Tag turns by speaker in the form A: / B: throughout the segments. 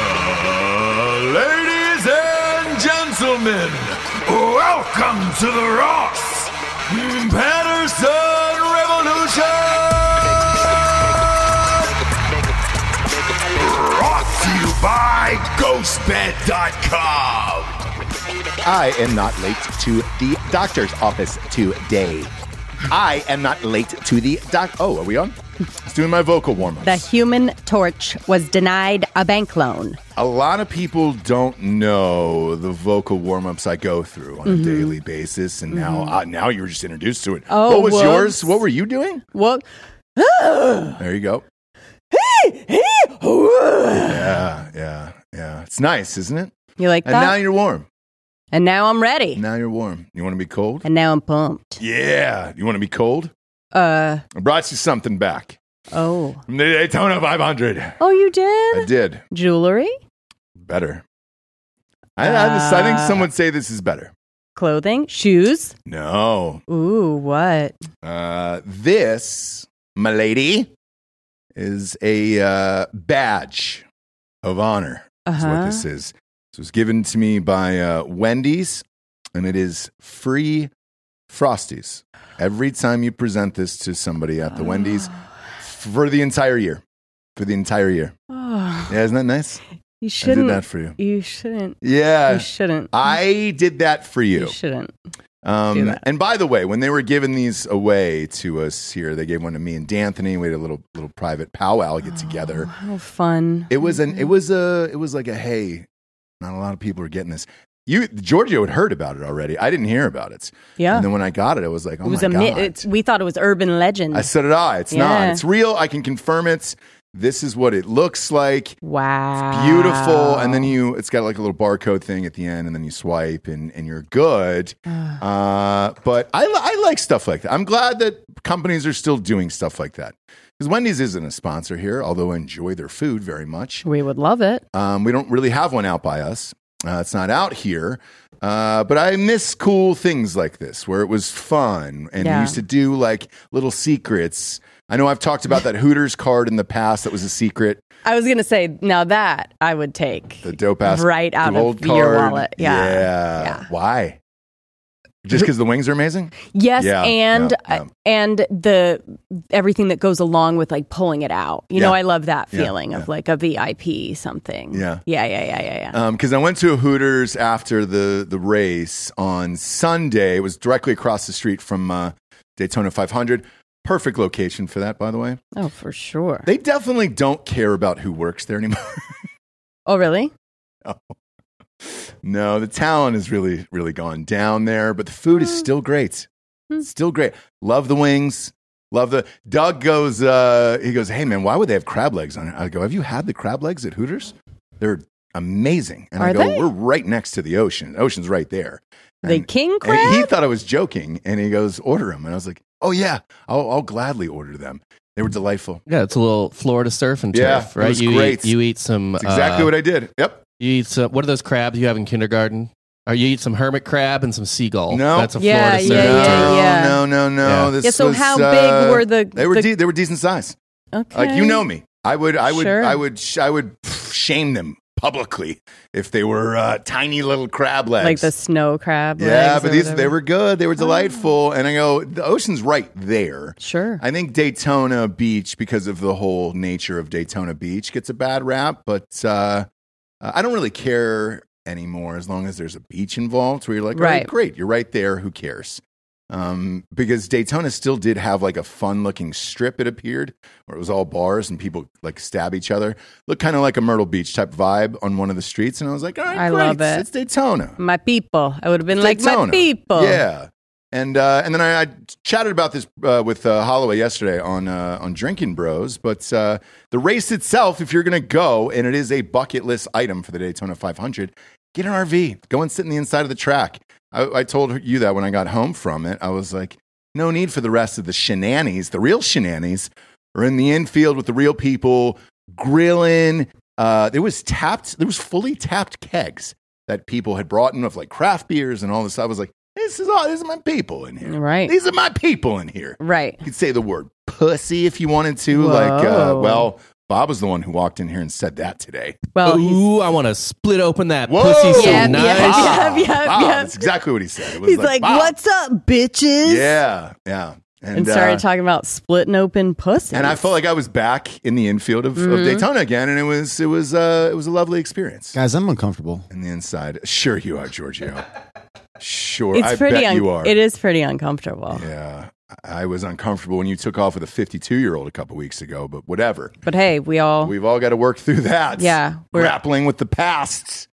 A: Uh, ladies and gentlemen, welcome to the Ross Patterson Revolution! Brought to you by GhostBed.com.
B: I am not late to the doctor's office today. I am not late to the doc. Oh, are we on? It's doing my vocal warm
C: The
B: ups.
C: Human Torch was denied a bank loan.
B: A lot of people don't know the vocal warm ups I go through on
C: Mm-hmm.
B: a daily basis, and now uh, now you were just introduced to it.
C: Oh,
B: what was
C: whoops.
B: yours? What were you doing?
C: What?
B: There you go. Yeah, yeah, yeah. It's nice, isn't it?
C: You like
B: And
C: that?
B: now you're warm.
C: and now I'm ready.
B: Now you're warm. You want to be cold?
C: And now I'm pumped.
B: Yeah. You want to be cold?
C: Uh
B: I brought you something back
C: oh.
B: from the Daytona 500.
C: Oh, you
B: I
C: did?
B: did
C: Jewelry,
B: better. I, I, just, I think
C: Uh.
B: some would say this is better.
C: clothing, shoes.
B: No,
C: Ooh, what?
B: uh, this, my lady, is a uh, badge of honor. Is what
C: Uh-huh.
B: this is. This was given to me by uh, Wendy's, and it is free frosties every time you present this to somebody at the Wendy's
C: Ah.
B: for the entire year. For the entire year.
C: Oh,
B: Yeah, isn't that nice? I
C: you
B: did
C: shouldn't.
B: that for you.
C: You shouldn't.
B: Yeah.
C: you shouldn't.
B: I did that for you.
C: You shouldn't. do
B: Um,
C: that.
B: and by the way, when they were giving these away to us here, they gave one to me and D'Anthony. We had a little little private powwow get
C: Oh,
B: together.
C: how fun.
B: It was
C: Mm-hmm.
B: an it was a it was like a hey, not a lot of people are getting this. You Giorgio had heard about it already. I didn't hear about it.
C: Yeah.
B: And then when I got it, I was like, oh
C: it was
B: my
C: a
B: god.
C: myth. It's, we thought it was urban legend.
B: I said it. I. It's not.
C: Yeah.
B: It's real. I can confirm it. This is what it looks like.
C: wow.
B: beautiful and then you it's got like a little barcode thing at the end and then you swipe and and you're good uh but i li- i like stuff like that i'm glad that companies are still doing stuff like that because wendy's isn't a sponsor here although i enjoy their food very much
C: We would love it.
B: um we don't really have one out by us uh, it's not out here uh, but I miss cool things like this where it was fun and we
C: Yeah.
B: used to do like little secrets. I know I've talked about that Hooters card in the past that was a secret.
C: I was gonna say, now that I would take
B: the dope ass
C: right out
B: gold
C: of your
B: card.
C: wallet. Yeah.
B: yeah.
C: Yeah.
B: Why? Just because the wings are amazing?
C: Yes,
B: Yeah,
C: and uh,
B: yeah, yeah.
C: and the everything that goes along with like pulling it out. You know,
B: Yeah.
C: I love that
B: Yeah,
C: feeling
B: yeah.
C: of like a VIP something.
B: Yeah.
C: yeah, yeah, yeah, yeah. yeah.
B: Because Um, I went to a Hooters after the the race on Sunday. It was directly across the street from uh, Daytona 500. Perfect location for that, by the way.
C: oh, for sure.
B: They definitely don't care about who works there anymore.
C: oh, really?
B: no, the talent has really, really gone down there, but the food is still great.
C: Hmm.
B: Still great. Love the wings. Love the Doug goes, uh, he goes, Hey man, why would they have crab legs on it? I go, Have you had the crab legs at Hooters? They're amazing. And I
C: Are
B: go,
C: they?
B: We're right next to the ocean. Ocean's right there.
C: The
B: And-
C: king
B: and
C: crab.
B: he thought I was joking and he goes, Order them. And I was like, Oh yeah, I'll, I'll gladly order them. They were delightful.
D: Yeah, it's a little Florida surf and turf,
B: Yeah, it
D: right?
B: was
D: you
B: great.
D: eat you eat some
B: That's exactly
D: uh,
B: what I did. Yep.
D: you eat some what are those crabs you have in kindergarten? Or you eat some hermit crab and some seagull.
B: No.
D: That's a
C: Yeah,
D: Florida
C: yeah,
D: surf and
C: yeah,
D: turf.
B: no,
C: yeah.
B: no, no, no.
D: Yeah.
B: This
C: yeah. So
B: was,
C: how
B: uh,
C: big were the?
B: They were
C: the-
B: de- they were decent size.
C: okay.
B: Like you know me, I would I would
C: Sure.
B: I would sh- I would shame them publicly if they were uh, tiny little crab legs.
C: like the snow crab.
B: yeah,
C: legs
B: but
C: or
B: these they
C: whatever. Oh.
B: were good. They were delightful, and I go the ocean's right there.
C: sure.
B: I think Daytona Beach, because of the whole nature of Daytona Beach, gets a bad rap, but uh, I don't really care anymore as long as there's a beach involved where you're like, all right,
C: Right.
B: great, you're right there. Who cares? Um, because Daytona still did have like a fun looking strip, it appeared, where it was all bars and people like stab each other. Looked kind of like a Myrtle Beach type vibe on one of the streets. And I was like, all right,
C: I
B: great,
C: love it.
B: it's Daytona.
C: my people. I would have been like
B: Daytona.
C: my people.
B: Yeah. And uh, and then I, I chatted about this uh, with uh, Holloway yesterday on uh, on Drinking Bros. But uh, the race itself, if you're going to go, and it is a bucket list item for the Daytona 500, get an RV. Go and sit in the inside of the track. I, I told you that when I got home from it. I was like, no need for the rest of the shenanigans. The real shenanigans are in the infield with the real people grilling. Uh, there was tapped. There was fully tapped kegs that people had brought in of like craft beers and all this. I was like, this is all. This is my people in here.
C: Right.
B: These are my people in here.
C: Right.
B: You could say the word pussy if you wanted to. Like, uh,
C: Whoa.
B: well, Bob was the one who walked in here and said that today.
C: Well, he's,
D: Ooh, I want to split open that
B: Whoa.
D: pussy so
C: Yeah,
D: nice.
C: yeah.
B: Bob,
C: yep,
B: Bob,
C: yep.
B: That's exactly what he said. It was
C: he's like,
B: "Bob."
C: "What's up, bitches?"
B: Yeah, yeah.
C: and, started
B: uh,
C: talking about splitting open pussy.
B: And I felt like I was back in the infield of,
C: Mm-hmm.
B: of Daytona again, and it was it was uh, it was a lovely experience.
E: Guys, I'm uncomfortable.
B: And the inside, sure you are, Giorgio. Sure,
C: it's
B: I
C: pretty.
B: bet
C: un-
B: you are.
C: It is pretty uncomfortable.
B: Yeah, I was uncomfortable when you took off with a 52 year old a couple weeks ago, but whatever.
C: But hey, we all
B: We've all got to work through that.
C: Yeah, we're-
B: grappling with the past.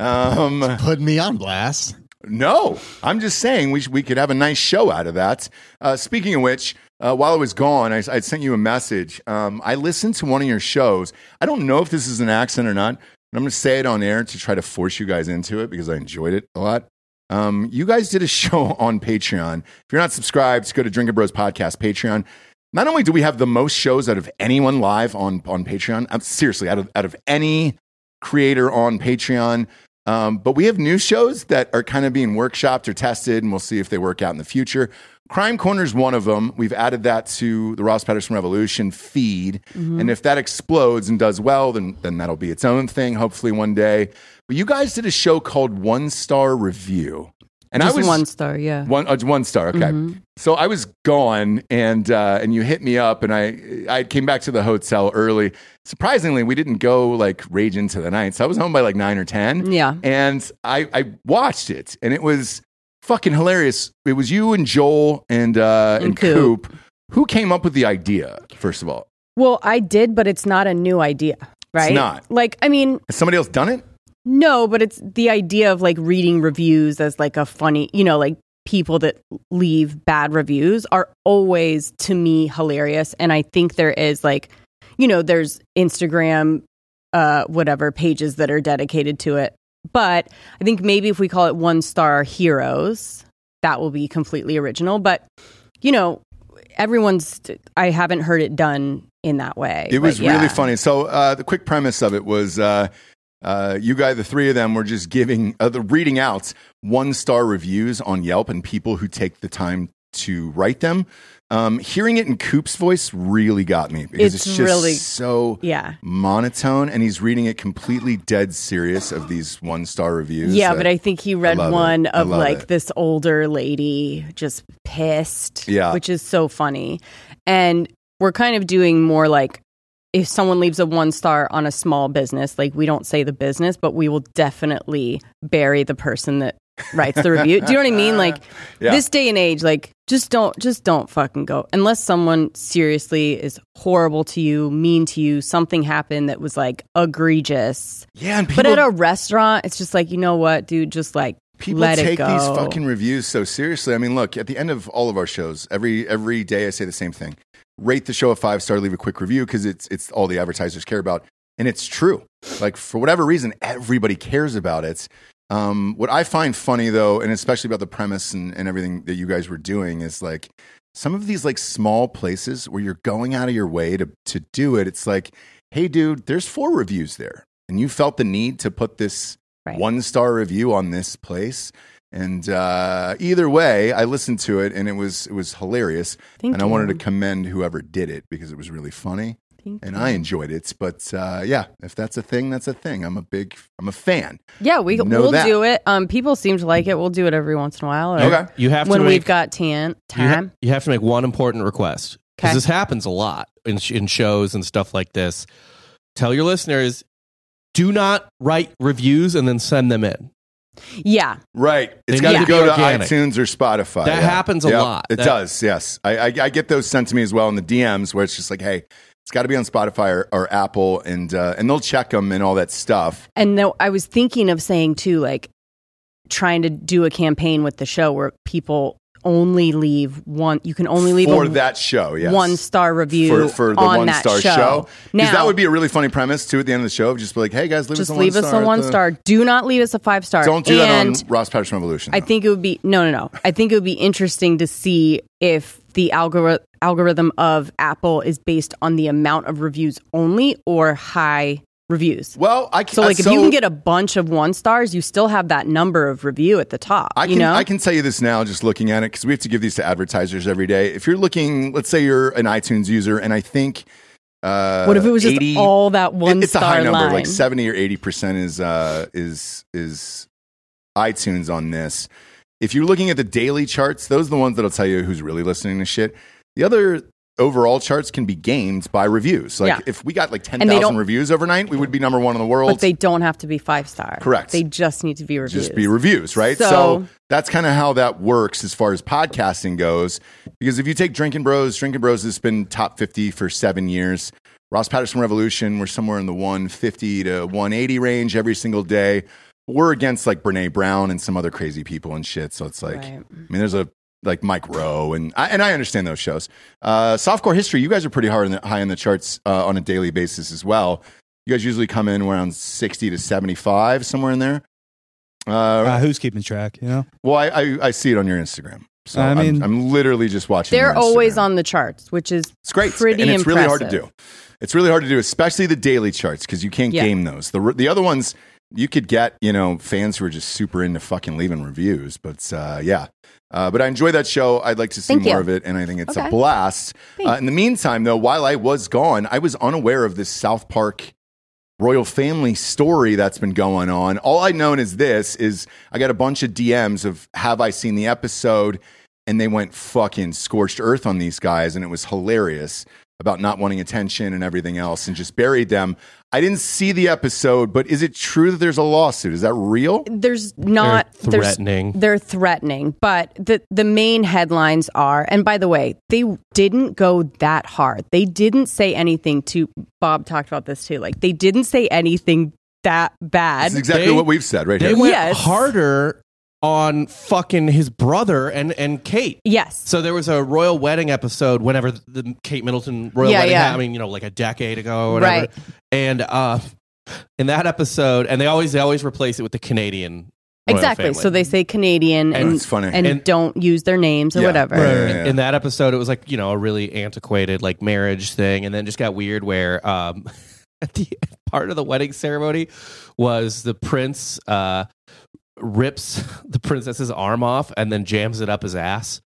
B: Um,
E: Put me on blast.
B: no, I'm just saying we sh- we could have a nice show out of that. Uh, speaking of which, uh, while I was gone, I, I sent you a message. Um, I listened to one of your shows. I don't know if this is an accent or not. And I'm going to say it on air to try to force you guys into it because I enjoyed it a lot. Um, you guys did a show on Patreon. If you're not subscribed, go to Drinking Bros Podcast Patreon. Not only do we have the most shows out of anyone live on on Patreon, i seriously out of out of any creator on Patreon. Um, but we have new shows that are kind of being workshopped or tested, and we'll see if they work out in the future. Crime Corner is one of them. We've added that to the Ross Patterson Revolution feed,
C: Mm-hmm.
B: and if that explodes and does well, then then that'll be its own thing. Hopefully one day. But you guys did a show called One Star Review, and
C: just
B: I was
C: one star. Yeah.
B: one, uh, one star. Okay.
C: Mm-hmm.
B: So I was gone, and uh, and you hit me up, and I I came back to the hotel early. Surprisingly, we didn't go like rage into the night, so I was home by like nine or ten.
C: Yeah.
B: And I I watched it, and it was fucking hilarious. It was you and Joel and uh,
C: And
B: and Coop.
C: Coop.
B: Who came up with the idea? First of all,
C: Well, I did, but it's not a new idea, right?
B: not.
C: Like, I mean,
B: has somebody else done it?
C: no, but it's the idea of like reading reviews as like a funny, you know, like people that leave bad reviews are always to me hilarious and I think there is like, you know, there's Instagram uh whatever pages that are dedicated to it. But I think maybe if we call it one star heroes, that will be completely original, but you know, everyone's I haven't heard it done in that way.
B: It
C: but
B: was
C: yeah.
B: really funny. So uh, the quick premise of it was uh, uh, you guys, the three of them, were just giving uh, the reading out one star reviews on Yelp and people who take the time to write them. Um, hearing it in Coop's voice really got me because it's,
C: It's
B: just
C: really-
B: so
C: Yeah.
B: monotone, and he's reading it completely dead serious of these one star reviews.
C: Yeah,
B: that-
C: but I think he read
B: love it.
C: one
B: I
C: of
B: love
C: like
B: it.
C: this older lady just pissed.
B: Yeah.
C: Which is so funny. And we're kind of doing more like if someone leaves a one star on a small business, like we don't say the business, but we will definitely bury the person that writes the review. Do you know what I mean? Like
B: Yeah.
C: this day and age, like just don't just don't fucking go. Unless someone seriously is horrible to you, mean to you, something happened that was like egregious.
B: yeah, and people,
C: But at a restaurant, it's just like, you know what, dude, just like
B: people
C: let it
B: take
C: go.
B: these fucking reviews so seriously. I mean, look, at the end of all of our shows, every every day I say the same thing. Rate the show a five star, leave a quick review because it's it's all the advertisers care about. And it's true. Like for whatever reason, everybody cares about it. Um, what I find funny though, and especially about the premise and, and everything that you guys were doing, is like some of these like small places where you're going out of your way to to do it. It's like, hey, dude, there's four reviews there, and you felt the need to put this
C: Right.
B: one star review on this place. And uh, either way, I listened to it, and it was it was hilarious.
C: Thank
B: and I wanted to
C: you.
B: commend whoever did it because it was really funny,
C: Thank
B: and I enjoyed it. But uh, yeah, if that's a thing, that's a thing. I'm a big I'm a fan.
C: Yeah, we
B: Know
C: we'll
B: that.
C: do it. Um, people seem to like it. We'll do it every once in a while. or
B: Okay.
D: You have to
C: when
D: make,
C: we've got tan
D: you, ha-
C: time.
D: you have to make one important request because
C: Okay.
D: this happens a lot in, sh- in shows and stuff like this. Tell your listeners, do not write reviews and then send them in.
C: yeah,
B: Right. It's
D: They
B: got
D: need
B: to
D: to be
B: go to
D: organic.
B: iTunes or Spotify.
D: That happens a lot.
B: It
D: That-
B: does. Yes. I, I, I get those sent to me as well in the DMs where it's just like, hey, it's got to be on Spotify or, or Apple, and uh, and they'll check them and all that stuff.
C: and no, I was thinking of saying too, like trying to do a campaign with the show where people only leave one. You can only leave
B: for
C: a
B: that show. Yes.
C: one star
B: for,
C: review
B: for the
C: on
B: one
C: that
B: star
C: show.
B: show. Because
C: Now
B: that would be a really funny premise too at the end of the show. Just be like, hey guys, leave
C: just
B: us a
C: leave
B: one
C: us
B: star
C: a
B: at
C: one
B: the-
C: star. Do not leave us a five star.
B: Don't do
C: and
B: that on Ross Patterson Revolution.
C: I
B: though.
C: think it would be no, no, no. I think it would be interesting to see if the algori- algorithm of Apple is based on the amount of reviews only or high reviews.
B: Well, I can,
C: So, like,
B: uh,
C: if you can get a bunch of one stars, you still have that number of review at the top.
B: I can,
C: you know,
B: I can tell you this now, just looking at it, because we have to give these to advertisers every day. If you're looking, let's say you're an iTunes user, and I think Uh,
C: What if it was just
B: 80
C: all that
B: it-
C: one
B: it's a
C: star
B: high number,
C: line?
B: like seventy or eighty percent is uh, is is iTunes on this. If you're looking at the daily charts, those are the ones that'll tell you who's really listening to shit. The other overall charts can be gamed by reviews. Like
C: Yeah.
B: if we got like ten
C: they
B: thousand
C: don't-
B: reviews overnight, we would be number one in the world.
C: but they don't have to be five star.
B: Correct.
C: They just need to be reviews.
B: just be reviews, right? So,
C: So-
B: that's kind of how that works as far as podcasting goes. Because if you take Drinking Bros, Drinking Bros has been top 50 for seven years. Ross Patterson Revolution, we're somewhere in the 150 to 180 range every single day. We're against like Brene Brown and some other crazy people and shit. So it's like,
C: Right.
B: I mean, there's a like Mike Rowe and I, and I understand those shows. Uh, softcore history, you guys are pretty hard in the, high in the charts uh, on a daily basis as well. You guys usually come in around 60 to 75, somewhere in there. Uh,
F: Uh, who's keeping track? You know,
B: well, I, I, I see it on your Instagram. So I
F: I
B: mean, I'm,
F: mean-
B: I'm literally just watching.
C: They're
B: your
C: always
B: Instagram.
C: on the charts, which is
B: It's great,
C: pretty
B: and it's really hard to do.
C: impressive.
B: It's really hard to do, especially the daily charts, because you can't
C: Yeah.
B: game those. The the other ones you could get, you know, fans who are just super into fucking leaving reviews. But uh, yeah, uh, but I enjoy that show. I'd like to see
C: Thank
B: more
C: you.
B: of it, and I think it's a
C: Okay.
B: blast. Uh,
C: Thanks.
B: in the meantime, though, while I was gone, I was unaware of this South Park royal family story that's been going on. All I known is this is I got a bunch of DMs of have I seen the episode and they went fucking scorched earth on these guys and it was hilarious about not wanting attention and everything else and just buried them. I didn't see the episode, but is it true that there's a lawsuit? Is that real?
C: there's not
D: They're
C: there's-
D: threatening.
C: They're threatening, but the the main headlines are. And by the way, they didn't go that hard. They didn't say anything to Bob. Talked about this too. Like they didn't say anything that bad.
B: That's exactly
D: They-
B: what we've said right
D: They
B: here.
D: went
C: Yes.
D: harder on fucking his brother and and Kate.
C: yes.
D: So there was a royal wedding episode whenever the Kate Middleton royal
C: Yeah,
D: wedding.
C: yeah.
D: happened, I mean, you know, like a decade ago, or whatever.
C: Right.
D: And uh, in that episode, and they always they always replace it with the Canadian. royal
C: Exactly.
D: family.
C: So they say Canadian
D: And
C: and
B: it's funny.
C: and,
D: And-
C: don't use their names or
B: Yeah.
C: whatever.
B: Yeah, yeah, yeah.
D: in that episode it was like you know a really antiquated like marriage thing and then just got weird where um at the part of the wedding ceremony was the prince uh rips the princess's arm off and then jams it up his ass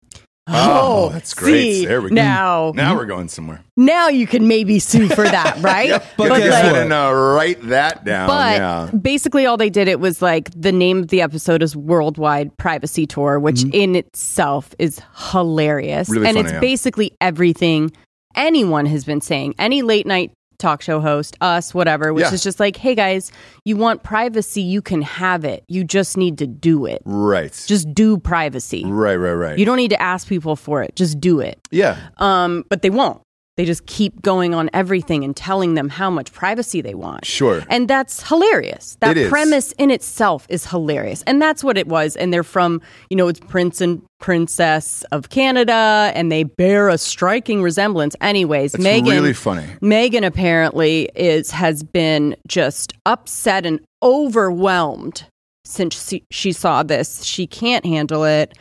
B: Oh, that's great.
C: see,
B: There we go.
C: Now,
B: Now we're going somewhere.
C: now you can maybe sue for that, right?
B: But
F: But guess
B: like,
F: what?
B: and, uh, write that down.
C: But
B: yeah.
C: basically, all they did it was like the name of the episode is Worldwide Privacy Tour, which in itself is hilarious,
B: Mm-hmm. Really
C: and
B: funny,
C: it's
B: yeah.
C: basically everything anyone has been saying. Any late night talk show host, us, whatever, which
B: Yeah.
C: is just like, hey guys, you want privacy, you can have it. You just need to do it.
B: Right.
C: Just do privacy.
B: right, right, right.
C: You don't need to ask people for it. Just do it.
B: yeah.
C: Um, but they won't. They just keep going on everything and telling them how much privacy they want.
B: Sure.
C: And that's hilarious. That
B: It is.
C: premise in itself is hilarious. And that's what it was. And they're from, you know, it's Prince and Princess of Canada, and they bear a striking resemblance. Anyways,
B: It's
C: Megan
B: really funny.
C: Megan apparently is has been just upset and overwhelmed since she, she saw this. She can't handle it.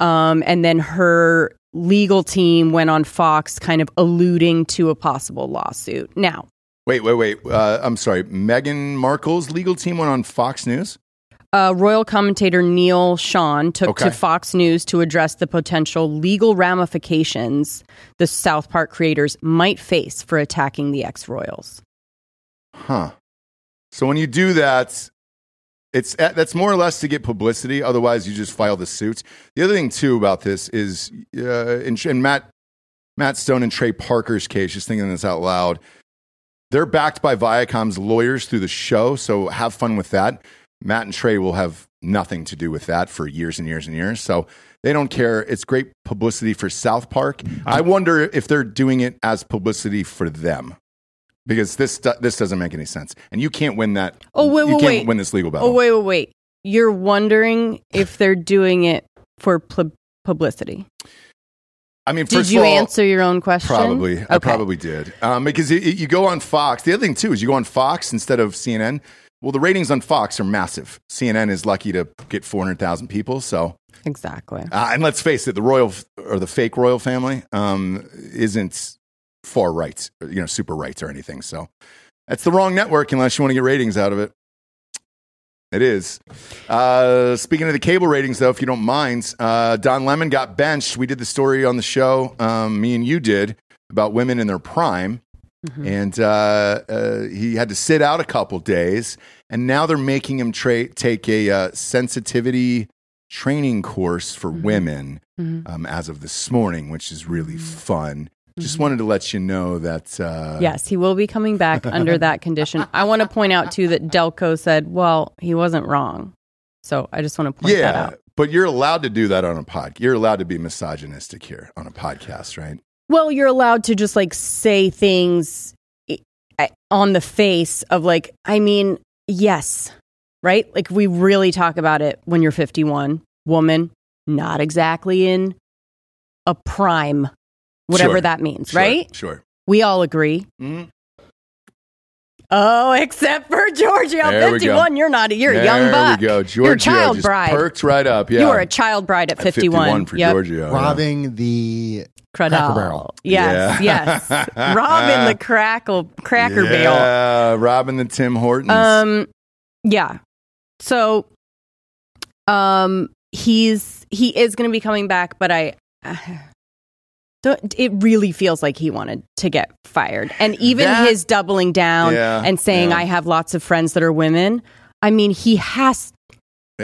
C: Um, and then her legal team went on Fox, kind of alluding to a possible lawsuit. Now,
B: Wait, wait, wait. Uh, I'm sorry. Meghan Markle's legal team went on Fox News.
C: uh, royal commentator Neil Sean took
B: Okay.
C: to Fox News to address the potential legal ramifications the South Park creators might face for attacking the ex royals.
B: Huh. So when you do that, it's eh, that's more or less to get publicity. Otherwise, you just file the suit. The other thing too about this is, uh, and, and Matt Matt Stone and Trey Parker's case. Just thinking this out loud, they're backed by Viacom's lawyers through the show. So have fun with that. Matt and Trey will have nothing to do with that for years and years and years. So they don't care. It's great publicity for South Park. I wonder if they're doing it as publicity for them because this do- this doesn't make any sense. And you can't win that.
C: Oh, wait,
B: you
C: wait,
B: can't
C: wait.
B: win this legal battle.
C: Oh wait, wait, wait! You're wondering if they're doing it for pl- publicity.
B: I mean,
C: Did
B: first
C: you
B: of all,
C: answer your own question?
B: Probably, I
C: Okay.
B: probably did. Um, because you, you go on Fox. The other thing too is you go on Fox instead of CNN. Well, the ratings on Fox are massive. CNN is lucky to get four hundred thousand people. So,
C: Exactly.
B: uh, and let's face it, the royal f- or the fake royal family um, isn't far right, you know, super right or anything. So, that's the wrong network unless you want to get ratings out of it. It is. Uh, speaking of the cable ratings, though, if you don't mind, uh, Don Lemon got benched. We did the story on the show, um, me and you did, about women in their prime. and uh, uh, he had to sit out a couple days. And now they're making him tra- take a uh, sensitivity training course for women
C: Mhm.
B: um, as of this morning, which is really fun. Just wanted to let you know that. Uh,
C: Yes, he will be coming back under that condition. I want to point out too that Delco said, "Well, he wasn't wrong." So I just want to point that
B: Yeah,
C: out.
B: but you're allowed to do that on a pod. You're allowed to be misogynistic here on a podcast, right?
C: Well, you're allowed to just like say things i- I- on the face of like, I mean, yes, right? Like we really talk about it when you're 51, woman, not exactly in a prime, whatever
B: Sure.
C: that means,
B: Sure,
C: right?
B: Sure.
C: We all agree.
B: Mhm.
C: Oh, except for Georgia, I'm
B: There we go.
C: 51. You're not. You're a
B: there
C: young buck.
B: we go. Giorgio
C: child
B: just
C: bride.
B: perked right up. Yeah,
C: You were a child bride at
B: At
C: 51.
B: for
C: Yep.
B: Giorgio. yeah.
E: Robbing the
C: Cradle.
E: Barrel.
C: Yes,
B: Yeah.
C: yes. Robin the crackle cracker barrel.
B: Yeah, robbing the Tim Hortons.
C: Um yeah. So um he's he is going to be coming back but I don't, it really feels like he wanted to get fired. And even
B: That-
C: his doubling down
B: Yeah,
C: and saying
B: yeah.
C: I have lots of friends that are women. I mean, he has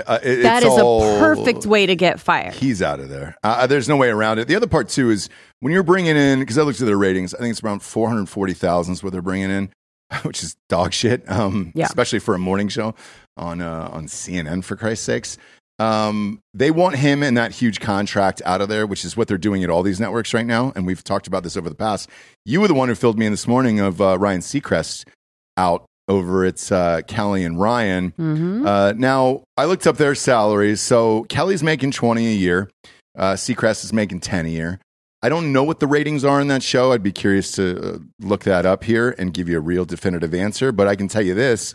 B: Uh, it-
C: that
B: it's
C: is
B: all-
C: a perfect way to get fired.
B: He's out of there. Uh, there's no way around it. The other part too is when you're bringing in because I looked at their ratings. I think it's around 440,000 is what they're bringing in, which is dog shit. Um,
C: Yeah.
B: especially for a morning show on uh, on CNN for Christ's sakes. Um, they want him and that huge contract out of there, which is what they're doing at all these networks right now. And we've talked about this over the past. You were the one who filled me in this morning of uh, Ryan Seacrest out over at uh, Callie and Ryan.
C: Mhm.
B: Uh, now, I looked up their salaries. So Kelly's making 20 a year. Uh, Seacrest is making 10 a year. I don't know what the ratings are in that show. I'd be curious to uh, look that up here and give you a real definitive answer. But I can tell you this.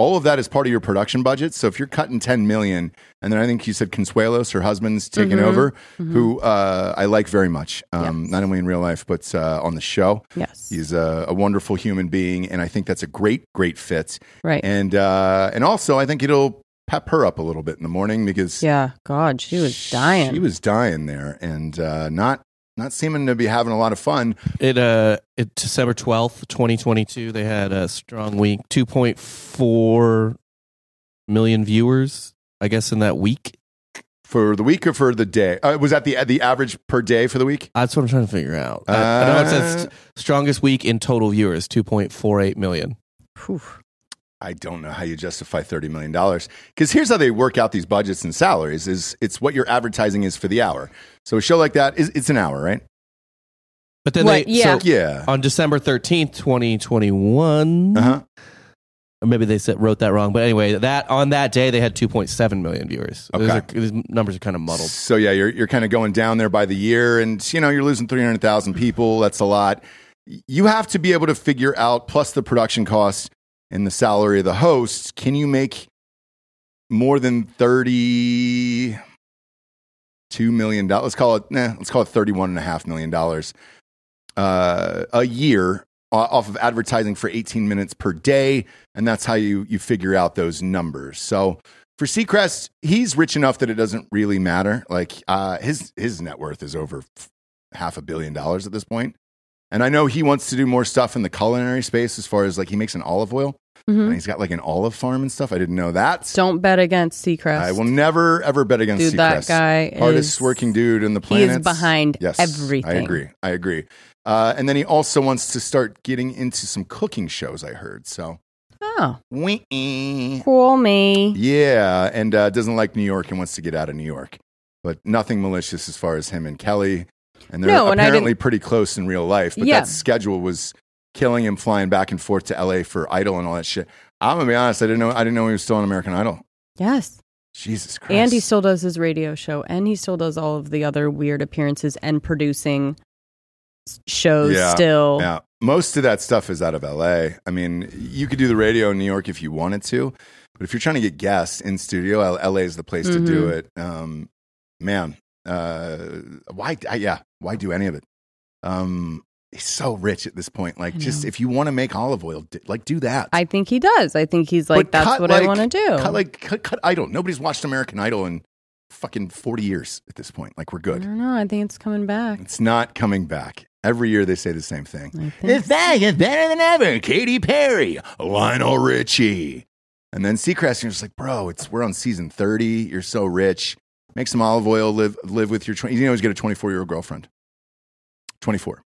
B: All of that is part of your production budget. So if you're cutting 10 million, and then I think you said Consuelos, her husband's taking
C: Mhm.
B: over,
C: Mhm.
B: who uh, I like very much, um,
C: Yes.
B: not only in real life, but uh, on the show.
C: Yes.
B: He's a, a wonderful human being. And I think that's a great, great fit
C: Right.
B: and uh, and also I think it'll pep her up a little bit in the morning because
C: yeah, god, she was dying.
B: She was dying there, and uh, not not seeming to be having a lot of fun.
D: It uh, it, December twelfth, twenty twenty two. They had a strong week, two point four million viewers. I guess in that week.
B: For the week or for the day? Uh, was that the the average per day for the week?
D: That's what I'm trying to figure out. I, I know it says
B: Uh,
D: st- strongest week in total viewers, two point four eight million.
C: Phew.
B: I don't know how you justify thirty million dollars because here's how they work out these budgets and salaries: is it's what your advertising is for the hour. So a show like that is it's an hour, right?
D: But then
C: What?
D: they
C: Yeah.
D: so
B: Yeah.
D: on December thirteenth, twenty twenty one.
B: Uh huh.
D: Or maybe they said, wrote that wrong, but anyway, that on that day they had 2.7 million viewers. Those,
B: Okay.
D: are, these numbers are kind of muddled.
B: So yeah, you're you're kind of going down there by the year, and you know you're losing three hundred thousand people. That's a lot. You have to be able to figure out plus the production costs and the salary of the hosts. Can you make more than thirty two million dollars? Let's call it nah, let's call it thirty one and a half million dollars uh, a year o- off of advertising for eighteen minutes per day, and that's how you you figure out those numbers. So for Seacrest, he's rich enough that it doesn't really matter. Like uh, his his net worth is over f- half a billion dollars at this point, and I know he wants to do more stuff in the culinary space. As far as like he makes an olive oil,
C: Mhm.
B: and he's got like an olive farm and stuff. I didn't know that.
C: Don't bet against Seacrest.
B: I will never ever bet against
C: Dude, that
B: Seacrest.
C: guy
B: hardest
C: is-
B: working dude in the
C: he is
B: planet.
C: behind
B: yes, I
C: everything.
B: agree. I agree. Uh, and then he also wants to start getting into some cooking shows. I heard so.
C: Oh,
B: Wee.
C: call me.
B: Yeah, and uh, doesn't like New York and wants to get out of New York, but nothing malicious as far as him and Kelly, and they're
C: No, and I
B: apparently pretty close in real life. But
C: Yeah.
B: that schedule was killing him, flying back and forth to L.A. for Idol and all that shit. I'm gonna be honest, I didn't know I didn't know he was still on American Idol.
C: Yes.
B: Jesus Christ!
C: And he still does his radio show and he still does all of the other weird appearances and producing s- shows
B: Yeah,
C: still.
B: Yeah, most of that stuff is out of L.A. I mean, you could do the radio in New York if you wanted to, but if you're trying to get guests in studio, L- L.A. is the place to do
C: Mm-hmm.
B: it. Um, man, uh, why? I, yeah, why do any of it? Um, he's so rich at this point. Like,
C: I
B: just
C: know.
B: if you want to make olive oil, d- like do that.
C: I think he does. I think he's like,
B: But
C: that's
B: cut,
C: what I
B: like-
C: want to do.
B: cut, like cut, cut Idol. Nobody's watched American Idol in fucking 40 years at this point. Like, we're
C: I
B: good.
C: don't know. I think it's coming back.
B: It's not coming back. Every year they say the same thing.
C: I think.
B: It's back. It's better than ever. Katy Perry, Lionel Richie. And then Seacrest, you're just like, bro, it's we're on season 30. You're so rich. Make some olive oil. Live live with your. twen- You can always get a 24 year old girlfriend. 24.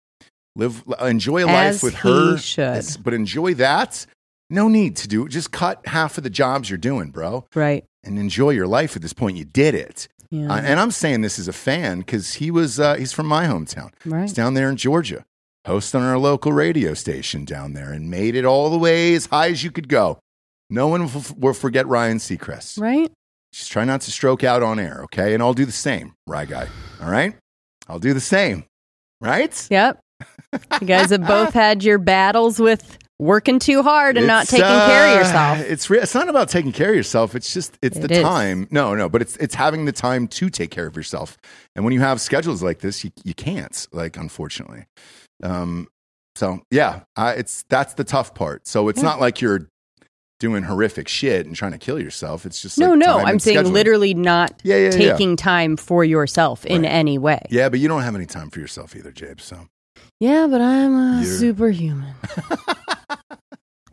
B: Live enjoy life
C: As
B: with
C: he
B: her.
C: should.
B: It's- But enjoy that. No need to do. Just cut half of the jobs you're doing, bro,
C: right.
B: and enjoy your life. At this point, you did it.
C: Yeah.
B: Uh, and I'm saying this as a fan because he was uh, he's from my hometown.
C: right.
B: He's down there in Georgia, host on our local radio station down there, and made it all the way as high as you could go. No one will, will forget Ryan Seacrest.
C: right.
B: Just try not to stroke out on air, okay? And I'll do the same, Rye Guy. All right? I'll do the same, right?
C: Yep. You guys have both had your battles with working too hard and not
B: It's,
C: taking care
B: uh,
C: of yourself.
B: It's re- it's not about taking care of yourself. It's just it's
C: It
B: the
C: is.
B: time. No, no, but it's it's having the time to take care of yourself. And when you have schedules like this, you you can't. Like unfortunately, um. So yeah, I, it's that's the tough part. So it's
C: Yeah.
B: not like you're doing horrific shit and trying to kill yourself. It's just
C: No,
B: like
C: no.
B: time
C: I'm
B: and
C: saying
B: scheduling.
C: literally not
B: Yeah, yeah, yeah.
C: taking time for yourself in
B: Right.
C: any way.
B: Yeah, but you don't have any time for yourself either, Jabe. So
C: Yeah, but I'm a
B: You're-
C: superhuman.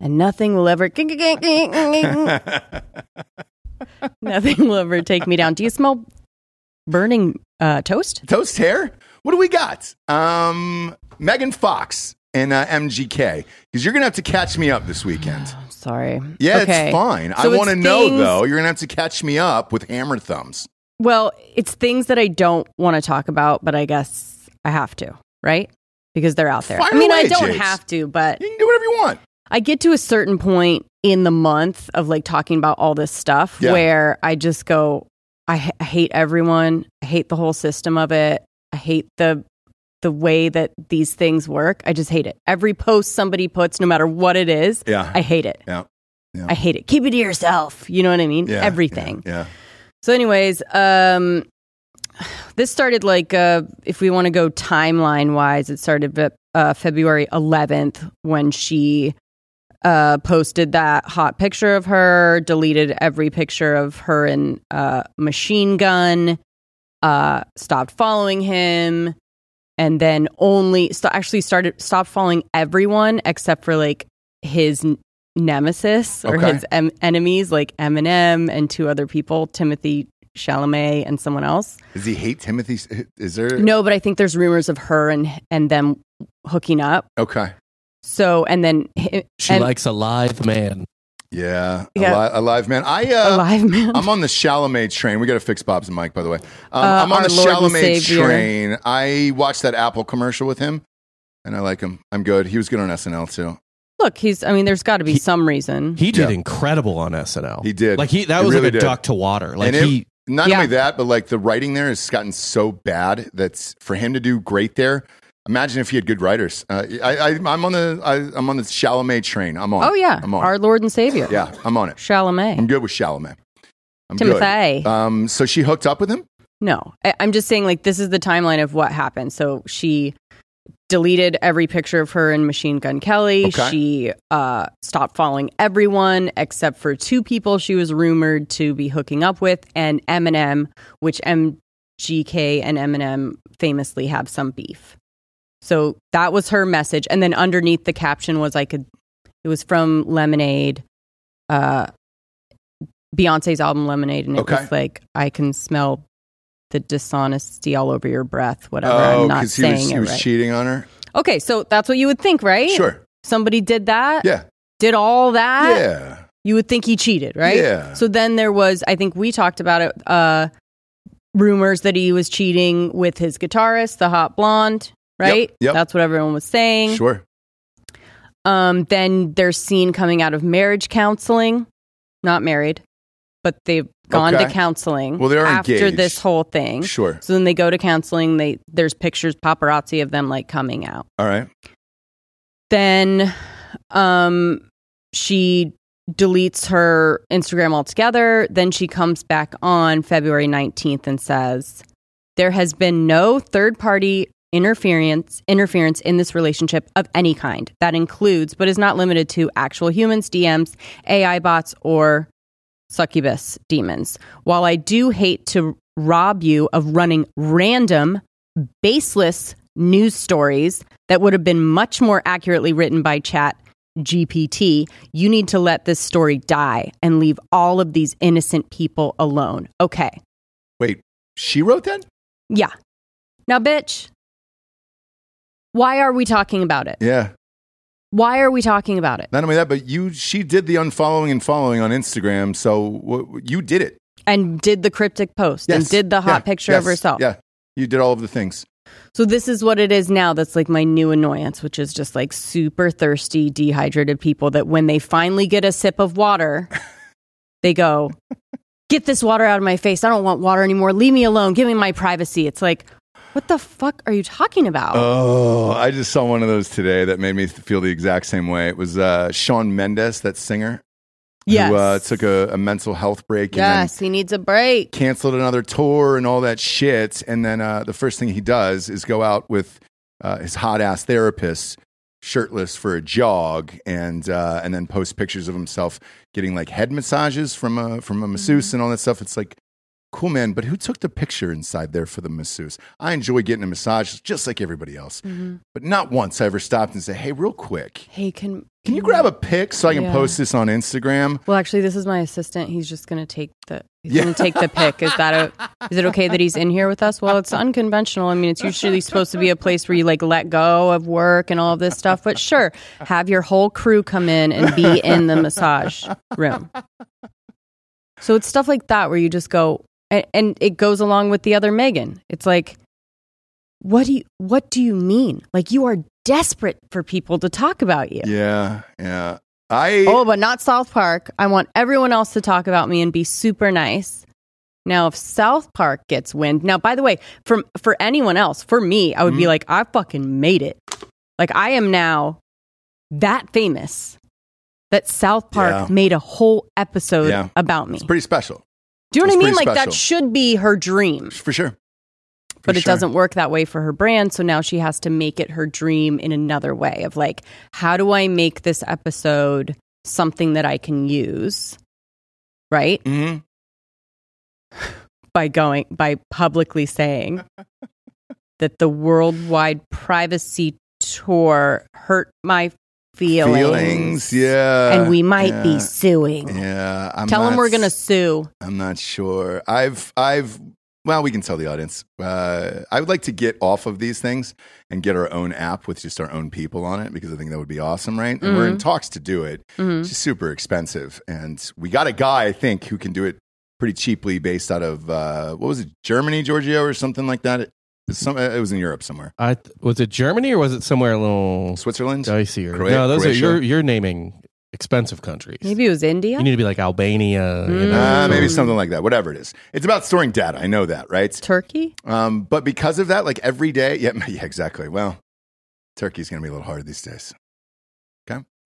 C: and nothing will ever nothing will ever take me down. Do you smell burning uh, toast?
B: Toast hair. What do we got? Um, Megan Fox and uh, MGK. Because you're gonna have to catch me up this weekend.
C: I'm sorry.
B: Yeah,
C: Okay.
B: it's fine. I
C: So it's
B: want to know
C: things-
B: though. You're gonna have to catch me up with hammer thumbs.
C: Well, it's things that I don't want to talk about, but I guess I have to, right? Because they're out there.
B: Fire
C: I mean, I
B: away,
C: don't
B: Jace.
C: have to, but
B: You can do whatever you want.
C: I get to a certain point in the month of like talking about all this stuff
B: Yeah.
C: where I just go, I, h- I hate everyone. I hate the whole system of it. I hate the the way that these things work. I just hate it. Every post somebody puts, no matter what it is,
B: Yeah.
C: I hate it.
B: Yeah. Yeah.
C: I hate it. Keep it to yourself. You know what I mean?
B: yeah,
C: Everything.
B: Yeah.
C: So, anyways, um, this started like uh, if we want to go timeline wise, it started ve- uh, February 11th when she uh, posted that hot picture of her, deleted every picture of her and uh, machine gun, uh, stopped following him, and then only st- actually started stopped following everyone except for like his n- nemesis or
B: Okay.
C: his em- enemies, like Eminem and two other people, Timothy Chalamet and someone else.
B: yeah. Does he hate Timothy? Is there?
C: No, but I think there's rumors of her and and them hooking up.
B: Okay.
C: So and then hi-
D: She
C: and-
D: likes a live man.
B: Yeah.
C: Yeah.
B: Alive, alive man. I. Uh,
C: alive man.
B: I'm on the Chalamet train. We got to fix Bob's mic, by the way. Um,
C: Uh,
B: I'm on
C: our
B: the
C: Lord and
B: Chalamet
C: Savior.
B: train. I watched that Apple commercial with him, and I like him. I'm good. He was good on SNL too.
C: Look, he's. I mean, there's got to be
D: He-
C: some reason.
D: He did
B: Yeah.
D: incredible on SNL.
B: He did.
D: Like he that
B: He
D: was
B: really
D: like a
B: did.
D: duck to water. Like
B: And it-
D: he
B: Not
C: Yeah.
B: only that, but like the writing there has gotten so bad that's for him to do great there. Imagine if he had good writers. Uh, I, I, I'm on the I, I'm on the Chalamet train. I'm on.
C: oh yeah,
B: I'm on.
C: our Lord and Savior.
B: yeah, I'm on it. I'm
C: Chalamet.
B: good with Chalamet. I'm
C: Timothy.
B: good. Um, so she hooked up with him.
C: No, I, I'm just saying like this is the timeline of what happened. So she deleted every picture of her and Machine Gun Kelly.
B: Okay.
C: She uh, stopped following everyone except for two people she was rumored to be hooking up with, and Eminem, which MGK and Eminem famously have some beef. So that was her message, and then underneath the caption was I could. It was from Lemonade. Uh, Beyonce's album Lemonade, and it
B: Okay.
C: was like I can smell the dishonesty all over your breath. Whatever, I'm not
B: Oh, he
C: saying
B: was he
C: it
B: was
C: right.
B: cheating on her.
C: okay, so that's what you would think, right?
B: Sure.
C: Somebody did that,
B: Yeah.
C: did all that.
B: Yeah.
C: You would think he cheated, right?
B: Yeah.
C: So then there was, I think we talked about it. Uh, rumors that he was cheating with his guitarist, the hot blonde, right?
B: yep.
C: That's what everyone was saying.
B: Sure.
C: Um, then they're seen coming out of marriage counseling, not married, but they've gone
B: Okay.
C: to counseling.
B: Well, they are
C: after
B: engaged.
C: this whole thing.
B: Sure.
C: So then they go to counseling. They there's pictures paparazzi of them like coming out.
B: All right.
C: Then, um, she deletes her Instagram altogether. Then she comes back on February nineteenth and says, "There has been no third party." interference interference in this relationship of any kind that includes but is not limited to actual humans dms ai bots or succubus demons. While I do hate to rob you of running random, baseless news stories that would have been much more accurately written by chat GPT. You need to let this story die and leave all of these innocent people alone. Okay.
B: Wait, she wrote that?
C: Yeah. Now, bitch, why are we talking about it?
B: Yeah.
C: Why are we talking about it?
B: Not only that, but you she did the unfollowing and following on Instagram, so w- you did it.
C: And did the cryptic post and
B: Yes.
C: did the hot
B: Yeah.
C: picture of
B: Yes.
C: herself.
B: Yeah. You did all of the things.
C: So this is what it is now that's like my new annoyance, which is just like super thirsty, dehydrated people that when they finally get a sip of water, they go, Get this water out of my face. I don't want water anymore. Leave me alone. Give me my privacy. It's like, what the fuck are you talking about?
B: Oh, I just saw one of those today that made me feel the exact same way. It was uh, Sean Mendes, that singer,
C: yes.
B: who uh, took a, a mental health break and then
C: yes, he needs a break.
B: canceled another tour and all that shit. And then uh, the first thing he does is go out with uh, his hot ass therapist, shirtless for a jog, and uh, and then post pictures of himself getting like head massages from a from a masseuse
C: Mm-hmm.
B: and all that stuff. It's like. Cool man, but who took the picture inside there for the masseuse? I enjoy getting a massage just like everybody else,
C: Mm-hmm.
B: but not once I ever stopped and said, "Hey, real quick,
C: Hey, can
B: can you grab a pic so I can
C: Mm-hmm. Yeah.
B: post this on Instagram?"
C: Well, actually, this is my assistant. He's just going to take the he's
B: Yeah.
C: going to take the pick. Is that a, is it okay that he's in here with us? Well, it's unconventional. I mean, it's usually supposed to be a place where you like let go of work and all of this stuff. But sure, have your whole crew come in and be in the massage room. So it's stuff like that where you just go, and, and it goes along with the other Megan. It's like, what do you what do you mean? Like you are desperate for people to talk about you.
B: Yeah, yeah. I
C: Oh, but not South Park. I want everyone else to talk about me and be super nice. Now, if South Park gets wind, now by the way, from for anyone else, for me, I would
B: Mm-hmm.
C: be like, I fucking made it. Like I am now that famous that South Park
B: Yeah.
C: made a whole episode
B: Yeah.
C: about me.
B: it's pretty special
C: Do you know
B: it's
C: what I mean? Like
B: pretty
C: that
B: special.
C: should be her dream,
B: for sure. For
C: but it
B: sure.
C: doesn't work that way for her brand. So now she has to make it her dream in another way of like, how do I make this episode something that I can use? Right?
B: Mhm.
C: by going by publicly saying that the worldwide privacy tour hurt my feelings,
B: Feelings, yeah.
C: and we might
B: yeah,
C: be suing.
B: Yeah, I'm
C: Tell
B: not,
C: them we're gonna sue.
B: I'm not sure. I've, I've. Well, we can tell the audience. Uh, I would like to get off of these things and get our own app with just our own people on it because I think that would be awesome, right? And
C: Mm-hmm.
B: we're in talks to do it. It's just super expensive, and we got a guy I think who can do it pretty cheaply, based out of uh, what was it, Germany, Giorgio, or something like that. It, some, uh, it was in Europe somewhere,
D: I th- was it Germany or was it somewhere a little
B: Switzerland.
D: dicier?
B: Croa-
D: no, those
B: Croatia?
D: are you're, you're naming expensive countries.
C: Maybe it was India.
D: you need to be like Albania. you
C: Mm.
D: know,
B: Uh, maybe
D: so-
B: something like that. Whatever it is, it's about storing data. I know that, right?
C: Turkey.
B: Um, but because of that, like every day, yeah, yeah, exactly. Well, turkey's gonna be a little hard these days.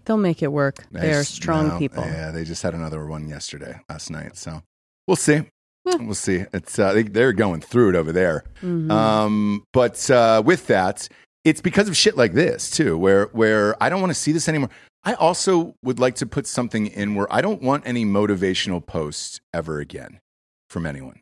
C: They'll make it work.
B: Nice.
C: They are strong
B: No,
C: people.
B: Yeah, they just had another one yesterday, last night. So we'll see.
C: Yeah.
B: We'll see. It's uh, they, they're going through it over there.
C: Mhm.
B: Um, but uh, with that, it's because of shit like this too, where where I don't want to see this anymore. I also would like to put something in where I don't want any motivational posts ever again from anyone.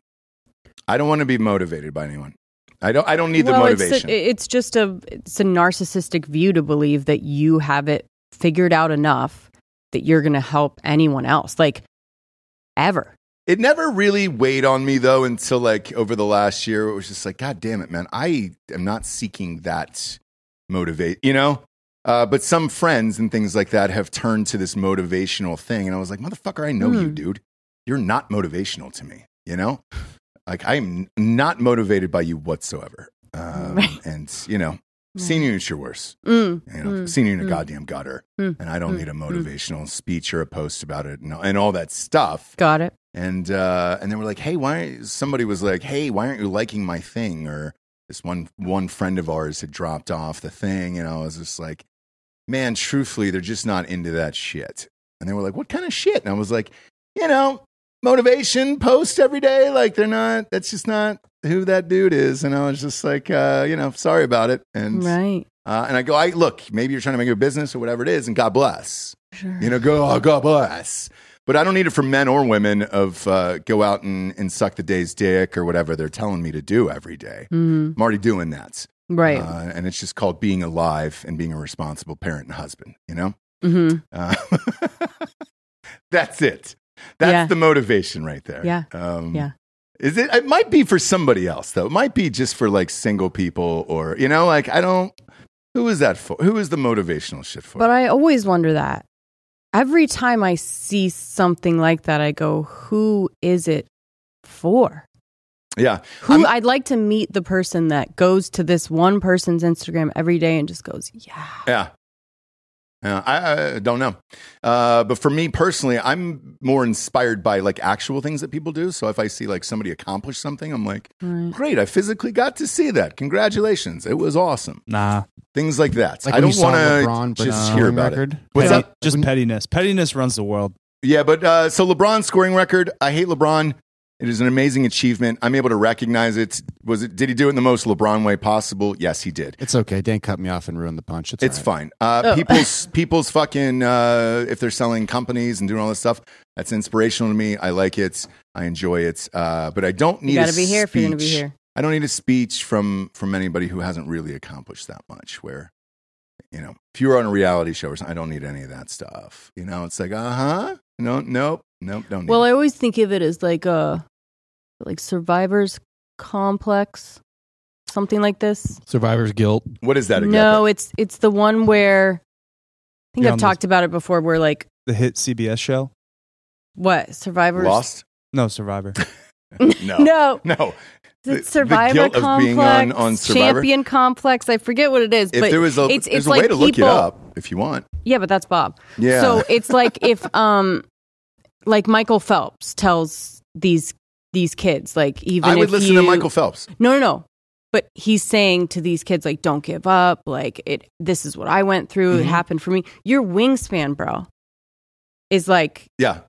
B: I don't want to be motivated by anyone. I don't. I don't need
C: well,
B: the
C: it's a-
B: motivation.
C: it's just a it's a narcissistic view to believe that you have it figured out enough that you're gonna help anyone else, like ever.
B: It never really weighed on me though until like over the last year. It was just like, God damn it, man! I am not seeking that motivate, you know. Uh, but some friends and things like that have turned to this motivational thing, and I was like, motherfucker, I know you,
C: Hmm.
B: dude. You're not motivational to me, you know. Like I'm not motivated by you whatsoever. Um,
C: Right.
B: And you know, seeing you at your worst,
C: Mm.
B: you know,
C: Mm.
B: seeing you in a
C: Mm.
B: goddamn gutter,
C: Mm.
B: and I don't
C: Mm.
B: need a
C: Mm.
B: motivational speech or a post about it and, and all that stuff
C: Got it.
B: and uh, and they were like, "Hey, why?" Somebody was like, "Hey, why aren't you liking my thing?" Or this one one friend of ours had dropped off the thing, and I was just like, "Man, truthfully, they're just not into that shit." And they were like, "What kind of shit?" And I was like, "You know, motivation post every day. Like they're not. That's just not who that dude is." And I was just like, uh, "You know, sorry about it." And
C: Right.
B: uh, and I go, "I look, maybe you're trying to make a business or whatever it is, and God bless."
C: Sure.
B: You know, go, oh, God bless. But I don't need it for men or women of uh, go out and, and suck the day's dick or whatever they're telling me to do every day.
C: Mhm.
B: I'm already doing that.
C: Right.
B: Uh, and it's just called being alive and being a responsible parent and husband, you know?
C: hmm
B: Uh, that's it. That's
C: Yeah.
B: the motivation right there.
C: Yeah.
B: Um,
C: Yeah.
B: Is it? It might be for somebody else though. It might be just for like single people or you know, like I don't. Who is that for? Who is the motivational shit for?
C: But I always wonder that. Every time I see something like that, I go, who is it for?
B: yeah.
C: Who
B: I'm-
C: i would like to meet the person that goes to this one person's Instagram every day and just goes, yeah.
B: Yeah. Yeah, I, I don't know. Uh, but for me personally, I'm more inspired by like actual things that people do. So if I see like somebody accomplish something, I'm like,
C: Right.
B: great, I physically got to see that. Congratulations. It was awesome.
F: Nah,
B: Things like that.
E: Like
B: I
E: when
B: don't
E: you saw
B: want
E: LeBron
B: to
E: put
B: just
E: on
B: hear
E: a
B: about it.
F: record.
B: What's
F: Petty-
B: up?
F: Just pettiness. Pettiness runs the world.
B: Yeah, but uh, so LeBron's scoring record. I hate LeBron. It is an amazing achievement. I'm able to recognize it. Was it? Did he do it in the most LeBron way possible? Yes, he did.
E: It's okay. Dan cut me off and ruined the punch. It's,
B: It's
E: all right.
B: fine. Uh,
C: Oh.
B: People's people's fucking uh, if they're selling companies and doing all this stuff, that's inspirational to me. I like it. I enjoy it. Uh, but I don't need.
C: You got
B: a
C: to be here if you're going to be
B: speech-
C: here.
B: I don't need a speech from from anybody who hasn't really accomplished that much. Where, you know, if you were on a reality show or something, I don't need any of that stuff. You know, it's like, uh huh, no, nope, nope, don't. Need
C: Well,
B: it.
C: I always think of it as like a like survivor's complex, something like this.
D: Survivor's guilt.
B: what is that exactly?
C: No, it's it's the one where I think
F: You're
C: I've
F: on
C: talked about it before. Where like
F: The hit CBS show.
C: what survivors
B: lost?
F: No, Survivor.
B: No,
C: No,
B: no. The-
C: it's
B: the
C: Survivor
B: guilt of
C: complex,
B: being on- on Survivor?
C: champion complex. I forget what it is,
B: If
C: but
B: there was a,
C: it's
B: there's
C: it's
B: a
C: like
B: way to look it
C: people-
B: up if you want.
C: Yeah, but that's Bob.
B: Yeah.
C: So it's like if um like Michael Phelps tells these these kids like even
B: I would
C: if
B: listen to
C: you-
B: Michael Phelps.
C: No, no, no. But he's saying to these kids, like, don't give up. Like, it. This is what I went through.
B: Mm-hmm.
C: It happened for me. Your wingspan, bro, is like
B: Yeah.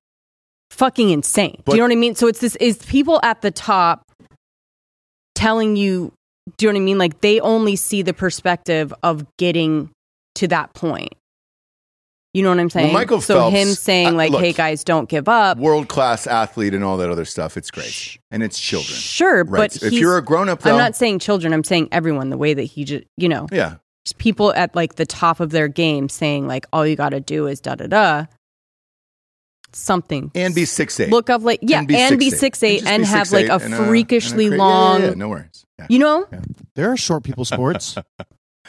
C: fucking insane.
B: But-
C: do you know what I mean? So it's this: is people at the top telling you? Do you know what I mean? Like they only see the perspective of getting to that point. You know what I'm saying?
B: Michael
C: so
B: Phelps-
C: him saying
B: I-
C: like,
B: look.
C: "Hey guys, don't give up."
B: world class athlete and all that other stuff. It's great,
C: Shh.
B: and it's children,
C: Sure,
B: right?
C: but
B: if
C: he's-
B: you're a grown up, though,
C: I'm not saying children. I'm saying everyone. The way that he just, you know,
B: yeah,
C: just people at like the top of their game saying like all you got to do is da da da something
B: and be six eight,
C: look up like yeah and be, six eight and, have like a freakishly long
B: Yeah, yeah, no worries. Yeah.
C: you know
E: There are short people sports.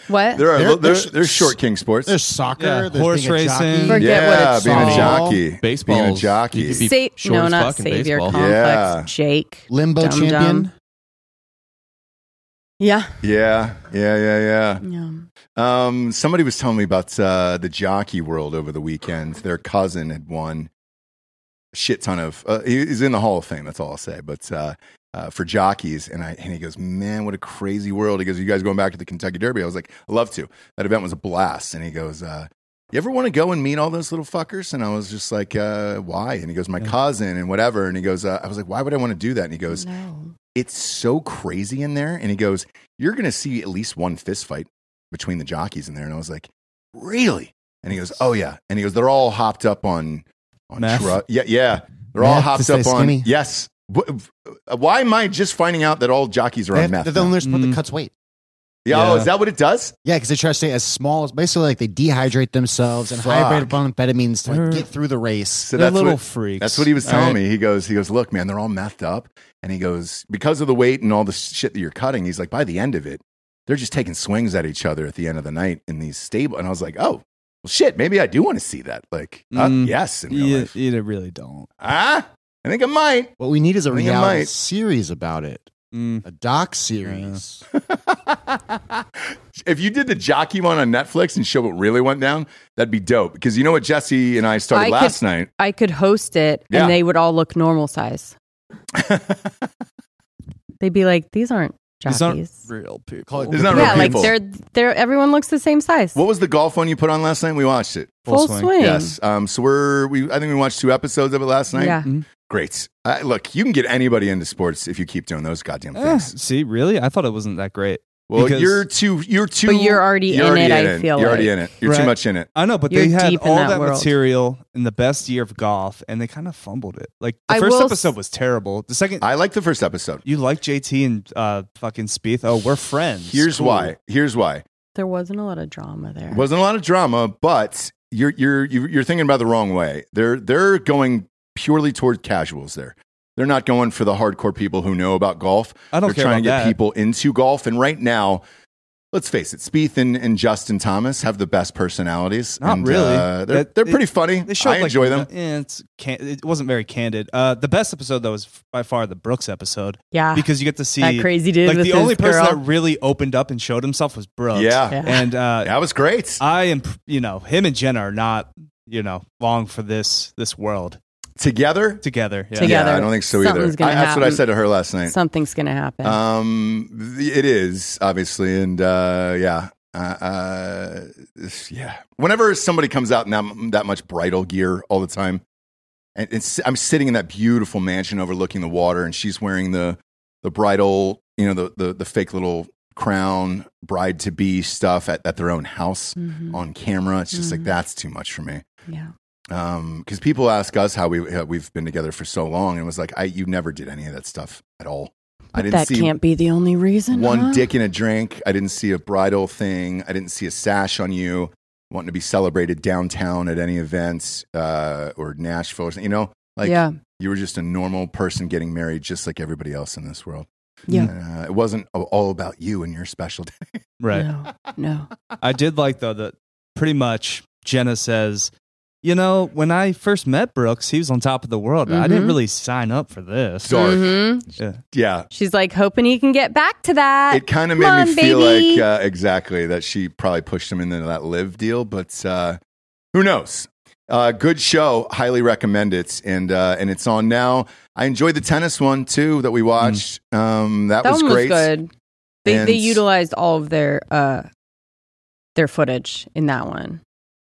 C: what
B: There are
E: There-
B: there, there's,
E: there's-
B: short king sports.
E: There's soccer.
F: Yeah,
E: There's
F: horse
E: being a jockey.
F: racing.
C: Forget
B: yeah,
C: what it's
B: being a
E: called.
B: jockey,
D: Baseball.
B: being a jockey.
D: You could be
C: Sa-
D: short
C: no
D: as
C: not
D: fuck in
C: savior
D: baseball.
C: complex
B: Yeah.
C: jake
E: Limbo
C: Dum-dum.
E: champion.
C: yeah
B: Yeah, yeah, yeah,
C: yeah
B: yeah. Um, somebody was telling me about uh, the jockey world over the weekend. Their cousin had won a shit ton of. Uh, he- he's in the Hall of Fame. That's all I'll say. But uh, uh, for jockeys, and I and he goes, man, what a crazy world. He goes, you guys going back to the Kentucky Derby? I was like, I love to. That event was a blast. And he goes, uh, you ever want to go and meet all those little fuckers? And I was just like, uh, why? And he goes, my cousin and whatever. And he goes, uh, I was like, why would I want to do that? And he goes,
C: no
B: it's so crazy in there. And he goes, You're going to see at least one fist fight between the jockeys in there. And I was like, Really? And he goes, Oh, yeah. And he goes, They're all hopped up on, on
F: Meth?
B: drug. Yeah, yeah. They're all
E: Meth to
B: hopped
E: stay
B: up on.
E: skinny?
B: Yes. Wh- Why am I just finding out that all jockeys are
E: They
B: on
E: have,
B: meth?
E: they're the
B: now?
E: only sport
F: Mm.
E: that cuts weight.
B: yeah, oh,
F: Yeah.
B: is that what it does?
E: Yeah, because they try to stay as small as basically like they dehydrate themselves and hydrate
B: Fuck.
E: up on amphetamines to like,
F: They're-
E: get through the race.
B: So
F: They're
B: that's
F: little
B: what,
F: freaks.
B: That's what he was
F: All
B: telling
F: right.
B: me. He goes, he goes, look, man, they're all methed up, and he goes because of the weight and all the shit that you're cutting. He's like, by the end of it, they're just taking swings at each other at the end of the night in these stable. And I was like, oh, well, shit, maybe I do want to see that. Like, uh,
F: Mm.
B: yes, in real
F: You,
B: life.
F: you really don't.
B: Ah, I think I might.
E: What we need is a
B: I think it
E: reality
B: might.
E: series about it,
F: Mm.
E: a doc series.
B: If you did the jockey one on Netflix and show what really went down, that'd be dope. Because you know what Jesse and I started
C: I
B: last
C: could-
B: night.
C: i could host it
B: Yeah.
C: and they would all look normal size they'd be like these aren't
F: These
C: jockeys
F: aren't real people.
E: Call it-
B: It's not
C: yeah
B: real
C: like
B: people.
C: they're they're everyone looks the same size
B: What was the golf one you put on last night? We watched it.
C: full, swing,
B: Yes. Um, so we're we I think we watched two episodes of it last night.
C: yeah
B: Great. Uh, look, you can get anybody into sports if you keep doing those goddamn
F: Eh,
B: things.
F: see, really, I thought it wasn't that great.
B: Well,
F: Because-
B: you're too. You're too.
C: But you're already in it, I feel
B: you're already
C: like.
B: in it. You're too
F: Right.
B: much in it.
F: I know, but
C: You're
F: they had
C: deep in
F: all
C: that
F: that,
C: world.
F: material in the best year of golf, and they kind of fumbled it. Like the
C: I
F: first
C: will
F: episode
C: s-
F: was terrible. The second,
B: I like the first episode.
F: you like JT and uh, fucking Spieth. Oh, we're friends.
B: Here's
F: Cool.
B: why. Here's why.
C: There wasn't a lot of drama there.
B: Wasn't a lot of drama, but you're you're you're you're thinking about the wrong way. They're they're going purely toward casuals there. They're not going for the hardcore people who know about golf.
F: I don't
B: They're
F: care
B: trying to
F: about
B: get
F: that.
B: people into golf. And right now, let's face it, Spieth and, and Justin Thomas have the best personalities.
F: Not
B: and,
F: really.
B: Uh, they're
F: That-
B: they're
F: it-
B: pretty funny.
F: They showed,
B: I
F: like,
B: enjoy them.
F: eh, it's can- it wasn't very candid. Uh, the best episode though was f- by far the Brooks episode
C: yeah.
F: because you get to see
C: Ah, that crazy dude
F: like
C: with
F: the
C: his
F: only person
C: girl.
F: that really opened up and showed himself was Brooks.
B: Yeah.
C: Yeah.
F: and uh,
B: That was great.
F: I am you know him and Jenna are not you know long for this this world
B: Together?
F: together. Yeah.
C: Together.
B: Yeah, I don't think so
C: Something's
B: either.
C: gonna
B: I- that's what I
C: happen.
B: said to her last night.
C: Something's gonna happen.
B: Um, th- it is obviously, and uh, yeah, uh, uh, it's- yeah. Whenever somebody comes out in that that much bridal gear all the time, and it's, I'm sitting in that beautiful mansion overlooking the water, and she's wearing the the bridal, you know, the the, the fake little crown bride to be stuff at, at their own house
C: Mhm.
B: on camera. It's just like
C: Mhm.
B: that's too much for me
C: Yeah.
B: because people ask us how we how we've been together for so long, and it was like, I you never did any of that stuff at all. I didn't
C: That
B: see
C: can't be the only reason.
B: one
C: huh?
B: dick in a drink. I didn't see a bridal thing. I didn't see a sash on you wanting to be celebrated downtown at any events uh, or Nashville. Or something, you know, like
C: yeah.
B: you were just a normal person getting married, just like everybody else in this world.
C: Yeah.
B: Uh, it wasn't a- all about you and your special day.
F: Right.
C: No. No.
F: I did like though that pretty much Jenna says, you know, when I first met Brooks, he was on top of the world. I didn't
C: Mhm.
F: really sign up for this.
B: Dark.
C: Mhm.
B: Yeah.
C: She's like hoping he can get back to that.
B: It kind of
C: Uh, Come
B: made me
C: on,
B: feel
C: baby.
B: like uh, exactly that she probably pushed him into that live deal, but uh, who knows? Uh, good show, highly recommend it, and uh, and it's on now. I enjoyed the tennis one too that we watched. Um, that,
C: Mm. that
B: was
C: one
B: great.
C: was good. They
B: And-
C: they utilized all of their uh their footage in that one,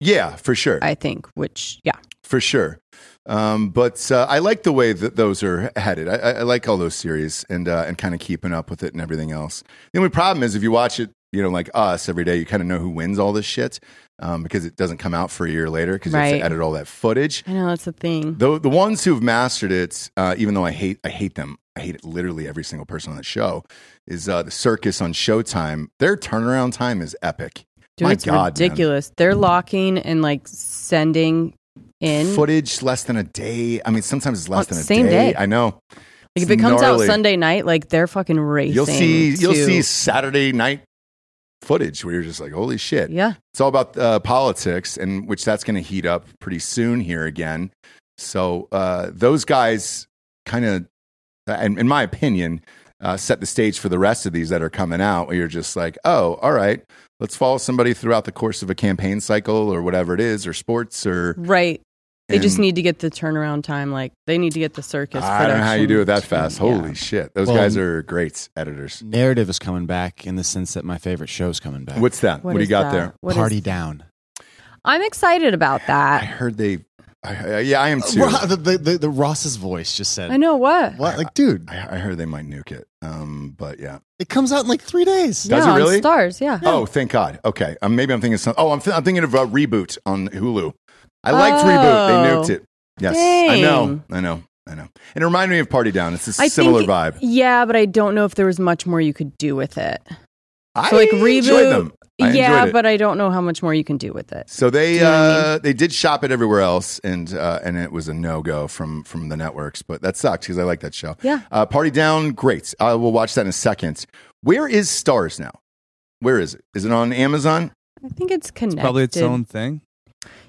B: Yeah, for sure,
C: I think. Which yeah,
B: for sure. Um, but uh, I like the way that those are headed. I, I, I like all those series and uh, and kind of keeping up with it and everything else. The only problem is if you watch it, you know, like us every day, you kind of know who wins all this shit um, because it doesn't come out for a year later because you have
C: Right.
B: to edit all that footage.
C: I know that's a thing.
B: The the ones who've mastered it, uh, even though I hate I hate them, I hate it literally every single person on the show, is uh, the circus on Showtime. Their turnaround time is epic.
C: Dude,
B: My
C: it's
B: God, man.
C: ridiculous. They're locking and like sending in.
B: Footage less than a day. I mean, sometimes it's less
C: Oh,
B: than a
C: same
B: day.
C: day.
B: I know.
C: like, if
B: it's
C: it comes
B: gnarly.
C: out Sunday night, like they're fucking racing.
B: You'll see you'll
C: to-
B: see Saturday night footage where you're just like, holy shit.
C: Yeah,
B: It's all about uh, politics, and which that's going to heat up pretty soon here again. So uh, those guys kind of, and in my opinion, uh, set the stage for the rest of these that are coming out. Where you're just like, oh, all right, let's follow somebody throughout the course of a campaign cycle or whatever it is, or sports, or
C: right. They just
B: and
C: need to get the turnaround time. Like they need to get the circus.
B: I don't know how you do it that
C: production.
B: fast.
C: Yeah. um,
B: Holy shit, those
E: Well,
B: guys are great editors.
E: Narrative is coming back in the sense that my favorite show's coming back.
B: What's that? What, do you
C: is
B: got
C: that?
B: there?
C: What is-
E: Party Down.
C: I'm excited about
B: I
C: that.
B: heard they. I, I, yeah, I am too.
E: Ro- the, the, the, the Ross's voice just said,
C: I know what.
E: What? Like, dude,
B: I, I heard they might nuke it. Um, but yeah.
E: it comes out in like three days.
B: Does
C: yeah,
B: it
C: on
B: really?
C: Stars, yeah.
B: Oh, thank God. Okay. Um, maybe I'm thinking something. Oh, I'm, th- I'm thinking of a reboot on Hulu. I liked
C: Oh.
B: reboot. They nuked it. Yes. I know. I know. I know. And it reminded me of Party Down. It's a
C: I
B: similar
C: think-
B: vibe.
C: Yeah, but I don't know if there was much more you could do with it.
B: I
C: so, like,
B: enjoyed
C: reboot-
B: them. I
C: yeah,
B: enjoyed it.
C: but I don't know how much more you can do with it.
B: So they
C: Do you know what I
B: uh, they did shop it everywhere else, and uh, and it was a no go from from the networks. But that sucks because I like that show.
C: Yeah.
B: Uh, Party Down, great. I will watch that in a second. Where is Stars now? Where is it? Is it on Amazon?
C: I think it's connected.
F: Probably its own thing.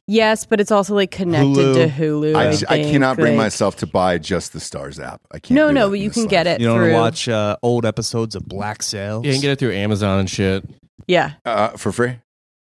C: Yes, but it's also like connected
F: Hulu.
C: to Hulu. I,
B: I, I
C: think,
B: cannot bring
C: like-
B: myself to buy just the Stars app. I can't.
C: No,
B: do
C: no,
B: that
C: but
B: in
C: you
B: this
C: can
B: life.
C: get it.
F: You don't want
C: through,
F: to watch uh, old episodes of Black Sails?
D: You can get it through Amazon and shit.
C: Yeah.
B: uh, for free.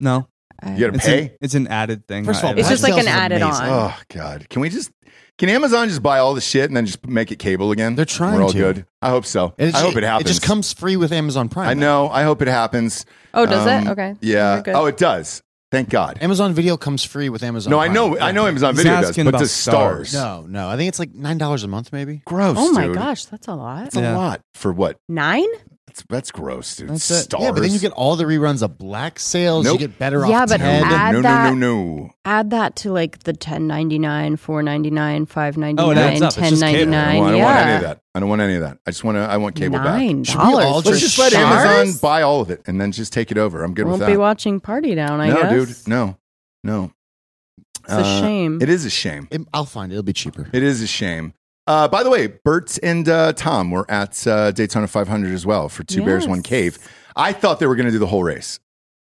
F: no.
C: I-
B: You gotta
F: It's,
B: pay.
F: An, it's an added thing.
E: First of all,
C: It's
E: Black
C: just like
E: Sails
C: an
E: is
C: added
E: amazing.
C: on.
B: Oh God! Can we just? Can Amazon just buy all the shit and then just make it cable again?
E: They're trying
B: We're all
E: to.
B: good. I hope so.
E: And it
B: I
E: ju-
B: hope it happens.
E: It just comes free with Amazon Prime.
B: I know. I hope it happens.
C: Oh, does
B: Um,
C: it? Okay.
B: Yeah.
C: We're good.
B: Oh, it does. Thank God.
E: Amazon Video comes free with Amazon.
B: No, I
E: Prime.
B: know. I know Amazon
F: He's
B: Video does,
F: asking
B: but
F: about
B: the stars.
F: Stars.
E: No, no. I think it's like nine dollars a month, maybe.
B: Gross.
C: Oh my
B: dude.
C: gosh, that's a lot.
B: It's
F: Yeah.
B: a lot for what?
C: Nine?
B: That's, that's gross, dude.
F: That's it.
B: Stars.
E: Yeah, but then you get all the reruns of Black Sales.
B: Nope.
E: You get better
C: Yeah,
E: off.
C: but
E: Ted.
C: add-
B: no, no,
C: that-
B: no, no.
C: Add that to like the 1099, 499, 599,
F: Oh, it adds up. It's just cable.
C: 1099.
B: I don't, want, I don't
C: yeah.
B: want any of that. I don't want any of that. I just want to. I want cable back.
C: Nine
E: Should we all
C: dollars.
E: just
B: Let's
E: For
B: just let
E: stars?
B: Amazon buy all of it and then just take it over. I'm good
C: Won't
B: with
C: be
B: that.
C: watching Party Down, I
B: no,
C: guess.
B: dude. No, no. Uh,
C: It's a shame.
B: It is a shame.
E: It- I'll find it. It'll be cheaper.
B: It is a shame. Uh, by the way, Bert and uh, Tom were at uh, Daytona 500 as well for Two Bears
C: Yes.
B: One Cave. I thought they were going to do the whole race.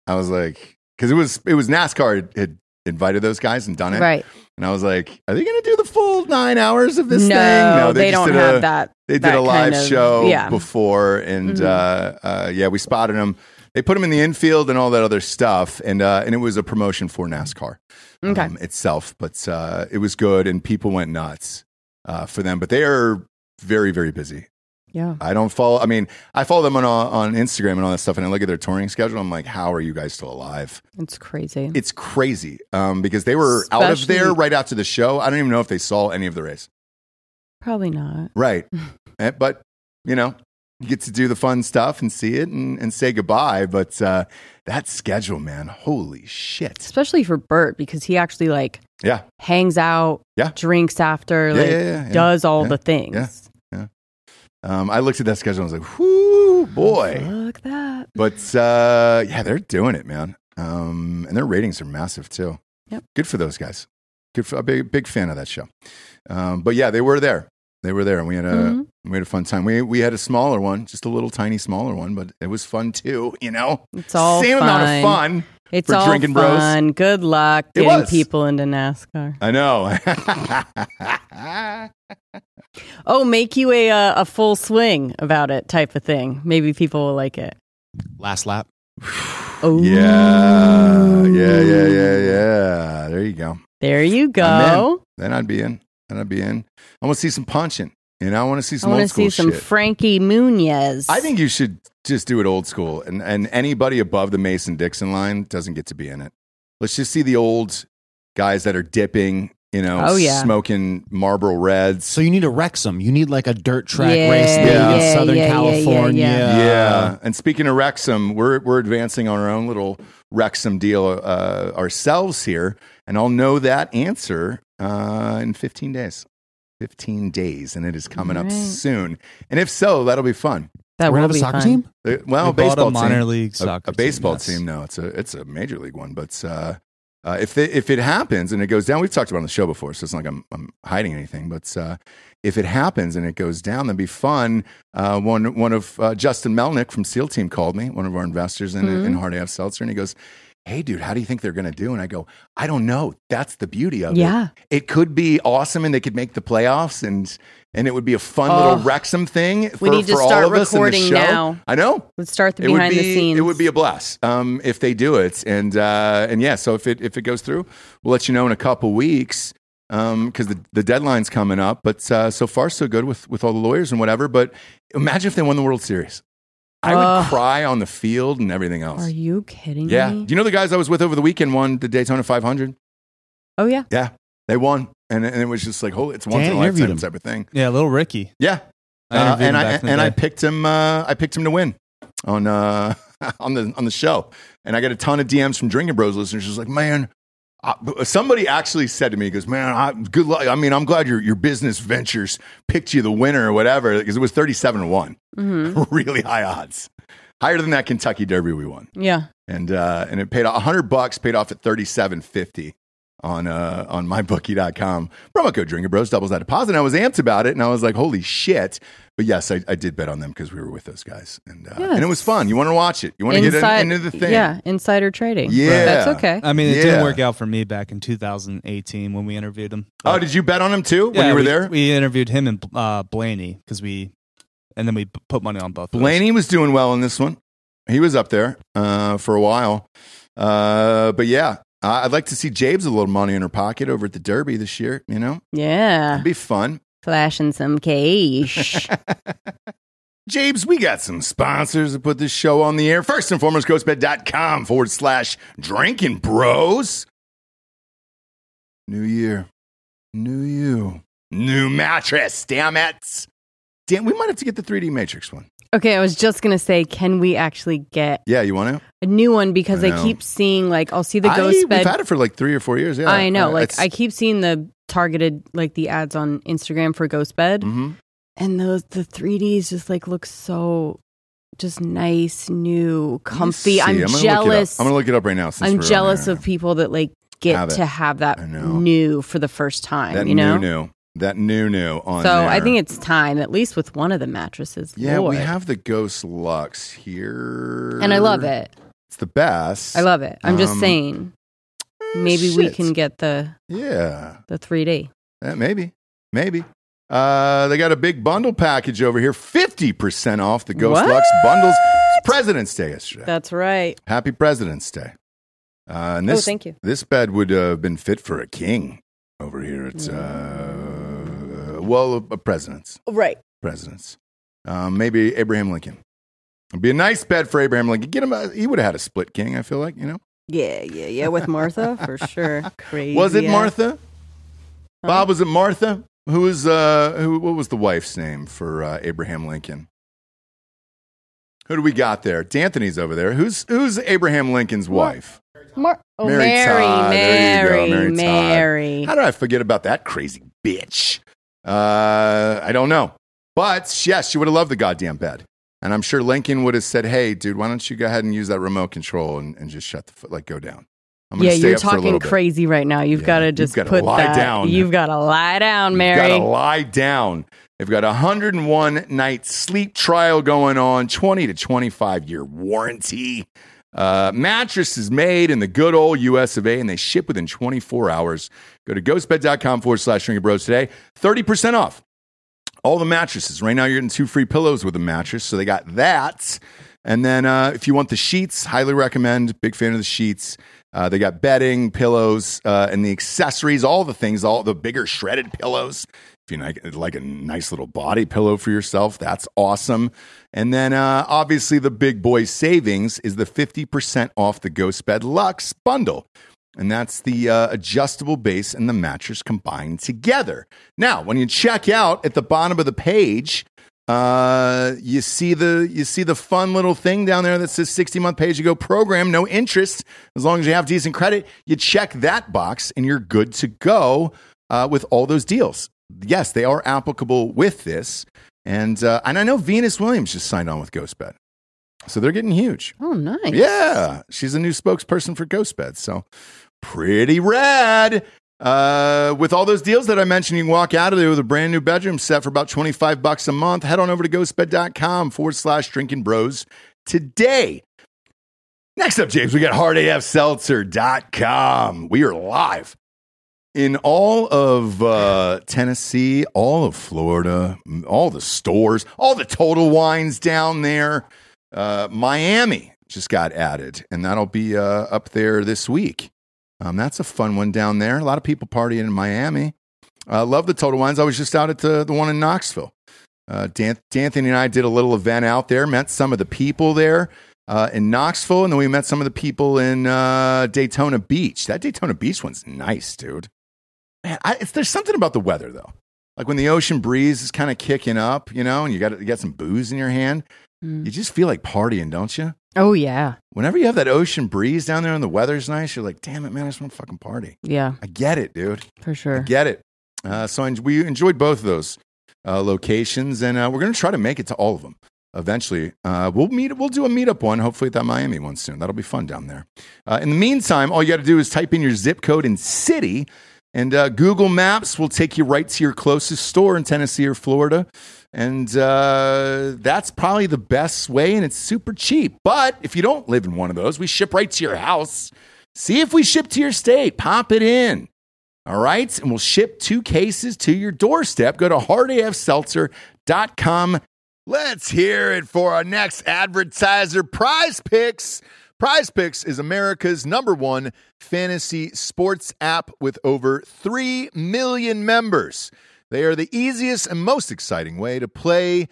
B: I was like, because it was it was NASCAR had, had invited those guys and done it,
C: Right.
B: and I was like, are they going to do the full nine hours of this
C: no,
B: thing?
C: they,
B: just
C: don't
B: did
C: have
B: a,
C: that.
B: They did
C: that
B: a live
C: kind of-
B: show
C: yeah. Mm-hmm.
B: before, and uh, uh, yeah, we spotted them. They put them in the infield and all that other stuff, and uh, and it was a promotion for NASCAR
C: Okay.
B: um, itself, but uh, it was good and people went nuts uh, for them. But they are very, very busy.
C: yeah.
B: I don't follow. I mean, I follow them on on Instagram and all that stuff, and I look at their touring schedule. I'm like, how are you guys still alive?
C: It's crazy.
B: It's crazy um, because they were out of there
C: Especially-
B: right after the show. I don't even know if they saw any of the race.
C: Probably not.
B: Right, Eh, but you know. You get to do the fun stuff and see it and, and say goodbye, but uh, that schedule, man, holy shit!
C: Especially for Bert because he actually like
B: Yeah,
C: hangs out,
B: Yeah.
C: drinks after,
B: yeah,
C: like
B: yeah, yeah, yeah.
C: does all
B: yeah,
C: the things.
B: yeah. Um, I looked at that schedule and I was like, whoo, boy.
C: Fuck that.
B: But uh, yeah, they're doing it, man. Um, and their ratings are massive too.
C: Yep.
B: Good for those guys. Good for a big, big fan of that show. Um, but yeah, they were there. They were there and we had a
C: Mhm.
B: we had a fun time. We we had a smaller one, just a little tiny smaller one, but it was fun too, you know?
C: It's all
B: Same
C: fun.
B: amount of fun.
C: It's
B: for
C: all
B: drinking bros.
C: fun. Good luck
B: It
C: getting
B: was.
C: people into NASCAR.
B: I know.
C: Oh, make you a uh, a full swing about it type of thing. Maybe people will like it.
E: Last lap.
C: Oh,
B: yeah. Yeah, yeah, yeah, yeah. There you go.
C: There you
B: I'm in.
C: go.
B: Then I'd be in. Then I'd be in. I want to see some punching. You know, I want to see
C: I
B: some
C: want to
B: old school
C: see some
B: shit.
C: Frankie Munez.
B: I think you should just do it old school, and and anybody above the Mason Dixon line doesn't get to be in it. Let's just see the old guys that are dipping. You know,
C: Oh, yeah.
B: smoking Marlboro Reds.
E: So you need a Wrexham. You need like a dirt track
C: Yeah,
E: race thing
B: yeah,
E: in Southern
C: yeah, yeah,
E: California.
C: yeah.
B: yeah, and speaking of Wrexham, we're we're advancing on our own little Wrexham deal uh, ourselves here, and I'll know that answer uh, in 15 days. 15 days, and it is coming up
C: Right.
B: soon. And if so, that'll be fun.
C: that
E: We're
C: will
E: gonna have a
C: be
E: soccer
C: fun.
E: team.
B: Uh, Well,
F: We bought
B: baseball team.
F: a minor league
B: a,
F: soccer
B: a baseball
F: yes.
B: team, no it's a it's a major league one but uh, uh, if they, if it happens and it goes down we've talked about it on the show before so it's not like i'm, I'm hiding anything but uh, if it happens and it goes down that'd be fun uh, one one of uh, justin melnick from seal team called me one of our investors in,
C: Mm-hmm.
B: in hard af seltzer and he goes hey dude how do you think they're going to do and i go i don't know that's the beauty of it
C: Yeah.
B: it could be awesome and they could make the playoffs and and it would be a fun
C: Oh.
B: little Wrexham thing for,
C: need to
B: for all
C: start
B: of us in the
C: recording
B: show.
C: now.
B: I know
C: Let's start the
B: it would
C: behind
B: be
C: the scenes.
B: it would be a blast um, if they do it and uh, and yeah so if it if it goes through we'll let you know in a couple weeks because the, the deadline's coming up but uh, so far so good with with all the lawyers and whatever but imagine if they won the World Series I would
C: Ugh.
B: cry on the field and everything else
C: Are you kidding
B: yeah
C: me?
B: you know the guys I was with over the weekend won the Daytona 500
C: Oh yeah.
B: yeah they won and, and it was just like holy it's once
E: Dan
B: in a
E: interviewed
B: lifetime
E: him.
B: type of thing
F: Yeah, little Ricky.
B: yeah
F: I
B: uh,
F: interviewed
B: and
F: him
B: I
F: back in the
B: and I
F: day.
B: picked him. Uh, I picked him to win on uh, on the on the show, and I got a ton of DMs from Drinking Bros listeners. Just like, man, I, somebody actually said to me, he "Goes, man, I, good luck. I mean, I'm glad your your business ventures picked you the winner or whatever because it was 37 to one,
C: hmm
B: really high odds, higher than that Kentucky Derby we won,
C: Yeah.
B: and uh, and it paid off 100 bucks, paid off at 37.50." On uh on mybookie.com promo code Drinking Bros doubles that deposit. And I was amped about it, and I was like, "Holy shit!" But yes, I, I did bet on them because we were with those guys, and uh,
C: Yes.
B: and it was fun. You want to watch it? You want to get in, into the thing?
C: Yeah, insider trading.
B: Yeah.
C: That's okay.
E: Uh,
F: I mean, it
B: Yeah.
F: didn't work out for me back in 2018 when we interviewed him.
B: Oh, did you bet on them too when
F: Yeah,
B: you were
F: we-
B: there?
F: We interviewed him and uh, Blaney because we, and then we p- put money on both. of us.
B: Blaney was doing well in this one. He was up there uh, for a while, uh, but yeah, I- I'd like to see Jabe's a little money in her pocket over at the Derby this year. You know,
C: yeah.
B: it'd be fun.
C: Flashing some cash.
B: James, we got some sponsors to put this show on the air. First and foremost, ghostbed.com forward slash drinking bros. New year. New you. New mattress. Damn it. Damn, we might have to get the 3D Matrix one.
C: Okay, I was just gonna say, can we actually get
B: Yeah, you want to?
C: a new one because
B: I
C: I,
B: know.
C: keep seeing like I'll see the
B: I,
C: ghost
B: we've
C: bed.
B: had it for like three or four years. Yeah, uh,
C: I know, like
B: it's-
C: I keep seeing the targeted like the ads on Instagram for ghost bed,
B: Mhm.
C: and those the 3ds just like look so just nice new comfy
B: See,
C: i'm,
B: gonna look it up.
C: jealous
B: I'm gonna look it up right now. Since
C: i'm
B: we're on
C: jealous
B: there.
C: of people that like get
B: Have it.
C: to have
B: I
C: that
B: know.
C: new for the first time
B: that
C: you know
B: new new that new new on.
C: so
B: there.
C: i think it's time at least with one of the mattresses
B: yeah,
C: Lord.
B: we have the Ghost Lux here,
C: and i love it
B: It's the best.
C: i love it i'm just
B: Um,
C: saying
B: Eh,
C: maybe we
B: shit.
C: can get the
B: Yeah.
C: the 3d
B: Uh, maybe, maybe. Uh, they got a big bundle package over here. Fifty percent off the Ghost
C: What?
B: Lux bundles. It's President's Day yesterday.
C: that's right
B: Happy President's Day. Uh, and
C: Oh,
B: this,
C: thank you.
B: This bed would uh, have been fit for a king over here. It's
C: Mm.
B: uh, well, a, a president's,
C: right
B: president's. Um, maybe Abraham Lincoln. It'd be a nice bed for Abraham Lincoln. Get him. A, he would have had a split king. I feel like you know.
C: yeah yeah yeah with martha for sure crazy
B: Was it
C: ass- Uh-huh.
B: Martha?
C: Huh?
B: Bob, was it Martha? Who was uh who what was the wife's name for uh, Abraham Lincoln? Who do we got there? D'Anthony's over there. Who's who's Abraham Lincoln's wife?
C: Mar- oh,
B: Mary
C: Mary,
B: Todd. There you
C: Mary,
B: go, Mary
C: Mary,
B: Todd. How did I forget about that crazy bitch? Uh I don't know. But yes, she would have loved the goddamn bed. And I'm sure Lincoln would have said, "Hey, dude, why don't you go ahead and use that remote control and, and just shut the foot, like go down." I'm gonna
C: Yeah,
B: stay
C: you're
B: up for a little
C: talking
B: bit.
C: crazy right now. You've
B: Yeah,
C: got to
B: you've
C: just
B: gotta
C: put
B: lie
C: that.
B: down.
C: You've got to lie down, Mary.
B: You've got to lie down. They've got a 101 night sleep trial going on, 20 to 25 year warranty. Uh, mattress is made in the good old US of A and they ship within 24 hours. Go to ghostbed.com forward slash drinking bros today. 30% off all the mattresses. Right now, you're getting two free pillows with a mattress. So they got that. And then uh, if you want the sheets, highly recommend. Big fan of the sheets. Uh, they got bedding, pillows, uh, and the accessories, all the things, all the bigger shredded pillows. If you like, like a nice little body pillow for yourself, that's awesome. And then uh, obviously, the big boy savings is the 50% off the Ghost Bed Lux bundle. And that's the uh, adjustable base and the mattress combined together. Now, when you check out at the bottom of the page, uh, you see the you see the fun little thing down there that says 60 month pay as you go program, no interest, as long as you have decent credit. You check that box and you're good to go uh, with all those deals. Yes, they are applicable with this. And uh, and I know Venus Williams just signed on with GhostBed. So they're getting huge.
C: Oh, nice.
B: Yeah, she's a new spokesperson for Ghostbed, so pretty rad. Uh, with all those deals that I mentioned, you can walk out of there with a brand new bedroom set for about 25 bucks a month. Head on over to ghostbed.com forward slash drinking bros today. Next up, James, we got hardafseltzer.com. We are live in all of uh, Tennessee, all of Florida, m- all the stores, all the total wines down there. Uh, Miami just got added, and that'll be uh, up there this week. Um, that's a fun one down there. A lot of people partying in Miami. I love the total wines. I was just out at the, the one in Knoxville. Uh, Dan, D'Anthony and I did a little event out there, met some of the people there uh, in Knoxville, and then we met some of the people in uh, Daytona Beach. That Daytona Beach one's nice, dude. Man, I, it's, there's something about the weather, though. Like when the ocean breeze is kind of kicking up, you know, and you got, you got some booze in your hand, you just feel like partying, don't you?
C: Mm. Oh, yeah.
B: Whenever you have that ocean breeze down there and the weather's nice, you're like, damn it, man, I just want to fucking party.
C: Yeah,
B: I get it, dude.
C: for
B: I
C: sure.
B: get it. Uh, so en- we enjoyed both of those uh, locations, and uh, we're going to try to make it to all of them eventually. Uh, we'll meet. We'll do a meetup one, hopefully at that Miami one soon. That'll be fun down there. Uh, in the meantime, all you got to do is type in your zip code and city, and uh, Google Maps will take you right to your closest store in Tennessee or Florida. And uh, that's probably the best way, and it's super cheap. But if you don't live in one of those, we ship right to your house. See if we ship to your state. Pop it in. All right. And we'll ship two cases to your doorstep. Go to hardafseltzer.com. Let's hear it for our next advertiser, Prize Picks. Prize Picks is America's number one fantasy sports app with over 3 million members. They are the easiest and most exciting way to play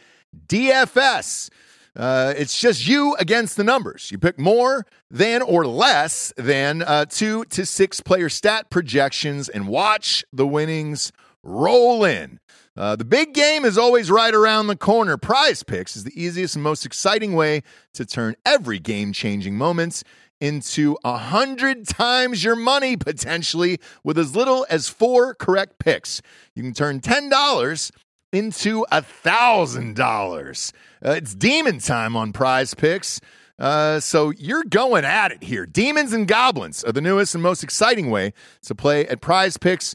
B: DFS. Uh, it's just you against the numbers. You pick more than or less than uh, two to six player stat projections and watch the winnings roll in. Uh, the big game is always right around the corner. Prize picks is the easiest and most exciting way to turn every game changing moments into a hundred times your money potentially with as little as four correct picks. You can turn ten dollars into a thousand dollars. Uh, It's demon time on Prize Picks. Uh, so you're going at it here. Demons and goblins are the newest and most exciting way to play at Prize Picks.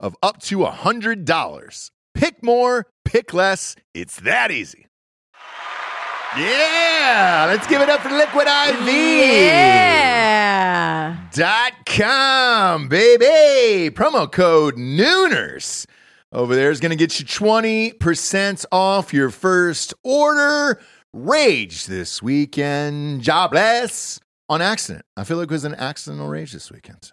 B: of up to $100. Pick more, pick less. It's that easy. Yeah, let's give it up for Liquid IV.
C: Yeah.
B: Dot com, baby. Promo code Nooners over there is going to get you 20% off your first order. Rage this weekend. Jobless on accident. I feel like it was an accidental rage this weekend.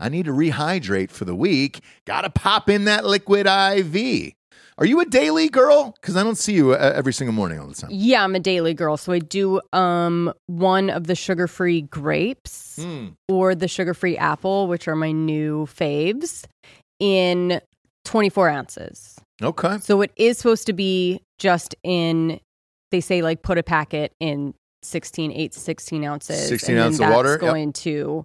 B: I need to rehydrate for the week. Gotta pop in that liquid IV. Are you a daily girl? Because I don't see you uh, every single morning all the time.
C: yeah, I'm a daily girl, so I do um one of the sugar-free grapes
B: Mm. Hmm.
C: or the sugar-free apple, which are my new faves, in 24 ounces.
B: Okay.
C: So it is supposed to be just in they say like put a packet in 16 8 16 ounces
B: 16
C: and then
B: ounce of
C: that's
B: water, yep.
C: going to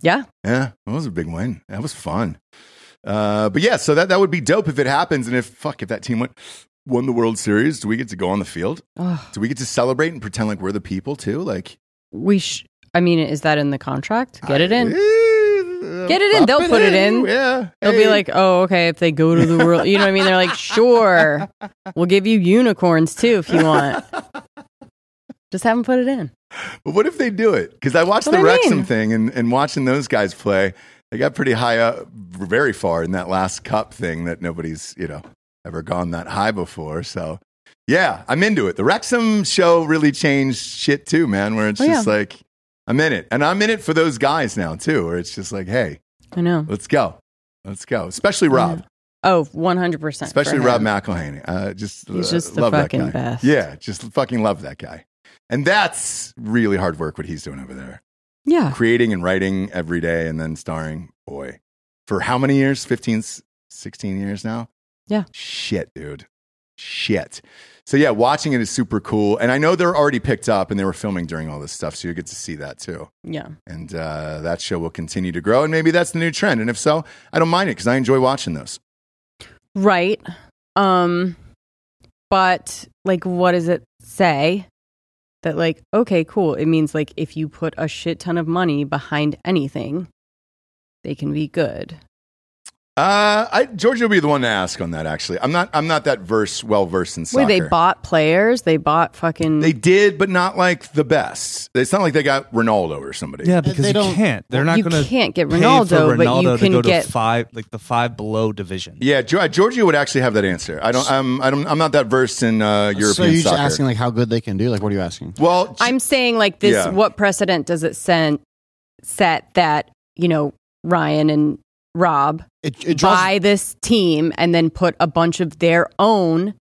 C: Yeah.
B: Yeah, that was a big win. That was fun. Uh, but yeah, so that, that would be dope if it happens. And if fuck, if that team went, won the World Series, do we get to go on the field?
C: Ugh.
B: Do we get to celebrate and pretend like we're the people too? Like
C: We sh- I mean, is that in the contract? Get it in.
B: in,
C: Get it in. They'll put it in.
B: Yeah,
C: They'll
B: Hey.
C: be like, "Oh, okay, if they go to the world, you know what I mean? They're like, "Sure. We'll give you unicorns too if you want." Just have them put it in.
B: But what if they do it? Because I watched
C: That's
B: the
C: what I
B: Wrexham
C: mean.
B: thing and, and watching those guys play, they got pretty high up, very far in that last cup thing that nobody's, you know, ever gone that high before. So, yeah, I'm into it. The Wrexham show really changed shit too, man, where it's
C: Oh, yeah.
B: just like, I'm in it, and I'm in it for those guys now too. Where it's just like, hey,
C: I know.
B: let's go, let's go. Especially Rob,
C: Oh, 100%.
B: especially
C: for
B: Rob
C: him.
B: McElhaney. Uh, just
C: He's
B: uh,
C: just the
B: love that
C: fucking
B: guy.
C: best.
B: Yeah, just fucking love that guy. And that's really hard work what he's doing over there,
C: Yeah.
B: creating and writing every day, and then starring. Boy, for how many years? 15, s- 16 years now.
C: Yeah.
B: Shit, dude. Shit. So yeah, watching it is super cool, and I know they're already picked up and they were filming during all this stuff, so you get to see that too
C: Yeah.
B: and uh, that show will continue to grow. And maybe that's the new trend. And if so, I don't mind it because I enjoy watching those.
C: Right. Um but like what does it say? That like, okay, cool. It means like if you put a shit ton of money behind anything, they can be good.
B: Uh, I, Georgia will be the one to ask on that. Actually, I'm not. I'm not that verse well versed in soccer.
C: Wait, they bought players, they bought fucking
B: They did, but not like the best. It's not like they got Ronaldo or somebody.
F: Yeah, because
E: they
F: you
E: don't-
F: can't. They're not
C: you
F: going to
C: can't get
F: pay
C: Ronaldo,
F: for
C: but
F: Ronaldo
C: you can
F: to go
C: get
F: to five, like the five below division.
B: Yeah, Gio- Giorgio would actually have that answer. I don't. I'm. I don't I'm not that versed in uh, European
E: so you're just
B: soccer.
E: asking like how good they can do. Like, what are you asking?
B: well,
C: I'm saying like this
B: Yeah.
C: what precedent does it send set that, you know, Ryan and Rob
E: It, it draws,
C: buy this team and then put a bunch of their own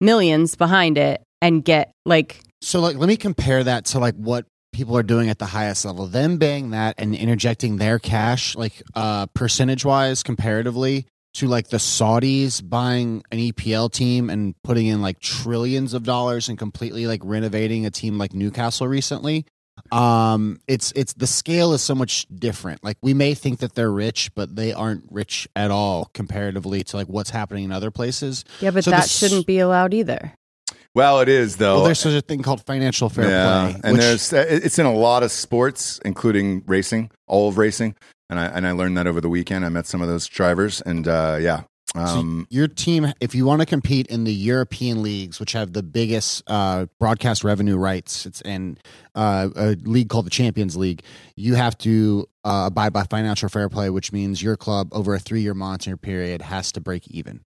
C: millions behind it and get like
E: so like, let me compare that to like what people are doing at the highest level. Them being that and interjecting their cash, like uh, percentage wise, comparatively to like the Saudis buying an EPL team and putting in like trillions of dollars and completely like renovating a team like Newcastle recently. um it's it's the scale is so much different like we may think that they're rich but they aren't rich at all comparatively to like what's happening in other places
C: Yeah, but
E: So
C: that
E: this-
C: shouldn't be allowed either.
B: well, it is though.
E: well there's such a thing called financial fair play
B: Oh, and
E: which-
B: there's uh, it- it's in a lot of sports, including racing, all of racing. And I and I learned that over the weekend. I met some of those drivers, and uh, yeah,
E: so
B: um,
E: your team if you want to compete in the european leagues which have the biggest uh broadcast revenue rights it's in uh, a league called the champions league you have to uh, abide by financial fair play which means your club over a three-year monitoring period has to break even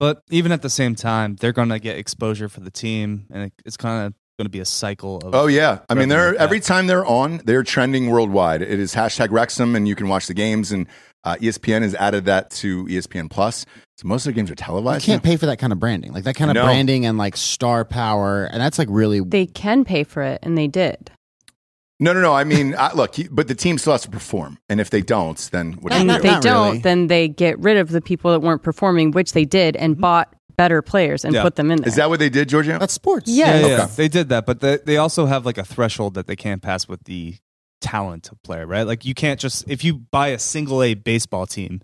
F: But even at the same time, they're going to get exposure for the team, and it, it's kind of going to be a cycle of.
B: oh yeah. I mean,
F: Revenue
B: they're
F: like that.
B: every time they're on, they're trending worldwide. It is hashtag Wrexham, and you can watch the games. And uh, ESPN has added that to E ESPN Plus. So most of the games are
E: you
B: televised.
E: can't pay for that kind of branding like that kind of
B: No.
E: branding and like star power and that's like really
C: They can pay for it, and they did.
B: No, no, no. I mean, I, look, he- but the team still has to perform, and if they don't, then what do you
C: And
E: not-
B: do?
C: if they
E: not
C: don't,
E: really.
C: then they get rid of the people that weren't performing, which they did, and bought better players and
F: Yeah.
C: put them in there.
B: Is that what they did, Georgia?
E: that's sports
F: yeah,
C: Yes.
F: yeah, they did that, but they, they also have like a threshold that they can't pass with the talent of player, right? Like you can't just if you buy a single A baseball team,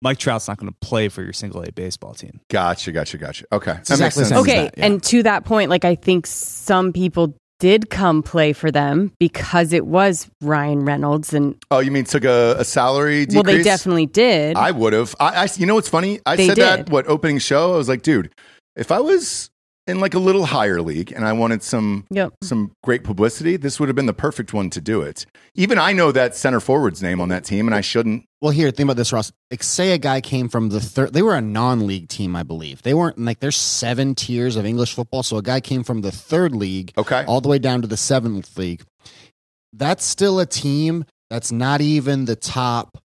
F: Mike Trout's not going to play for your single A baseball team.
B: Gotcha, gotcha, gotcha. Okay,
E: It's exactly the same.
C: okay,
E: that, yeah.
C: and to that point, like I think some people did come play for them because it was Ryan Reynolds, and
B: Oh, you mean took a, a salary decrease?
C: well, they definitely did.
B: I would have. I, I- you know what's funny? I
C: They
B: said that
C: did.
B: what opening show. I was like, dude, if I was in like a little higher league and I wanted some
C: yep.
B: some great publicity, this would have been the perfect one to do it. Even I know that center forward's name on that team, and I shouldn't.
E: Well, here, think about this, Ross. Like, say a guy came from the third. They were a non-league team, I believe. They weren't like there's seven tiers of English football. So a guy came from the third league
B: Okay,
E: all the way down to the seventh league. That's still a team that's not even the top.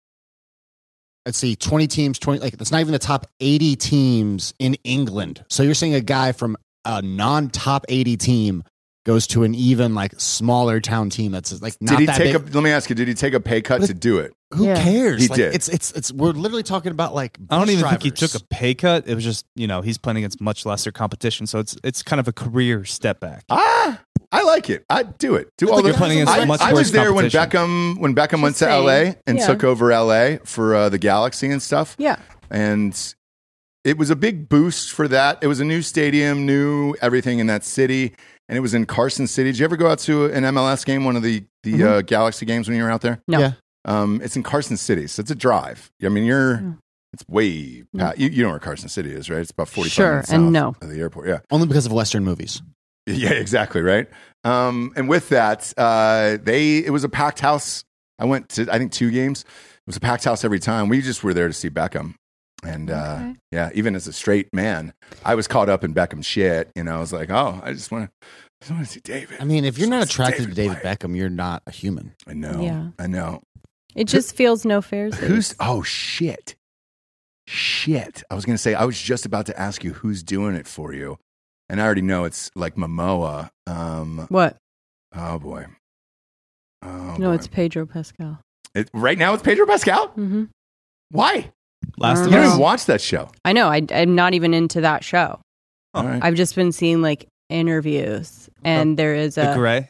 E: Let's see, twenty teams, twenty like that's not even the top eighty teams in England. So you're saying a guy from a non-top eighty team goes to an even like smaller town team that's like not
B: did he
E: that
B: take
E: big.
B: a? Let me ask you, did he take a pay cut
E: But-
B: to do it?
E: Who
C: Yeah.
E: cares?
B: He
E: like,
B: did.
E: It's it's it's. We're literally talking about like.
F: I don't
E: bus
F: even think he
E: drivers.
F: took a pay cut. It was just you know he's playing against much lesser competition, so it's it's kind of a career step back.
B: Ah. I like it. I do it. Do
E: But
B: all
E: the
B: the.
E: guys Playing against
B: I,
E: much
B: I
F: worse
B: was there when
F: competition.
B: Beckham when Beckham went
C: Just
B: to L.A.
C: saying.
B: and
C: Yeah.
B: took over L.A. for uh, the Galaxy and stuff.
C: Yeah.
B: and it was a big boost for that. It was a new stadium, new everything in that city, and it was in Carson City. Did you ever go out to an MLS game, one of the the
C: Mm-hmm.
B: uh, Galaxy games when you were out there?
C: No.
E: Yeah.
B: Um, it's in Carson City, so it's a drive. I mean, you're
C: Mm.
B: it's way pa- you, you know where Carson City is, right? It's about forty.
C: Sure, and no.
B: of the airport. Yeah,
E: only because of Western movies.
B: yeah, exactly, right. Um, and with that, uh, they it was a packed house. I went to I think two games. It was a packed house every time. We just were there to see Beckham, and uh,
C: Okay.
B: yeah, even as a straight man, I was caught up in Beckham's shit. You know, I was like, oh, I just want to I want to see David.
E: I mean, if you're not
B: It's
E: attracted to
B: David
E: David Beckham, you're not a human.
B: I know.
C: Yeah.
B: I know.
C: It just feels no fair.
B: Who's oh shit. Shit. I was gonna say I was just about to ask you who's doing it for you. And I already know it's like Momoa. Um
C: What?
B: oh boy. Oh,
C: no,
B: boy.
C: it's Pedro Pascal.
B: It- right now it's Pedro Pascal?
C: hmm
B: Why?
F: Last
C: I
B: You don't
C: don't
F: of
C: know.
B: even
F: Us.
B: watch that show.
C: I know. I, I'm not even into that show.
F: Oh.
B: All right.
C: I've just been seeing like interviews,
B: Oh.
C: and there is
F: The
C: a
F: Gray.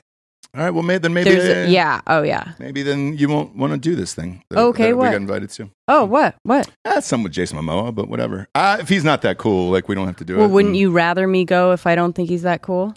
B: All right, well maybe then maybe uh,
C: there's a, yeah. Oh yeah.
B: Maybe then you won't want to do this thing. That,
C: Okay,
B: that we
C: what?
B: got invited to.
C: Oh what what?
B: Ah, some with Jason Momoa, but whatever. Uh, if he's not that cool, like we don't have to do it. Mm.
C: Well, wouldn't you rather me go if I don't think he's that cool?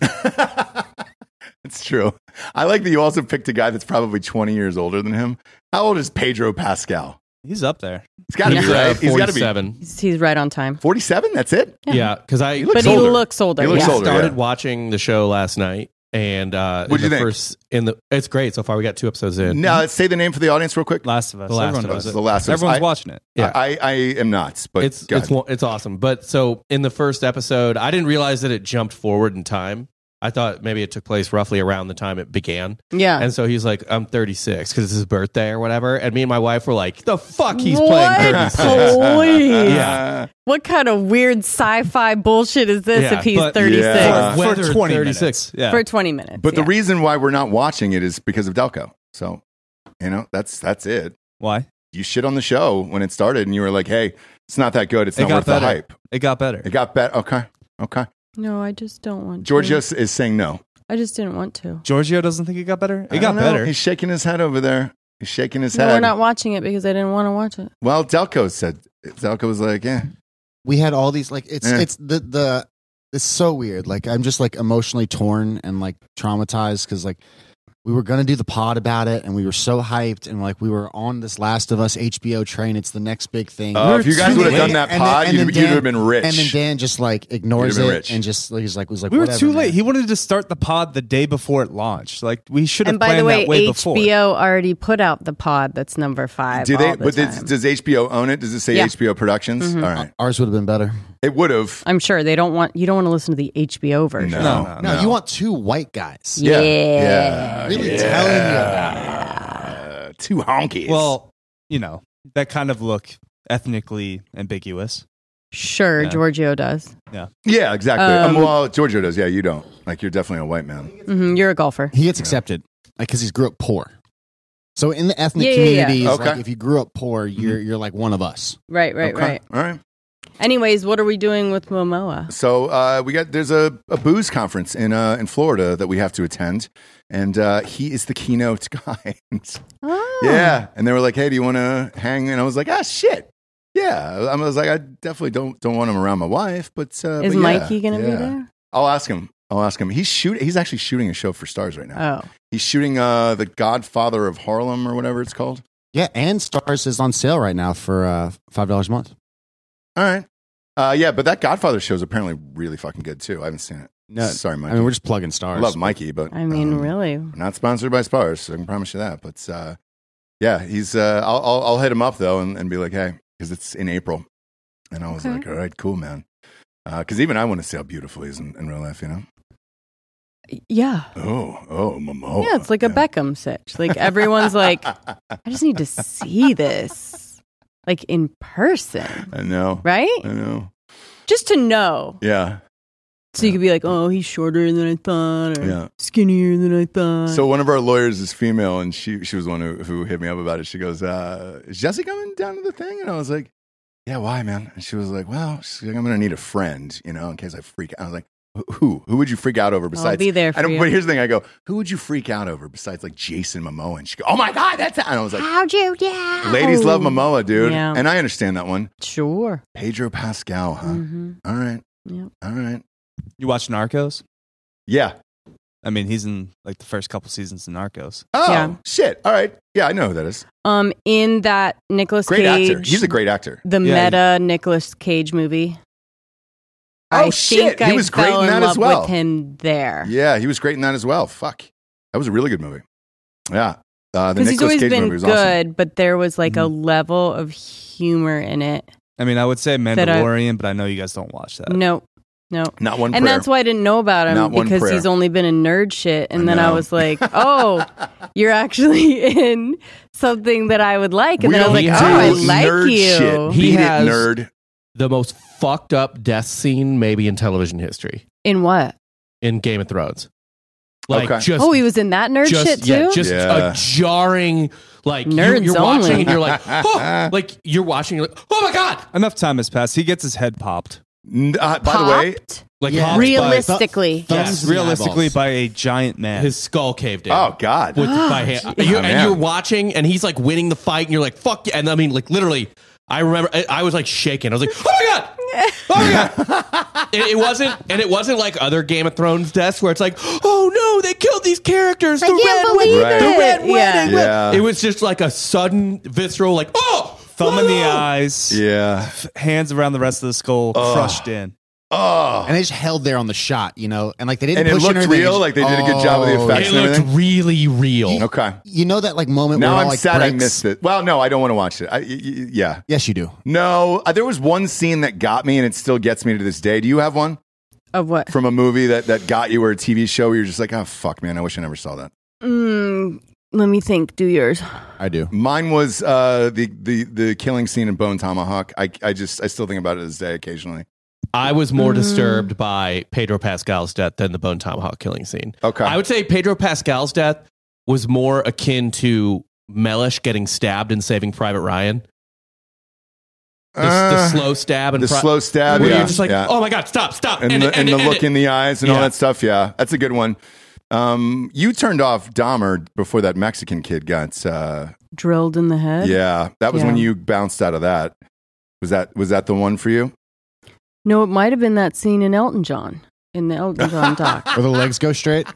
B: That's true. I like that you also picked a guy that's probably 20 years older than him. How old is Pedro Pascal?
F: He's up there.
B: He's got to be
D: He's, uh,
B: right. He's got to be
D: 47.
C: he's, he's right on time.
B: 47. That's it.
D: Yeah, because I
B: He
C: But
B: looks
C: he
B: older.
C: looks older.
B: He looks
C: yeah.
B: older.
D: started
B: yeah.
D: watching the show last night, and uh, in
B: What'd you
D: the
B: think?
D: First, in the it's great so far. We got two episodes in.
B: Now, say the name for the audience real quick.
F: Last of Us.
D: The Last
F: Everyone
D: of
F: knows
D: Us.
F: it.
B: The Last of Us.
F: Everyone's
B: I-
F: watching it.
D: Yeah.
B: I, I am not, but
D: it's
B: go
D: it's
B: ahead.
D: wa- it's awesome. But so in the first episode, I didn't realize that it jumped forward in time. I thought maybe it took place roughly around the time it began.
C: Yeah.
D: And so he's like, I'm 36 because it's his birthday or whatever. And me and my wife were like, the fuck he's
C: what?
D: playing 36.
C: Please.
B: Uh,
D: Yeah.
C: What kind of weird sci-fi bullshit is this
D: Yeah,
C: if he's
D: but-
C: 36
B: Yeah.
F: Uh, For,
D: Weathered
F: for 20
D: 36.
F: minutes. Yeah.
C: for 20 minutes?
B: But the
C: yeah.
B: reason why we're not watching it is because of Delco. So, you know, that's that's it.
F: Why?
B: You shit on the show when it started, and you were like, "Hey, it's not that good. It's
F: It
B: not
F: got
B: worth the
F: better.
B: hype."
F: It got better.
B: It got better. Okay, okay.
C: No, I just don't want
B: Georgia
E: Mm.
C: to.
B: is saying no.
C: I just didn't want to.
F: Giorgio doesn't think it got better.
B: I
F: It got
B: don't know.
F: better.
B: He's shaking his head over there. He's shaking his
C: No,
B: head.
C: we're not watching it because I didn't want to watch it.
B: Well, Delco said Delco was like, "Yeah,
E: we had all these like it's
B: Yeah.
E: it's the the it's so weird like i'm just like emotionally torn and like traumatized because like we were gonna do the pod about it and we were so hyped and like we were on this last of us hbo train it's the next big thing
B: Oh, if you guys
E: too
B: would have done
E: late.
B: that
E: Uh, And then-
B: pod,
E: and
B: you'd,
E: then
B: you'd
E: Dan-
B: have been rich."
E: and then dan just like ignores
B: You'd
E: it
B: have been rich.
E: and just like he's like was like
F: we were
E: "Whatever,
F: too
E: man."
F: late. He wanted to start the pod the day before it launched. Like we should have
C: And by
F: planned
C: the way,
F: that way
C: HBO
F: before.
C: already put out the pod that's number five.
B: Do they?
C: all the
B: but does,
C: time.
B: does HBO own it? Does it say
C: Yeah. Mm-hmm.
B: HBO Productions? All right,
E: ours would have been better
B: it would have.
C: I'm sure they don't want you don't want to listen to the HBO version.
B: No,
F: No,
B: no,
F: no,
E: no, you want two white guys
B: yeah,
C: Yeah.
E: really telling you about it.
B: Uh, two honkies.
F: well, you know that kind of look ethnically ambiguous.
C: Sure,
F: Yeah.
C: Giorgio does.
B: yeah, exactly. Um,
C: um,
B: well, Giorgio does. Yeah, you don't. Like, you're definitely a white man.
C: hmm You're a golfer.
E: he gets accepted like because he grew up poor so in the ethnic
C: Yeah, yeah, yeah.
E: communities like
B: Okay. Mm-hmm.
E: if you grew up poor you're you're like one of us
C: Right, right,
B: Okay.
C: right.
B: All right.
C: Anyways, what are we doing with Momoa?
B: So uh, we got there's a, a booze conference in uh, in Florida that we have to attend, and uh, he is the keynote guy.
C: Oh.
B: Yeah. And they were like, hey, do you want to hang? And I was like, ah, shit. Yeah. I was like, I definitely don't don't want him around my wife, but. Uh,
C: Is
B: but yeah,
C: Mikey going to be
B: yeah.
C: there?
B: I'll ask him. I'll ask him. He's shoot. He's actually shooting a show for stars right now.
C: Oh.
B: he's shooting uh, The Godfather of Harlem or whatever it's called.
E: Yeah, and Stars is on sale right now for uh, five dollars a month.
B: All right. Uh, yeah, but that Godfather show is apparently really fucking good too. I haven't seen it.
E: No,
B: Sorry,
E: I
B: Mikey.
E: mean, we're just plugging Stars.
B: love Mikey, but
C: I mean,
B: um,
C: really?
B: We're not sponsored by Spars, so I can promise you that. But uh, yeah, he's. Uh, I'll, I'll I'll hit him up though and, and be like, hey, because it's in April, and I was
C: Okay.
B: like, all right, cool, man. Because even I want to see how beautiful he is in, in real life, you know.
C: Yeah.
B: Oh, oh, Momoa.
C: Yeah, it's like a Beckham sitch. Like everyone's like, I just need to see this, like in person,
B: I know,
C: right?
B: I know.
C: Just to know,
B: Yeah,
C: so you could be like, oh, he's shorter than I thought, or
B: Yeah.
C: skinnier than I thought.
B: So one of our lawyers is female, and she she was the one who, who hit me up about it. She goes, uh, "Is Jesse coming down to the thing?" And I was like, "Yeah, why, man?" And she was like, "Well, she's like, I'm gonna need a friend, you know, in case I freak." out. I was like, "Wh- "Who? Who would you freak out over besides?"
C: I'll be there
B: I
C: for
B: don't,
C: you.
B: but here's the thing: I go, "Who would you freak out over besides like Jason Momoa?" And she go, "Oh my god, that's," and I was like,
C: How'd you? Yeah.
B: "Ladies love Momoa, dude,"
C: Yeah.
B: and I understand that one.
C: Sure.
B: Pedro Pascal, huh?
C: hmm
B: All right,
C: Yep.
B: all right,
F: You watch Narcos?
B: yeah.
F: I mean, he's in like the first couple seasons of Narcos.
B: Oh
C: Yeah.
B: shit! All right, yeah, I know who that is.
C: Um, in that Nicolas
B: Great
C: Cage,
B: actor. He's a great actor.
C: the
F: Yeah,
C: meta Nicolas Cage movie.
B: Oh,
C: I
B: shit.
C: think
B: He
C: I
B: was great
C: fell
B: in that
C: love
B: as well.
C: With him there,
B: Yeah, he was great in that as well. Fuck, that was a really good movie. Yeah, uh, the
C: because he's
B: Nicolas
C: always
B: Cage
C: been
B: movie was awesome. Mm-hmm.
C: good, but there was like a level of humor in it.
F: I mean, I would say
C: I- Mm.
F: Mandalorian, but I know you guys don't watch that.
C: No, No.
B: Not Uh, one
C: And
B: prayer.
C: that's why I didn't know about him
B: Not one
C: because
B: prayer.
C: he's only been in nerd shit. And
B: I
C: then I
B: know.
C: was like, oh, you're actually in something that I would like. And
B: we
C: then I was
B: don't
C: like,
B: do
C: oh, I like
B: nerd
C: you.
B: shit.
D: He
B: Beat it,
D: has-
B: nerd.
D: The most fucked up death scene maybe in television history
C: In what?
D: in Game of Thrones. Like
B: Okay.
D: just
C: Oh, he was in that nerd
D: just,
C: shit too?
D: Yeah, just
B: Yeah.
D: a jarring like
C: Nerds
D: you, are watching
C: only.
D: and you're like, oh, like you're watching, you're like, oh my god,
F: Enough time has passed. He gets his head popped.
B: N- uh, by the way,
C: Popped?
D: like
E: Yeah.
D: popped
C: Realistically.
E: Th-
D: Yes,
E: thumbs in the
F: Realistically,
E: eyeballs.
F: by a giant man.
D: by his skull caved in.
B: oh god,
D: with
C: Ah,
D: by hand. You-
B: Oh,
D: and
B: man.
D: you're watching, and he's like winning the fight, and you're like, fuck. yeah. And I mean, like literally, I remember I, I was like shaking. I was like, oh my god, oh my god. it, it wasn't, and it wasn't like other Game of Thrones deaths where it's like, oh no, they killed these characters.
C: I
D: the
C: can't
D: red
C: believe
B: Right.
C: it.
B: the
D: red
C: yeah.
D: wedding.
B: yeah,
D: It was just like a sudden visceral, like, oh,
F: Thumb in the
D: no.
F: eyes.
B: yeah.
F: Hands around the rest of the skull, crushed in.
B: Oh,
E: And they just held there on the shot, you know, and like they didn't.
B: And it
E: push
B: looked
E: or anything.
B: real,
E: They
B: like they
E: just-
B: did a good job with the
E: Oh.
B: effects.
D: It looked really real.
B: okay.
E: You know that like moment.
B: Now
E: where it
B: I'm
E: all, like,
B: sad I
E: breaks?
B: missed it. Well, no, I don't want to watch it. I, y- y- yeah,
E: Yes, you do.
B: no. Uh, there was one scene that got me, and it still gets me to this day. Do you have one
C: Of what?
B: from a movie that that got you or a TV show where you're just like, oh fuck, man, I wish I never saw that.
C: Mm, let me think. Do yours.
E: I do.
B: Mine was uh, the the the killing scene in Bone Tomahawk. I I just I still think about it to this day occasionally.
D: I was more disturbed by Pedro Pascal's death than the Bone Tomahawk killing scene.
B: Okay.
D: I would say Pedro Pascal's death was more akin to Mellish getting stabbed and saving Private Ryan. The, the
B: Uh,
D: slow stab and
B: the
D: Pri-
B: slow stab.
D: Where
B: yeah,
D: you're just like,
B: yeah.
D: oh my god, stop, stop,
B: and,
D: end
B: the, and
D: it, end
B: the
D: it, end
B: look
D: it.
B: in the eyes and all
D: Yeah.
B: that stuff. Yeah, that's a good one. Um, you turned off Dahmer before that Mexican kid got. Uh,
C: Drilled in the head?
B: yeah, that was when
C: Yeah.
B: you bounced out of that. Was that was that the one for you?
C: No, it might have been that scene in Elton John, in the Elton John doc.
E: Where the legs go straight.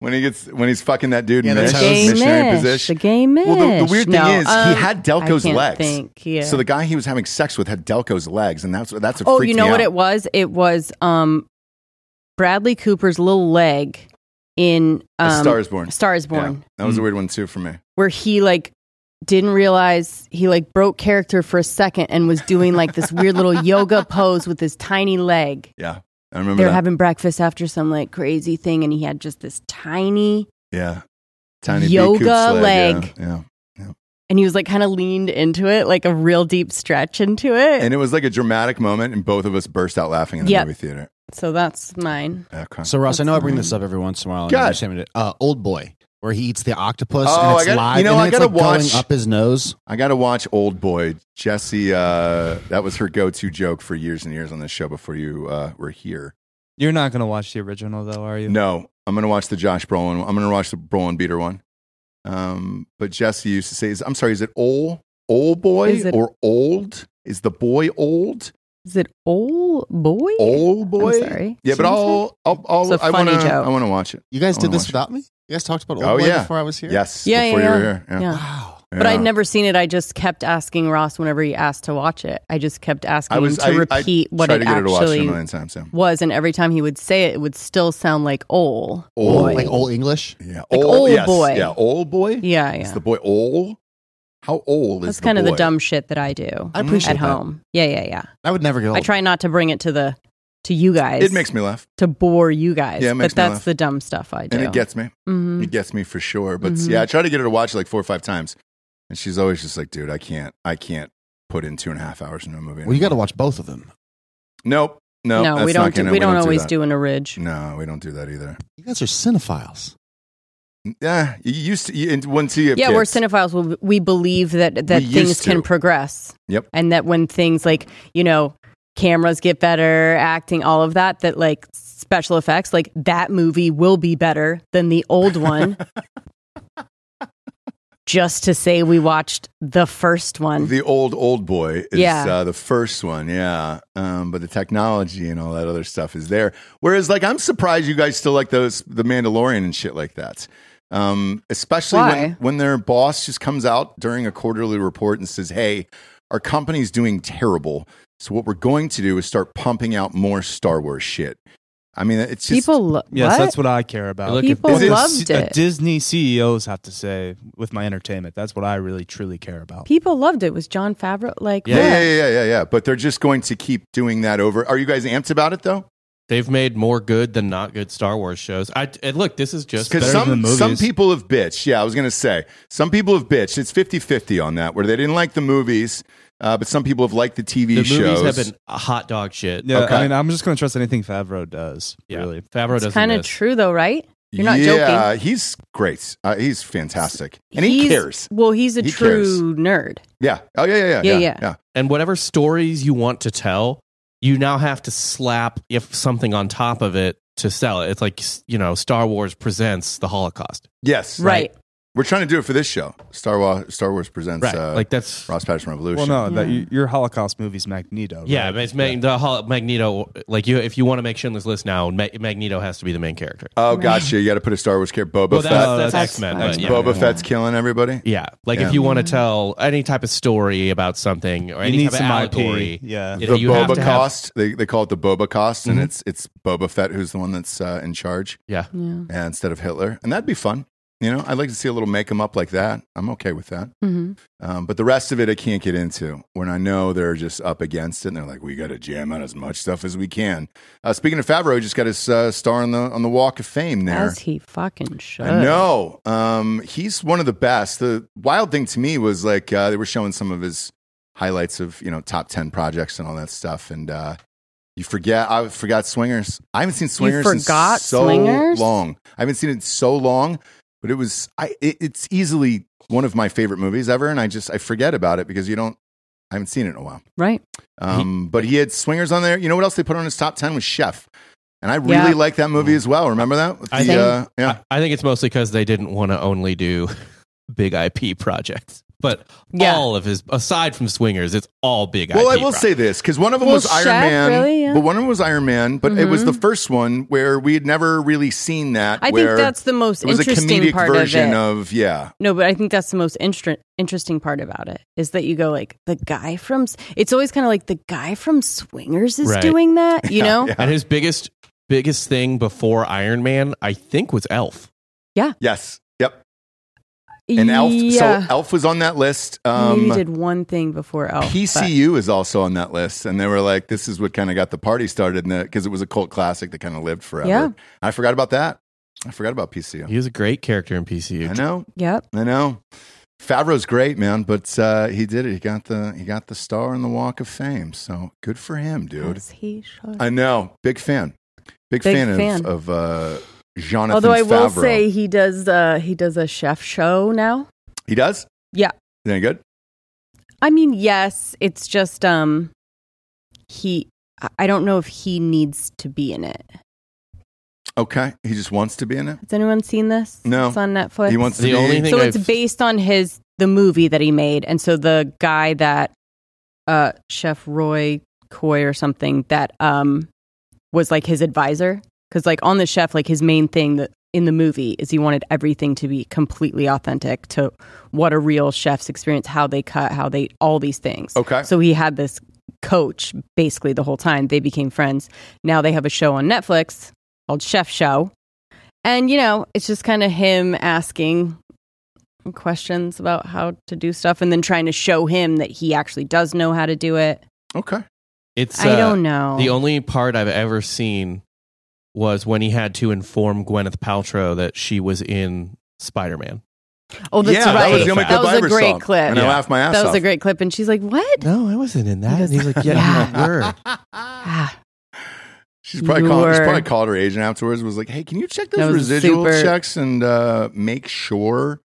B: When he gets when he's fucking that dude
E: Yeah,
B: in
E: the
B: the
C: The
E: toes.
C: gay
B: missionary
C: mish. The
B: position.
C: gay mish.
B: Well, the, the weird thing
C: No,
B: is
C: um,
B: he had
C: I
B: Delco's
C: can't
B: legs.
C: Think. Yeah.
B: So the guy he was having sex with had Delco's legs, and that's that's what
C: oh,
B: freaked
C: you know
B: me
C: what
B: out.
C: it was? It was um, Bradley Cooper's little leg in um,
B: A Star is Born.
C: Star is
B: Yeah,
C: Born,
B: that was a weird one too for me.
C: where he like didn't realize he like broke character for a second and was doing like this weird little yoga pose with his tiny leg.
B: Yeah, I remember
C: They're
B: that.
C: having breakfast after some like crazy thing, and he had just this tiny,
B: yeah, tiny
C: Yoga
B: B-Coop's
C: leg.
B: Yeah, yeah.
C: and he was like kind of leaned into it, like a real deep stretch into it.
B: and it was like a dramatic moment, and both of us burst out laughing in the
C: Yep.
B: movie theater.
C: so that's mine.
B: Okay.
E: So Ross, I know I bring
C: fine.
E: this up every once in a while. and
B: Good.
E: I understand it. Uh, old boy, where he eats the octopus
B: Oh,
E: and it's
B: I gotta-
E: live.
B: you know,
E: and then
B: I
E: it's,
B: gotta
E: like, going
B: watch-
E: up his nose.
B: I got to watch Old Boy. Jesse, uh, that was her go-to joke for years and years on this show before you uh, were here.
F: You're not going to watch the original, though, are you?
B: No, I'm going to watch the Josh Brolin. one. I'm going to watch the Brolin Beater one. Um, but Jesse used to say, is, "I'm sorry, is it old old boy
C: Is it-
B: or old? Is the boy old?
C: Is it old boy?
B: Old boy?
C: sorry.
B: Yeah, but
C: Seriously?
B: I'll, I'll, I'll
C: It's a
B: I want to,
C: funny joke.
B: I want to watch it.
E: You guys
B: I
E: did
B: wanna
E: this
B: watch it.
E: without me. You guys talked about old
B: Oh,
E: boy
B: yeah.
E: before I was here.
B: Yes,
C: Yeah,
B: before
C: yeah,
B: you were
C: yeah.
B: here. Yeah.
C: Yeah.
E: Wow.
C: But
B: Yeah.
C: I'd never seen it. I just kept asking Ross whenever he asked to watch it. I just kept asking
B: I was I- I
C: him to repeat what
B: tried
C: it
B: to get her to watch it a
C: actually
B: million times. Yeah.
C: was, and every time he would say it, it would still sound like "ol."
B: Old.
E: Like old English.
B: Yeah,
C: Like old
B: yes.
C: boy.
B: Yeah, old boy.
C: Yeah,
B: Is
C: yeah.
B: the boy old? How old is
C: That's
B: the
C: kind of the
B: boy?
C: dumb shit that I do
B: Mm-hmm.
E: I appreciate
C: at
E: that.
C: home. Yeah, yeah, yeah.
E: I would never get old.
C: I try not to bring it to the to you guys.
B: It makes me laugh,
C: to bore you guys.
B: Yeah, it makes
C: but
B: me
C: that's
B: laugh.
C: the dumb stuff I do.
B: and it gets me.
C: Mhm.
B: It gets me for sure. But
C: Mhm.
B: yeah, I try to get her to watch it like four or five times, and she's always just like, "Dude, I can't, I can't put in two and a half hours into a movie."
E: Well, you got to watch both of them.
B: nope, no,
C: no,
B: that's
C: we
B: not
C: don't. Do,
B: gonna-
C: we, don't, always
B: that. Mm.
C: do an orig.
B: No, we don't do that either.
E: You guys are cinephiles.
B: Yeah, you used to. You, and once you have
C: Yeah,
B: kids.
C: we're cinephiles. We- We believe that that
B: We
C: things
B: used to.
C: can progress.
B: Yep.
C: And that when things like you know cameras get better, acting, all of that, that like special effects, like that movie will be better than the old one. Just to say, we watched the first one.
B: The old old boy is
C: Yeah.
B: uh, the first one, yeah. Um, but the technology and all that other stuff is there. Whereas, like, I'm surprised you guys still like those the Mandalorian and shit like that. Um, especially when,
C: Why?
B: when their boss just comes out during a quarterly report and says, "Hey, our company's doing terrible. So what we're going to do is start pumping out more Star Wars shit." I mean, it's just
C: People, lo-
F: Yes,
C: what?
F: that's what I care about.
D: Look,
C: people
B: if this is-
C: loved
F: Uh,
C: it.
F: Disney CEOs have to say with my entertainment. That's what I really truly care about.
C: people loved it. Was John Favreau like?
B: yeah,
C: what?
B: yeah, yeah, yeah, yeah. But they're just going to keep doing that over. Are you guys amped about it though?
D: They've made more good than not good Star Wars shows. I and look, this is just
B: Because
F: better
B: some
F: than the
B: some
F: movies.
B: people have bitched. Yeah, I was going to say some people have bitched. It's 50-50 on that, where they didn't like the movies, uh, but some people have liked the TV
D: the
B: shows.
D: movies have been hot dog shit.
F: Yeah,
B: Okay.
F: I mean, I'm just gonna trust anything Favreau does.
D: Yeah.
F: Really,
D: Favreau doesn't.
C: It's kind of
D: miss.
C: true though, right? You're not
B: yeah, he's great. Uh, he's fantastic, and he
C: He's-
B: cares.
C: Well, he's a
B: He
C: true nerd.
B: Yeah. Oh yeah, yeah, yeah,
C: Yeah,
B: yeah,
C: yeah.
D: and whatever stories you want to tell, you now have to slap if something on top of it to sell it. It's like you know, Star Wars presents the Holocaust,
B: Yes.
C: Right.
B: We're trying to do it for this show. Star Wars. Star Wars presents.
D: right?
B: Uh,
D: like that's
B: Ross Patterson
F: Well,
B: Revolution.
F: no, that
C: Yeah.
F: you, your Holocaust movie's Magneto. Right?
D: yeah, it's Mag- the Hol- Magneto. Like you, if you want to make Schindler's List now, Ma- Magneto has to be the main character.
B: Oh, gotcha. You got to put a Star Wars character. Boba
D: Well,
B: Fett.
D: that's, that's,
C: that's-
D: X Men.
C: that's
D: Yeah.
B: Boba
E: Yeah.
B: Fett's killing everybody.
D: yeah, like
B: Yeah.
D: if you want to tell any type of story about something or
F: you
D: any
F: need
D: type of
F: some
D: allegory,
F: IP. Yeah,
D: Yeah.
B: the
D: you have Mm-hmm.
B: Boba
D: to have-
B: cost. They, they call it the Boba cost, and it's it's Boba Fett who's the one that's uh, in charge
D: yeah,
C: Yeah.
B: uh, instead of Hitler, and that'd be fun. You know, I'd like to see a little make 'em up like that. I'm okay with that.
C: hmm
B: Um, but the rest of it, I can't get into. When I know they're just up against it, and they're like, "We got to jam out as much stuff as we can." Uh, speaking of Favreau, he just got his uh, star on the on the Walk of Fame. There,
C: As he fucking should.
B: I know. Um, he's one of the best. The wild thing to me was like uh, they were showing some of his highlights of you know top ten projects and all that stuff, and uh, you forget. I forgot Swingers. I haven't seen Swingers in
C: forgot
B: so
C: Swingers?
B: long. I haven't seen it in so long, but it was. I it, it's easily one of my favorite movies ever, and I just I forget about it because you don't. I haven't seen it in a while.
C: Right.
B: Um, but he had Swingers on there. You know what else they put on his top ten was Chef. And I really
C: Yeah.
B: like that movie as well. Remember that? With
D: I
B: the,
C: think-
B: uh, yeah.
D: I, I think it's mostly because they didn't want to only do big IP projects, but
C: Yeah.
D: all of his aside from Swingers, it's all big.
B: Well,
D: IP
B: I will say this because one of them
C: Well,
B: was Iron
C: Shaq,
B: Man,
C: really, yeah.
B: but one of them was Iron Man, but it was
C: Mhm.
B: the first one where we had never really seen that.
C: I
B: where
C: think that's the most
B: it was a
C: interesting
B: comedic
C: part of
B: version
C: it.
B: of, yeah,
C: no, but I think that's the most inter- interesting part about it is that you go like the guy from. S- It's always kind of like the guy from Swingers is
D: Right.
C: doing that. You know.
B: yeah.
D: And his biggest biggest thing before Iron Man, I think, was Elf.
B: yes, yep, and Elf.
C: Yeah.
B: So Elf was on that list.
C: Maybe
B: Um,
C: did one thing before Elf. but-
B: PCU is also on that list, and they were like, "This is what kind of got the party started," because it was a cult classic that kind of lived forever.
C: Yeah.
B: I forgot about that. I forgot about PCU.
D: He was a great character in PCU.
B: I know.
C: Yep.
B: I know. Favreau's great, man, but uh, he did it. He got the he got the star in the Walk of Fame. So good for him, dude.
C: Yes, he should.
B: I know. Big fan. Big,
C: Big
B: fan,
C: fan.
B: of, of uh, Jonathan
C: Although I will
B: Favreau.
C: say he does. Uh, he does a chef show now.
B: he does.
C: Yeah.
B: Is that good?
C: I mean, yes, it's just um he I- I don't know if he needs to be in it.
B: Okay. He just wants to be in it.
C: Has anyone seen this?
B: No.
C: It's on Netflix.
B: He wants to
D: The
B: be.
D: only thing-
C: so it's
D: I've-
C: based on his the movie that he made and so the guy that uh chef Roy Coy or something that um was like his advisor cuz like on the chef like his main thing that in the movie is he wanted everything to be completely authentic to what a real chef's experience how they cut how they all these things.
B: Okay.
C: So he had this coach basically the whole time. They became friends. Now they have a show on Netflix called Chef Show. And, you know, it's just kind of him asking questions about how to do stuff and then trying to show him that he actually does know how to do it.
B: okay.
D: It's
C: I
D: uh,
C: don't know.
D: The only part I've ever seen was when he had to inform Gwyneth Paltrow that she was in Spider Man.
C: oh, that's
B: yeah, that
C: right.
B: was the only
D: That
B: clip
C: was
B: I
C: a
B: ever
C: great
B: saw.
C: clip.
B: And I
D: Yeah.
B: laughed my ass
C: that was
B: off.
C: a great clip. And she's like, what?
D: No, Oh, I wasn't in
C: that. And he's
D: like,
C: yeah,
D: you were.
C: Ah,
B: She's probably called, she's
C: Your-
B: probably called her agent afterwards. and Was like, "Hey, can you check
C: That
B: those
C: was
B: residual
C: super-
B: checks and uh, make sure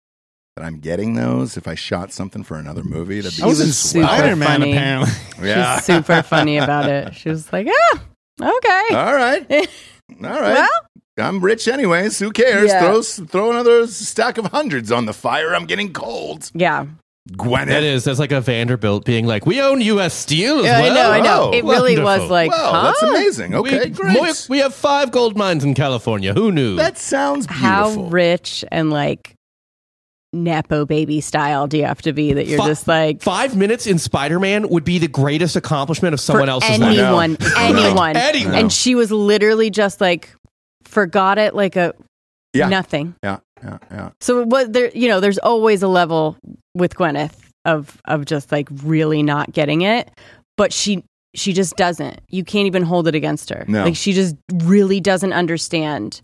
B: that I'm getting those? If I shot something for another movie, that'd be
C: She was
B: swell."
C: super funny.
B: Yeah.
C: She's super funny about it. She was like, ah, okay.
B: All right, all right.
C: Well,
B: I'm rich anyways. Who cares?
C: Yeah.
B: Throw s- throw another stack of hundreds on the fire. I'm getting cold.
C: yeah.
B: Gwyneth.
D: That is, that's like a Vanderbilt being like, we own U.S. Steel. as
C: Yeah, I know,
D: well." Oh,
C: I know.
B: Wow.
C: It really was
D: Wonderful.
C: like,
B: wow,
C: huh?
B: that's amazing. Okay,
D: we,
B: great.
D: Moy- we have five gold mines in California. Who knew?
B: that sounds
C: How
B: beautiful.
C: rich and like Nepo baby style do you have to be that you're
D: Fi-
C: just like
D: Five minutes in Spider Man would be the greatest accomplishment of someone
C: for
D: else's life.
C: anyone,
B: I know.
C: anyone,
D: Anyone.
C: And she was literally just like forgot it like a
B: Yeah.
C: nothing.
B: yeah, yeah, yeah.
C: So what there you know, there's always a level with Gwyneth of of just like really not getting it. But she she just doesn't. You can't even hold it against her.
B: No.
C: Like she just really doesn't understand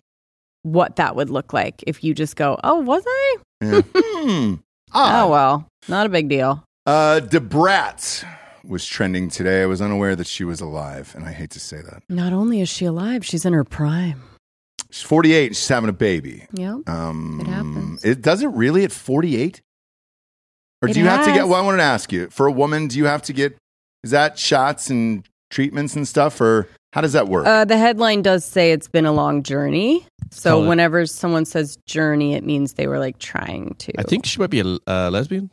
C: what that would look like if you just go, "Oh, was I?
B: Yeah. Hmm.
C: Oh well, not a big deal."
B: Uh, Debrat was trending today. I was unaware that she was alive, and I hate to say that.
C: Not only is she alive, she's in her prime.
B: She's 48 and she's having a baby.
C: Yep.
B: Um,
C: It happens.
B: It does it really at 48? Or do
C: It
B: you have to get?
C: has.
B: Well, I wanted to ask you for a woman, do you have to get? Is that shots and treatments and stuff, or how does that work?
C: Uh, the headline does say it's been a long journey. So
D: called a-
C: whenever someone says journey, it means they were like trying to.
D: I think she might be a uh, lesbian.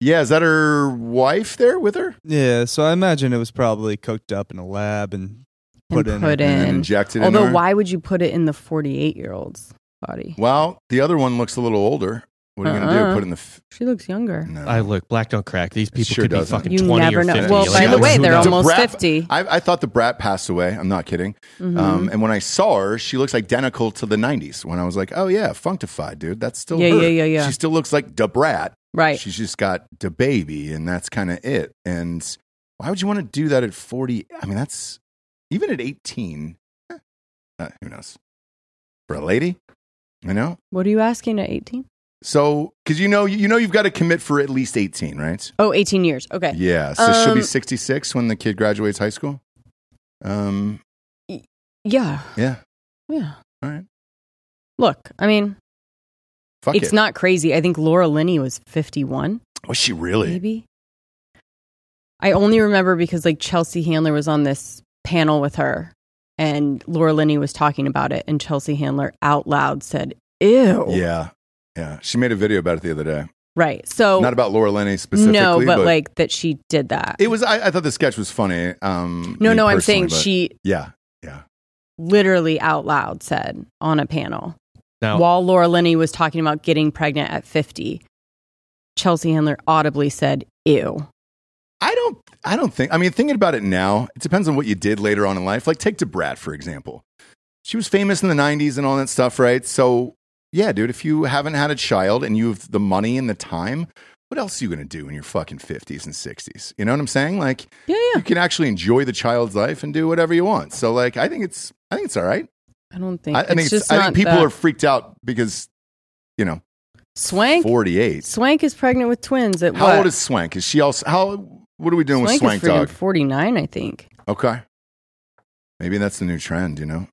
B: yeah, is that her wife there with her?
F: Yeah, so I imagine it was probably cooked up in a lab and
C: And
F: put in.
C: put
B: And then
C: in.
B: injected. in
C: Although,
B: her?
C: why would you put it in the forty-eight-year-old's body?
B: Well, the other one looks a little older. What are you going to do?
C: Uh-uh.
B: Put in the? F-
C: She looks younger.
B: no.
D: I look black don't crack. These people
B: sure
D: could be
B: doesn't.
D: fucking
C: You
D: twenty
C: never
D: or
C: know.
D: fifty.
C: Well,
D: like,
C: by the way,
D: who
C: they're
D: knows?
B: The
C: almost
B: brat-
C: 50.
B: I, I thought the brat passed away. I'm not kidding.
C: Mhm.
B: Um, and when I saw her, she looks identical to the 90s. When I was like, oh, yeah, Funkified, dude. That's still
C: Yeah,
B: her.
C: yeah, yeah, yeah.
B: She still looks like the brat.
C: right.
B: She's just got the baby, and that's kind of it. And why would you want to do that at 40? I mean, that's even at 18. eh, uh, who knows? For a lady, you know?
C: what are you asking at 18?
B: So, because you know, you know, you've got to commit for at least 18, right?
C: Oh, 18 years. Okay.
B: Yeah. So she'll be
C: Um,
B: 66 when the kid graduates high school. Um.
C: Yeah.
B: Yeah.
C: Yeah.
B: All right.
C: Look, I mean,
B: Fuck
C: it's
B: it.
C: not crazy. I think Laura Linney was 51,
B: Was she really?
C: maybe. I only remember because like Chelsea Handler was on this panel with her and Laura Linney was talking about it and Chelsea Handler out loud said, "Ew."
B: Oh. Yeah. Yeah. She made a video about it the other day.
C: Right. So
B: Not about Laura Lenny specifically.
C: Oh. no, but, like that she did that.
B: it was. I, I thought the sketch was funny. Um,
C: no,
B: me
C: no, I'm
B: personally,
C: saying
B: but-
C: she
B: Yeah.
C: literally out loud said on a panel
D: Now,
C: while Laura Linney was talking about getting pregnant at 50, Chelsea Handler audibly said, Ew.
B: I don't. I don't think. I mean, thinking about it now, it depends on what you did later on in life. Like take to Brad for example. She was famous in the '90s and all that stuff, right? So yeah, dude, if you haven't had a child and you have the money and the time. What else are you going to do in your fucking 50s and 60s? You know what I'm saying? Like,
C: Yeah, yeah.
B: you can actually enjoy the child's life and do whatever you want. So, like, I think it's, I think it's all right.
C: I don't think
B: I, I think,
C: it's
B: it's-
C: just
B: I
C: not
B: think people
C: that-
B: are freaked out because, you know,
C: Swank.
B: 48.
C: Swank is pregnant with twins at
B: How
C: what?
B: old is Swank? Is she also, how, what are we doing
C: Swank,
B: with Swank
C: is freaking
B: Dog?
C: 49, I think.
B: okay. Maybe that's the new trend, you know?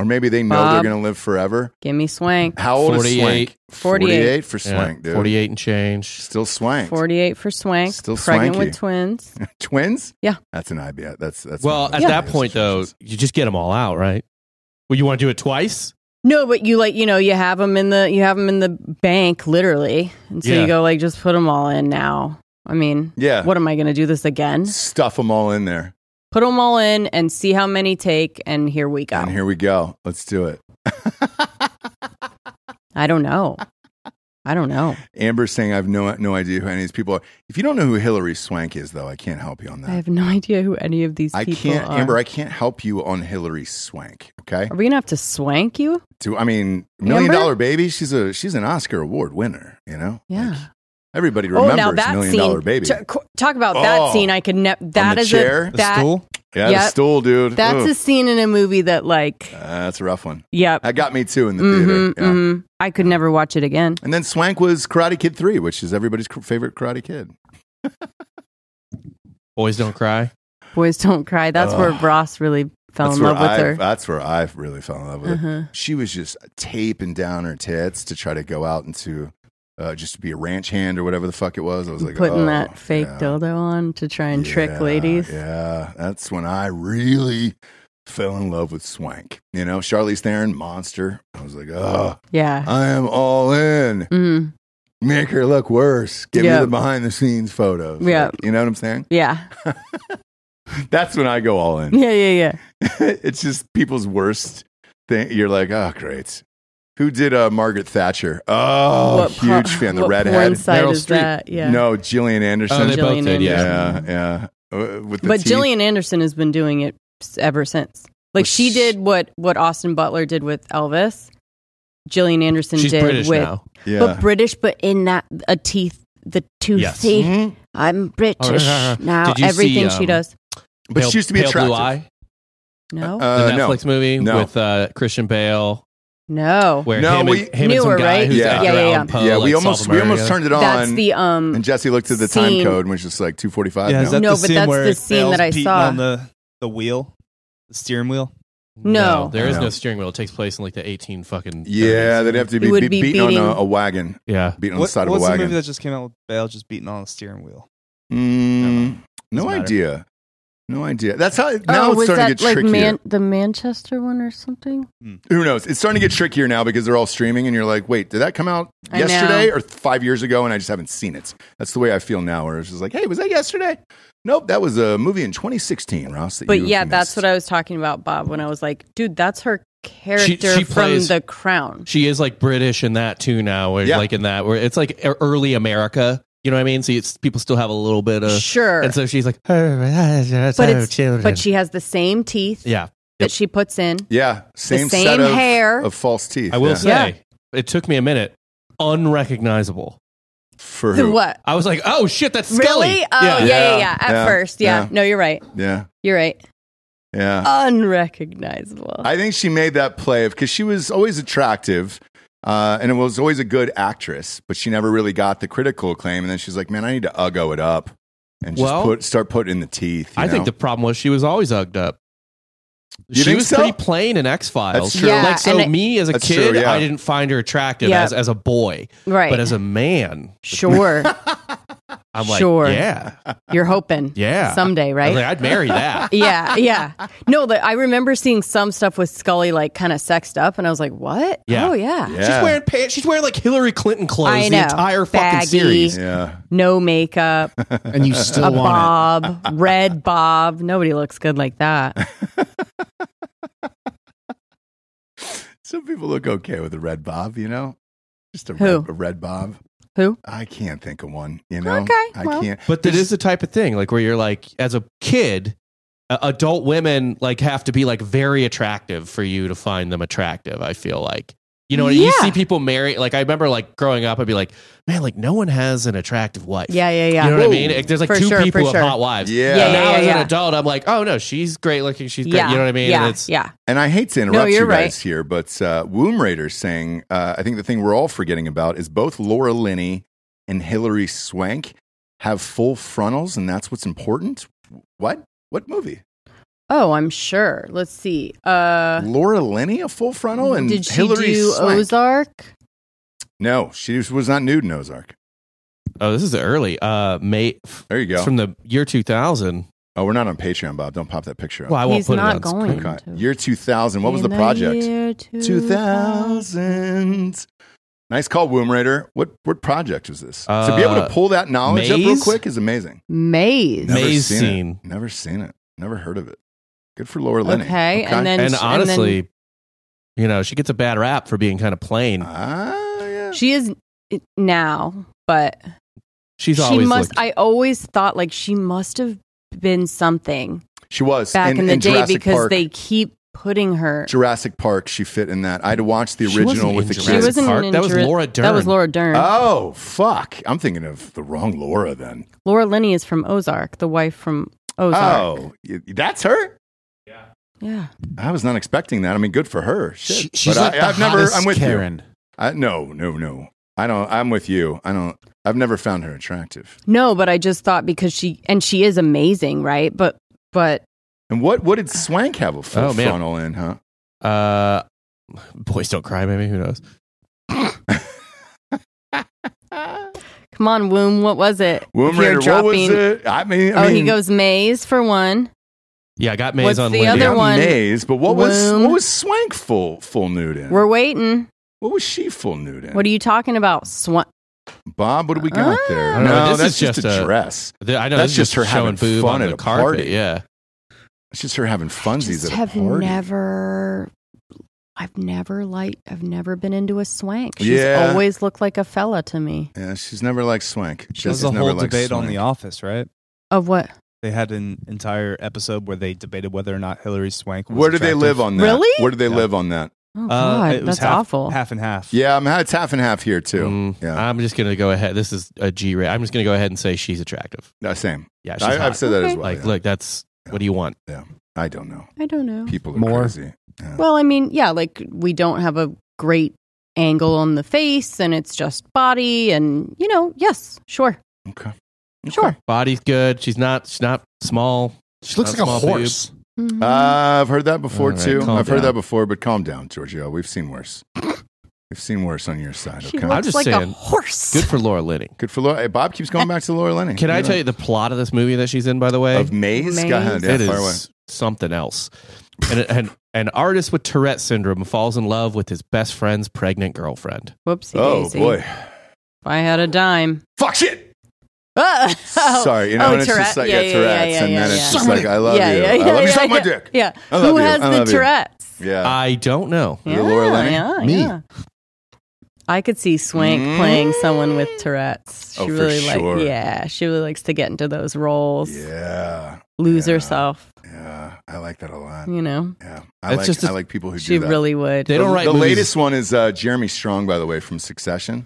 B: Or maybe they know
C: Bob.
B: they're going to live forever.
C: Give me Swank.
B: How old is
D: 48.
B: Swank?
C: 48.
B: for
D: yeah,
B: Swank, dude.
D: forty-eight and change.
B: Still Swank.
C: 48 for Swank.
B: Still
C: pregnant
B: swanky.
C: with twins.
B: Twins?
C: Yeah.
B: That's an idea. That's, that's,
D: Well,
B: one
D: at
B: of those
D: that point though,
B: situations.
D: you just get them all out, right? Well, you want to do it twice?
C: No, but you like, you know, you have them in the you have them in the bank literally. And so
D: Yeah.
C: you go like just put them all in now. I mean,
B: Yeah.
C: what am I going to do this again?
B: Stuff them all in there.
C: put them all in and see how many take and here we go
B: And here we go. Let's do it.
C: i don't know i don't know
B: Amber's saying, I have no, no idea who any of these people are. If you don't know who Hillary Swank is, though, I can't help you on that.
C: i have no idea who any of these
B: I
C: people
B: can't,
C: are
B: Amber. I can't help you on Hillary Swank. Okay.
C: are we gonna have to swank you
B: To I mean, Million
C: Amber?
B: Dollar Baby. She's a she's an Oscar award winner. You know.
C: yeah Oh,
B: Like, everybody remembers Million Dollar Baby.
C: t- qu- talk about
B: Oh.
C: that scene i could never that
B: the
C: is
B: chair?
C: a
F: The
C: that
F: stool?
B: yeah, the
C: yep.
B: stool, dude.
C: that's
B: Ugh.
C: a scene in a movie that like
B: Uh, that's a rough one.
C: yep
B: That got me too in the
C: Mhm,
B: theater. Yeah.
C: mhm. i could never watch it again
B: And then Swank was Karate Kid Three, which is everybody's cr- favorite Karate Kid.
D: Boys don't cry.
C: boys don't cry that's where ross really fell
B: that's
C: in
B: where
C: love with
B: I,
C: her Uh-huh.
B: That's where I really fell in love with her. She was just taping down her tits to try to go out into. Uh, just to be a ranch hand or whatever the fuck it was. I was like,
C: putting
B: oh,
C: that fake
B: yeah.
C: dildo on to try and
B: Yeah,
C: trick ladies
B: Yeah, that's when I really fell in love with Swank. You know, Charlize Theron, monster. I was like, oh,
C: yeah
B: I am all in.
C: Mhm.
B: Make her look worse. Give me
C: Yeah.
B: the behind the scenes photos.
C: Yeah.
B: Like, you know what I'm saying?
C: yeah
B: That's when I go all in.
C: yeah yeah yeah
B: it's just people's worst thing. You're like, oh, great. Who did uh, Margaret Thatcher? Oh,
C: What po-
B: huge fan. The
C: what
B: redhead.
C: porn site
D: Meryl
C: is
D: Streep.
C: that? Yeah.
B: No, Gillian Anderson.
D: Oh, they both
C: Jillian
D: did. Yeah.
B: yeah, yeah. Uh, with the
C: but
B: teeth.
C: Gillian Anderson has been doing it s- ever since. Like
B: Was
C: she
B: sh-
C: did what what Austin Butler did with Elvis. Gillian Anderson
D: She's
C: did
D: British
C: with
D: now.
B: Yeah.
C: but British, but in that a teeth the tooth
D: Yes.
C: teeth.
B: Mhm.
C: I'm British
D: Oh, yeah, yeah, yeah.
C: now.
D: Did you
C: Everything
D: see,
C: she
D: um,
C: does.
B: But she used to be
D: Pale
B: attractive.
D: Blue Eye,
C: No,
D: the
B: Uh, no.
D: Netflix movie
B: No.
D: with uh, Christian Bale,
C: no.
D: where
B: No,
D: him,
B: we-
D: and, him and some
C: Newer,
D: guy
C: right?
D: who's
B: Yeah.
D: after
C: Yeah, yeah,
D: Alan
C: yeah.
D: Poe,
B: yeah,
D: like,
B: we almost
D: solve a
B: we
D: murder
B: almost
D: together.
B: turned it on.
C: That's the um.
B: and Jesse looked at the time
C: scene.
B: code and was just like two forty five.
F: Yeah, is that
C: No,
F: the
C: but
F: scene
C: that's
F: where
C: the
F: it
C: scene
F: fails
C: that I
F: beating
C: saw.
F: on the the wheel, the steering wheel.
C: No.
D: there is
B: No.
D: no steering wheel. It takes place in like the 18 fucking.
B: yeah, they'd have to be,
C: would
B: be
C: be
B: beaten on a,
C: beating-
B: a wagon,
D: yeah.
B: beaten on
F: What-
B: the side of a
F: what's the
B: wagon.
F: movie that just came out with Bale just beating on the steering wheel?
B: Mm, no
F: Doesn't matter.
B: idea. No idea. That's how now it's
C: Oh, was
B: starting to
C: that
B: get
C: like
B: trickier.
C: Man- the Manchester one or something?
B: Who knows? It's starting to get trickier now because they're all streaming, and you're like, wait, did that come out
C: I
B: yesterday
C: know.
B: or five years ago? And I just haven't seen it. That's the way I feel now, where it's just like, hey, was that yesterday? Nope, that was a movie in 2016, Ross. That
C: But
B: you
C: yeah,
B: missed.
C: that's what I was talking about, Bob, when I was like, dude, that's her character
D: she
C: from
D: plays-
C: The Crown.
D: She is like British in that too now. Where,
B: Yeah.
D: Like in that, where it's like e- early America. You know what I mean? So it's, people still have a little bit
B: uh,
D: of.
C: sure.
D: And so she's like,
C: but,
D: Oh,
C: it's, but she has the same teeth
D: yeah.
C: that she puts in.
B: Yeah, same,
C: same
B: set of,
C: hair.
B: of false teeth.
D: I will
B: yeah.
D: say, it took me a minute. Unrecognizable.
B: for
C: The
B: who?
C: what?
D: I was like, oh shit, that's Scully.
C: Really? Oh, yeah, yeah,
B: Yeah.
C: yeah. At
B: Yeah.
C: first, yeah.
B: Yeah.
C: No, you're right.
B: Yeah,
C: You're right.
B: yeah.
C: Unrecognizable.
B: I think she made that play because she was always attractive uh, and was always a good actress, but she never really got the critical acclaim. And then she's like, man, I need to uggo it up and just
D: Well-
B: put, start putting in the teeth. you
D: I think
B: know?
D: the problem was she was always ugged up.
B: You
D: she
B: think
D: was
B: so?
D: pretty plain in X Files.
B: That's true.
C: Yeah,
D: like so,
C: and it-
D: me as a
B: That's
D: kid,
B: true, yeah.
D: I didn't find her attractive
C: Yeah.
D: as, as a boy,
C: right.
D: but as a man,
C: sure.
D: I'm like,
C: Sure.
D: yeah,
C: you're hoping.
D: yeah.
C: Someday,
D: I
C: right?
D: would marry that.
C: yeah, yeah. No, the, I remember seeing some stuff with Scully like kind of sexed up, and I was like, "What?
D: Yeah.
C: Oh yeah,
B: Yeah.
D: She's wearing pants. She's wearing like Hillary Clinton clothes
C: I
D: the
C: know.
D: entire fucking
C: Baggy.
D: series.
B: Yeah.
C: no makeup,
E: and you still
C: a
E: want it.
C: bob, red bob. Nobody looks good like that.
B: Some people look okay with a red bob, you know? Just a,
C: Who?
B: Red, a red bob.
C: Who?
B: I can't think of one, you know?
C: Okay,
B: I
C: well.
B: can't.
D: But that is the type of thing, like where you're like, as a kid, uh, adult women like have to be like very attractive for you to find them attractive. I feel like. You know, you
C: Yeah.
D: see people marry. Like I remember, like growing up, I'd be like, "Man, like no one has an attractive wife."
C: Yeah, yeah,
D: You know
C: yeah.
D: what I
B: Whoa.
D: mean? Like, There's like
C: For
D: two
C: sure, for
D: people of
C: sure.
D: hot wives.
B: Yeah.
C: Yeah,
D: now
C: yeah,
D: as an
C: yeah.
D: adult, I'm like, oh no, she's great looking. She's great.
C: Yeah,
D: You know what I mean?
C: Yeah,
D: And it's,
C: yeah.
B: And I hate to interrupt
C: No,
B: you
C: you're
B: guys
C: right.
B: here, but uh, Womb Raiders saying, uh, I think the thing we're all forgetting about is both Laura Linney and Hilary Swank have full frontals, and that's what's important. What? What movie?
C: Oh, I'm sure. Let's see. Uh,
B: Laura Linney, a full frontal, and
C: did she
B: Hilary
C: do
B: Swank.
C: Ozark?
B: No, she was not nude in Ozark.
D: Oh, this is early. Uh, mate, f-
B: There you
D: it's
B: go.
D: from the year 2000.
B: oh, we're not on Patreon, Bob. Don't pop that picture up.
D: Well, I won't
C: He's
D: put
C: not
D: it on
C: going.
D: screen.
B: Okay.
C: to.
B: Year 2000. What was the
C: In
B: project?
C: year
B: 2000. Nice call, Womb Raider. What what project was this? to be able to
D: Uh,
B: pull that knowledge up real
D: Maze?
B: quick is amazing.
C: Maze.
D: Maze
B: Never seen
D: scene.
B: It. Never seen it. Never heard of it. Good for Laura
C: Okay.
B: Linney.
C: and then
D: And
C: then-
D: honestly, you know, she gets a bad rap for being kind of plain.
B: ah, yeah.
C: she is now, but
D: She's
C: she
D: always
C: must.
D: looked-
C: I always thought like she must have been something
B: she was
C: back in, the day
B: Jurassic
C: because
B: Park.
C: they keep putting her.
B: Jurassic Park. She fit in that. I had to watch the
D: She
B: original
D: wasn't
B: with the
D: in
B: kids.
C: She
D: Jurassic
C: wasn't
D: Park.
C: in
D: That was
C: Jura-
D: Laura Dern.
C: That was Laura Dern.
B: Oh fuck! I'm thinking of the wrong Laura then.
C: Laura Linney is from Ozark, the wife from Ozark.
B: Oh, y- that's her.
C: Yeah.
B: I was not expecting that. I mean, good for her. Shit.
E: She, she's
B: but
E: like
B: I,
E: the
B: I've never.
E: hottest
B: I'm with you.
E: Karen.
B: I, no, no, no. I don't. I'm with you. I don't. I've never found her attractive.
C: No, but I just thought because she and she is amazing, right? But but
B: And what? What did Swank have a full
D: Oh, man.
B: frontal in? Huh?
D: uh, boys don't cry, maybe. Who knows?
C: come on, Womb, what was it?
B: Womb
C: If you're
B: Raider, what was it? I mean, I
C: oh, he
B: mean-
C: goes Maze for one.
D: Yeah, I got Maze
C: What's
D: on
C: the
D: Lindy.
C: other
B: Not
C: one-
B: Maze, but what was
C: Womb.
B: what was Swank full full nude in?
C: We're waiting.
B: what was she full nude in?
C: What Ah. are you talking about? Swan
B: Bob? What do we got there?
D: I
B: No,
D: don't know. This
B: that's
D: is
B: just,
D: just
B: a,
D: a-
B: dress.
D: The- I know
B: That's
D: this is
B: just her having
D: showing boob
B: fun
D: on
B: at
D: the
B: a
D: carpet.
B: party.
D: Yeah,
B: It's just her having funsies
C: just
B: at
C: have
B: a party.
C: never I've never liked I've never been into a swank. She's
B: Yeah.
C: always looked like a fella to me.
B: yeah, she's never like Swank.
F: There was
B: Jesse's
F: a
B: never
F: whole
B: liked
F: debate on
B: Swank.
F: The Office, right?
C: Of what?
F: They had an entire episode where they debated whether or not Hillary Swank. Was
B: Where do they
F: attractive.
B: live on that?
C: Really?
B: Where do they
F: Yeah.
B: live on that?
C: Oh
F: Uh,
C: god,
F: it was
C: that's
F: half-
C: awful.
F: Half and half.
B: Yeah, I'm it's half and half here too.
D: Mm,
B: Yeah,
D: I'm just gonna go ahead. This is a G rate. I'm just gonna go ahead and say she's attractive.
C: Mm.
B: No, Uh, same.
D: Yeah, she's
B: I,
D: hot.
B: I've said that as
C: Okay.
B: well.
D: like,
B: yeah.
D: look, that's What do you want?
B: I don't know.
C: I don't know.
B: People are
E: More?
B: crazy. Yeah.
C: Well, I mean, yeah, like we don't have a great angle on the face and it's just body and you know, yes, sure.
B: okay.
C: Sure.
D: Body's good. She's not. She's not small.
E: She looks
D: That's
E: like a
D: small
E: horse.
C: Mhm.
B: Uh, I've heard that before
D: All right,
B: too.
D: calm
B: I've heard
D: down.
B: that before, but calm down, Giorgio. We've seen worse. We've seen worse on your side.
C: she
B: Okay.
D: I'm
C: looks
D: just
C: like
D: saying,
C: a horse.
D: Good for Laura Linney.
B: Good for Laura. Hey, Bob keeps going back to Laura Lenny.
D: Can I tell you the plot of this movie that she's in? By the way,
B: of Maze?
C: Maze?
B: Go ahead. Yeah,
D: it
B: far away.
D: is something else. and, and an artist with Tourette syndrome falls in love with his best friend's pregnant girlfriend.
C: Whoopsie
B: Oh
C: daisy.
B: boy.
C: If I had a dime.
B: Fuck shit.
C: Ah!
B: Sorry, you know,
C: Oh,
B: and it's
C: Tourette.
B: just like yeah,
C: Yeah, yeah,
B: Tourette's,
C: yeah,
B: and
C: yeah,
B: then
C: yeah.
B: it's just like I love
C: yeah,
B: you.
C: yeah,
B: I
C: yeah,
B: love you.
C: yeah,
B: Suck my
C: yeah.
B: dick.
C: Yeah.
B: I love
C: Who
B: you.
C: has
B: I
C: the
B: love you.
C: Tourette's?
B: Yeah.
D: I don't know.
B: Is it Laura Linney?
C: yeah,
E: Me.
C: yeah. I could see Swank
B: Mm.
C: playing someone with Tourette's. She
B: Oh, for
C: really
B: sure.
C: like yeah, she really likes to get into those roles.
B: yeah.
C: Lose
B: Yeah.
C: herself,
B: Yeah. I like that a lot.
C: you know.
B: Yeah. I like
D: That's Mm. just a-
B: I like people who
C: She
B: do that.
C: really would.
D: They don't write
B: the
D: movies.
B: latest one is uh, Jeremy Strong, by the way, from Succession.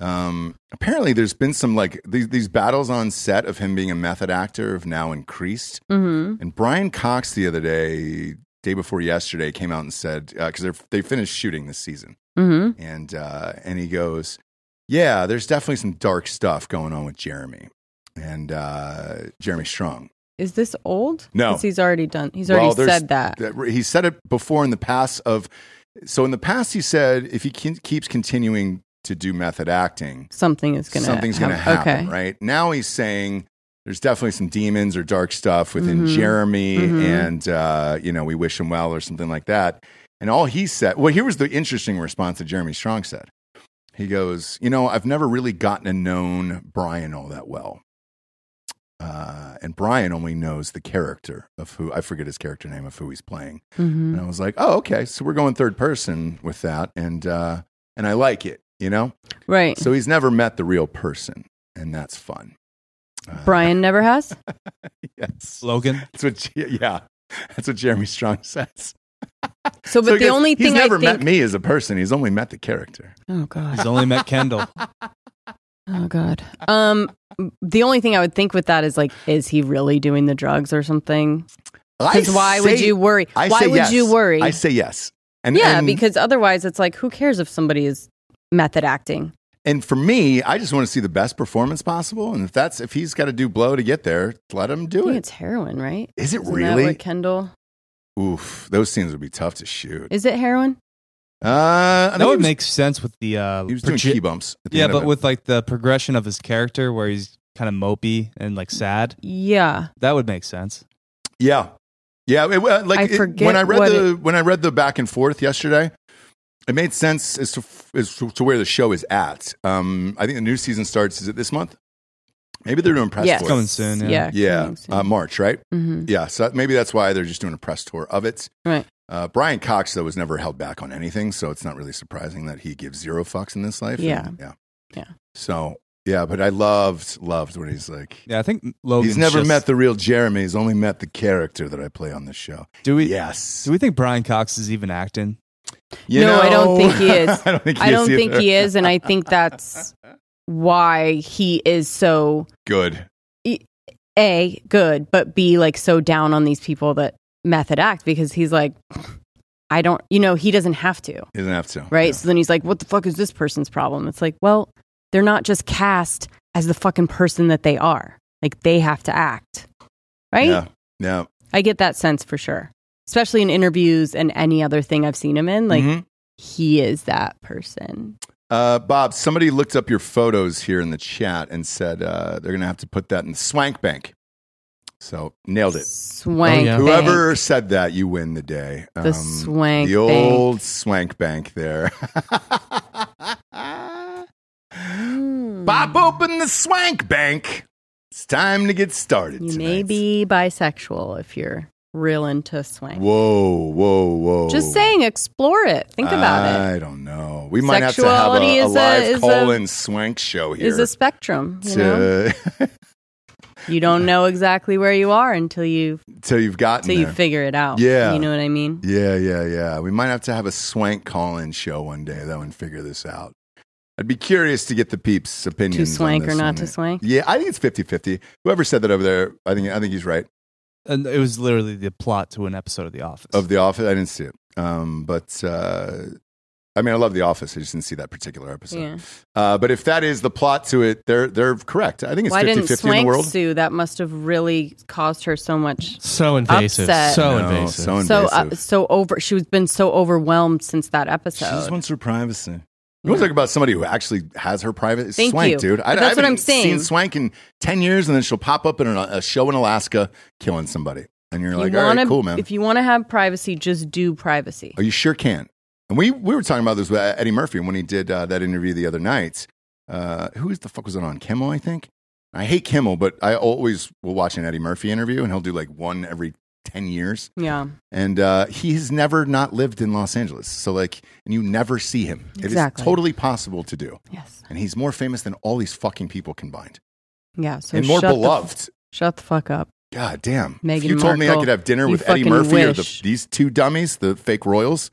B: Um, apparently, there's been some like these, these battles on set of him being a method actor have now increased.
C: Mm-hmm.
B: And Brian Cox the other day, day before yesterday, came out and said because they're they finished shooting this season,
C: Mm-hmm.
B: and uh, and he goes, yeah, there's definitely some dark stuff going on with Jeremy and uh, Jeremy Strong.
C: Is this old?
B: No.
C: 'Cause he's already done. He's already
B: Well, there's-
C: said that.
B: that- he said it before in the past of so in the past he said if he can, keeps continuing to do method acting
C: Something is going to
B: something's going to happen right now he's saying there's definitely some demons or dark stuff within
C: Mhm.
B: jeremy
C: Mhm.
B: and uh, you know we wish him well or something like that and all he said well here was the interesting response that jeremy strong said he goes you know i've never really gotten to know brian all that well uh, and brian only knows the character of who i forget his character name of who he's playing
C: hmm
B: and I was like, oh, okay. So we're going third person with that. And, uh, and I like it, you know?
C: Right.
B: So he's never met the real person. And that's fun. Uh,
C: Brian never has.
B: Yes.
F: Logan.
B: That's what, yeah. That's what Jeremy Strong says.
C: So, but
B: So he
C: the
B: goes,
C: only
B: he's
C: thing
B: never
C: I
B: met
C: think.
B: me as a person. He's only met the character.
C: oh God.
F: He's only met Kendall.
C: Oh God. Um, the only thing I would think with that is like, is he really doing the drugs or something? Because
B: I
C: why would
B: say-
C: you worry?
B: I
C: why
B: say
C: would
B: yes.
C: you worry?
B: I say yes. And,
C: yeah,
B: and-
C: because otherwise, it's like, who cares if somebody is method acting?
B: and for me, I just want to see the best performance possible. And if that's if he's got to do blow to get there, let him
C: I
B: do
C: think
B: it.
C: it's heroin, right?
B: Is it
C: Isn't
B: really?
C: That what Kendall,
B: Oof, those scenes would be tough to shoot.
C: is it heroin?
B: Uh, I think
F: that
B: he
F: would
B: was-
F: make sense with the uh,
B: He was doing
F: proje-
B: key bumps. at the
F: yeah,
B: end of
F: but
B: it.
F: with like the progression of his character where he's kind of mopey and like sad.
C: Yeah.
F: That would make sense.
B: yeah, yeah. it- well, like
C: I
B: it-
C: forget
B: when I read
C: what
B: the when I read the back and forth yesterday, it made sense as to as to, to where the show is at. Um, I think the new season starts. Is it this month? Maybe they're doing press
C: Yes.
B: tour.
F: Coming soon, yeah.
B: Yeah, uh, March, right?
C: mm-hmm.
B: Yeah, so that- maybe that's why they're just doing a press tour of it.
C: Right.
B: Uh, Brian Cox though was never held back on anything, so it's not really surprising that he gives zero fucks in this life.
C: Yeah.
B: yeah,
C: Yeah.
B: So yeah, but I loved loved when he's like,
F: Yeah, I think Logan.
B: He's never met the real Jeremy. He's only met the character that I play on this show.
F: Do we?
B: Yes.
F: Do we think Brian Cox is even acting?
C: No, I don't think he is.
B: I don't think he
C: I
B: is.
C: don't think
B: either.
C: he is, and I think that's why he is so
B: Good.
C: a good but b like so down on these people that method act because he's like i don't you know he doesn't have to
B: He doesn't have to.
C: right so then he's like what the fuck is this person's problem it's like well they're not just cast as the fucking person that they are like they have to act right
B: Yeah. Yeah.
C: i get that sense for sure especially in interviews and any other thing i've seen him in like
B: Mhm.
C: he is that person
B: Uh, Bob, somebody looked up your photos here in the chat and said uh, they're going to have to put that in the swank bank. So nailed it.
C: swank
D: Oh, yeah.
C: bank.
B: Whoever said that, you win the day. Um,
C: the swank
B: the
C: bank.
B: old swank bank there.
C: Hmm.
B: Bob, open the swank bank. It's time to get started.
C: You
B: tonight.
C: may be bisexual if you're real into swing.
B: Whoa, whoa, whoa.
C: Just saying, explore it. Think about it.
B: I don't know. We might have to have
C: Sexuality
B: a, a
C: is a-
B: live
C: is a-
B: call in swank show here.
C: Is a spectrum. You know,
B: to,
C: you don't know exactly where you are until you
B: till you've gotten
C: until you
B: there.
C: figure it out.
B: Yeah.
C: you know what I mean.
B: yeah, yeah, yeah. We might have to have a swank call in show one day, though, and figure this out. I'd be curious to get the peeps' opinions.
C: To
B: on
C: swank
B: this
C: or
B: one.
C: not to swank.
B: Yeah, I think it's 50 50. Whoever said that over there, I think, I think he's right.
F: and it was literally the plot to an episode of The Office.
B: of The Office. I didn't see it, um, but uh, I mean, I love The Office. I just didn't see that particular episode.
C: Yeah.
B: Uh, but if that is the plot to it, they're they're correct. I think it's
C: Why
B: 50
C: didn't
B: 50 in the
C: Swank
B: world.
C: sue? That must have really caused her so much.
D: So invasive.
C: Upset.
D: So
B: No,
D: invasive.
B: so
C: So uh,
B: invasive.
C: so over. She's been so overwhelmed since that
B: she just
C: episode.
B: wants her privacy. You want to talk about somebody who actually has her private
C: Thank
B: swank,
C: you.
B: dude?
C: But that's what
B: haven't
C: I'm saying.
B: Seen swank in ten years, and then she'll pop up in an, a show in Alaska killing somebody, and you're
C: You
B: like, all right,
C: wanna-
B: cool, man.
C: If you want to have privacy, just do privacy.
B: Oh, you sure can. And we, we were talking about this with Eddie Murphy when he did uh, that interview the other night. Uh, who is the fuck was it on? Kimmel, I think. I hate Kimmel, but I always will watch an Eddie Murphy interview, and he'll do like one every 10 years.
C: Yeah,
B: And uh, he has never not lived in Los Angeles. So, like, and you never see him. It
C: Exactly.
B: is totally possible to do.
C: yes,
B: And he's more famous than all these fucking people combined
C: yeah. So
B: and more
C: shut the-
B: beloved.
C: shut the fuck up.
B: God damn. if
C: Meghan
B: you told me I
C: Markle,
B: could have dinner
C: you
B: with Eddie
C: fucking
B: Murphy or the,
C: wish.
B: these two dummies, the fake royals,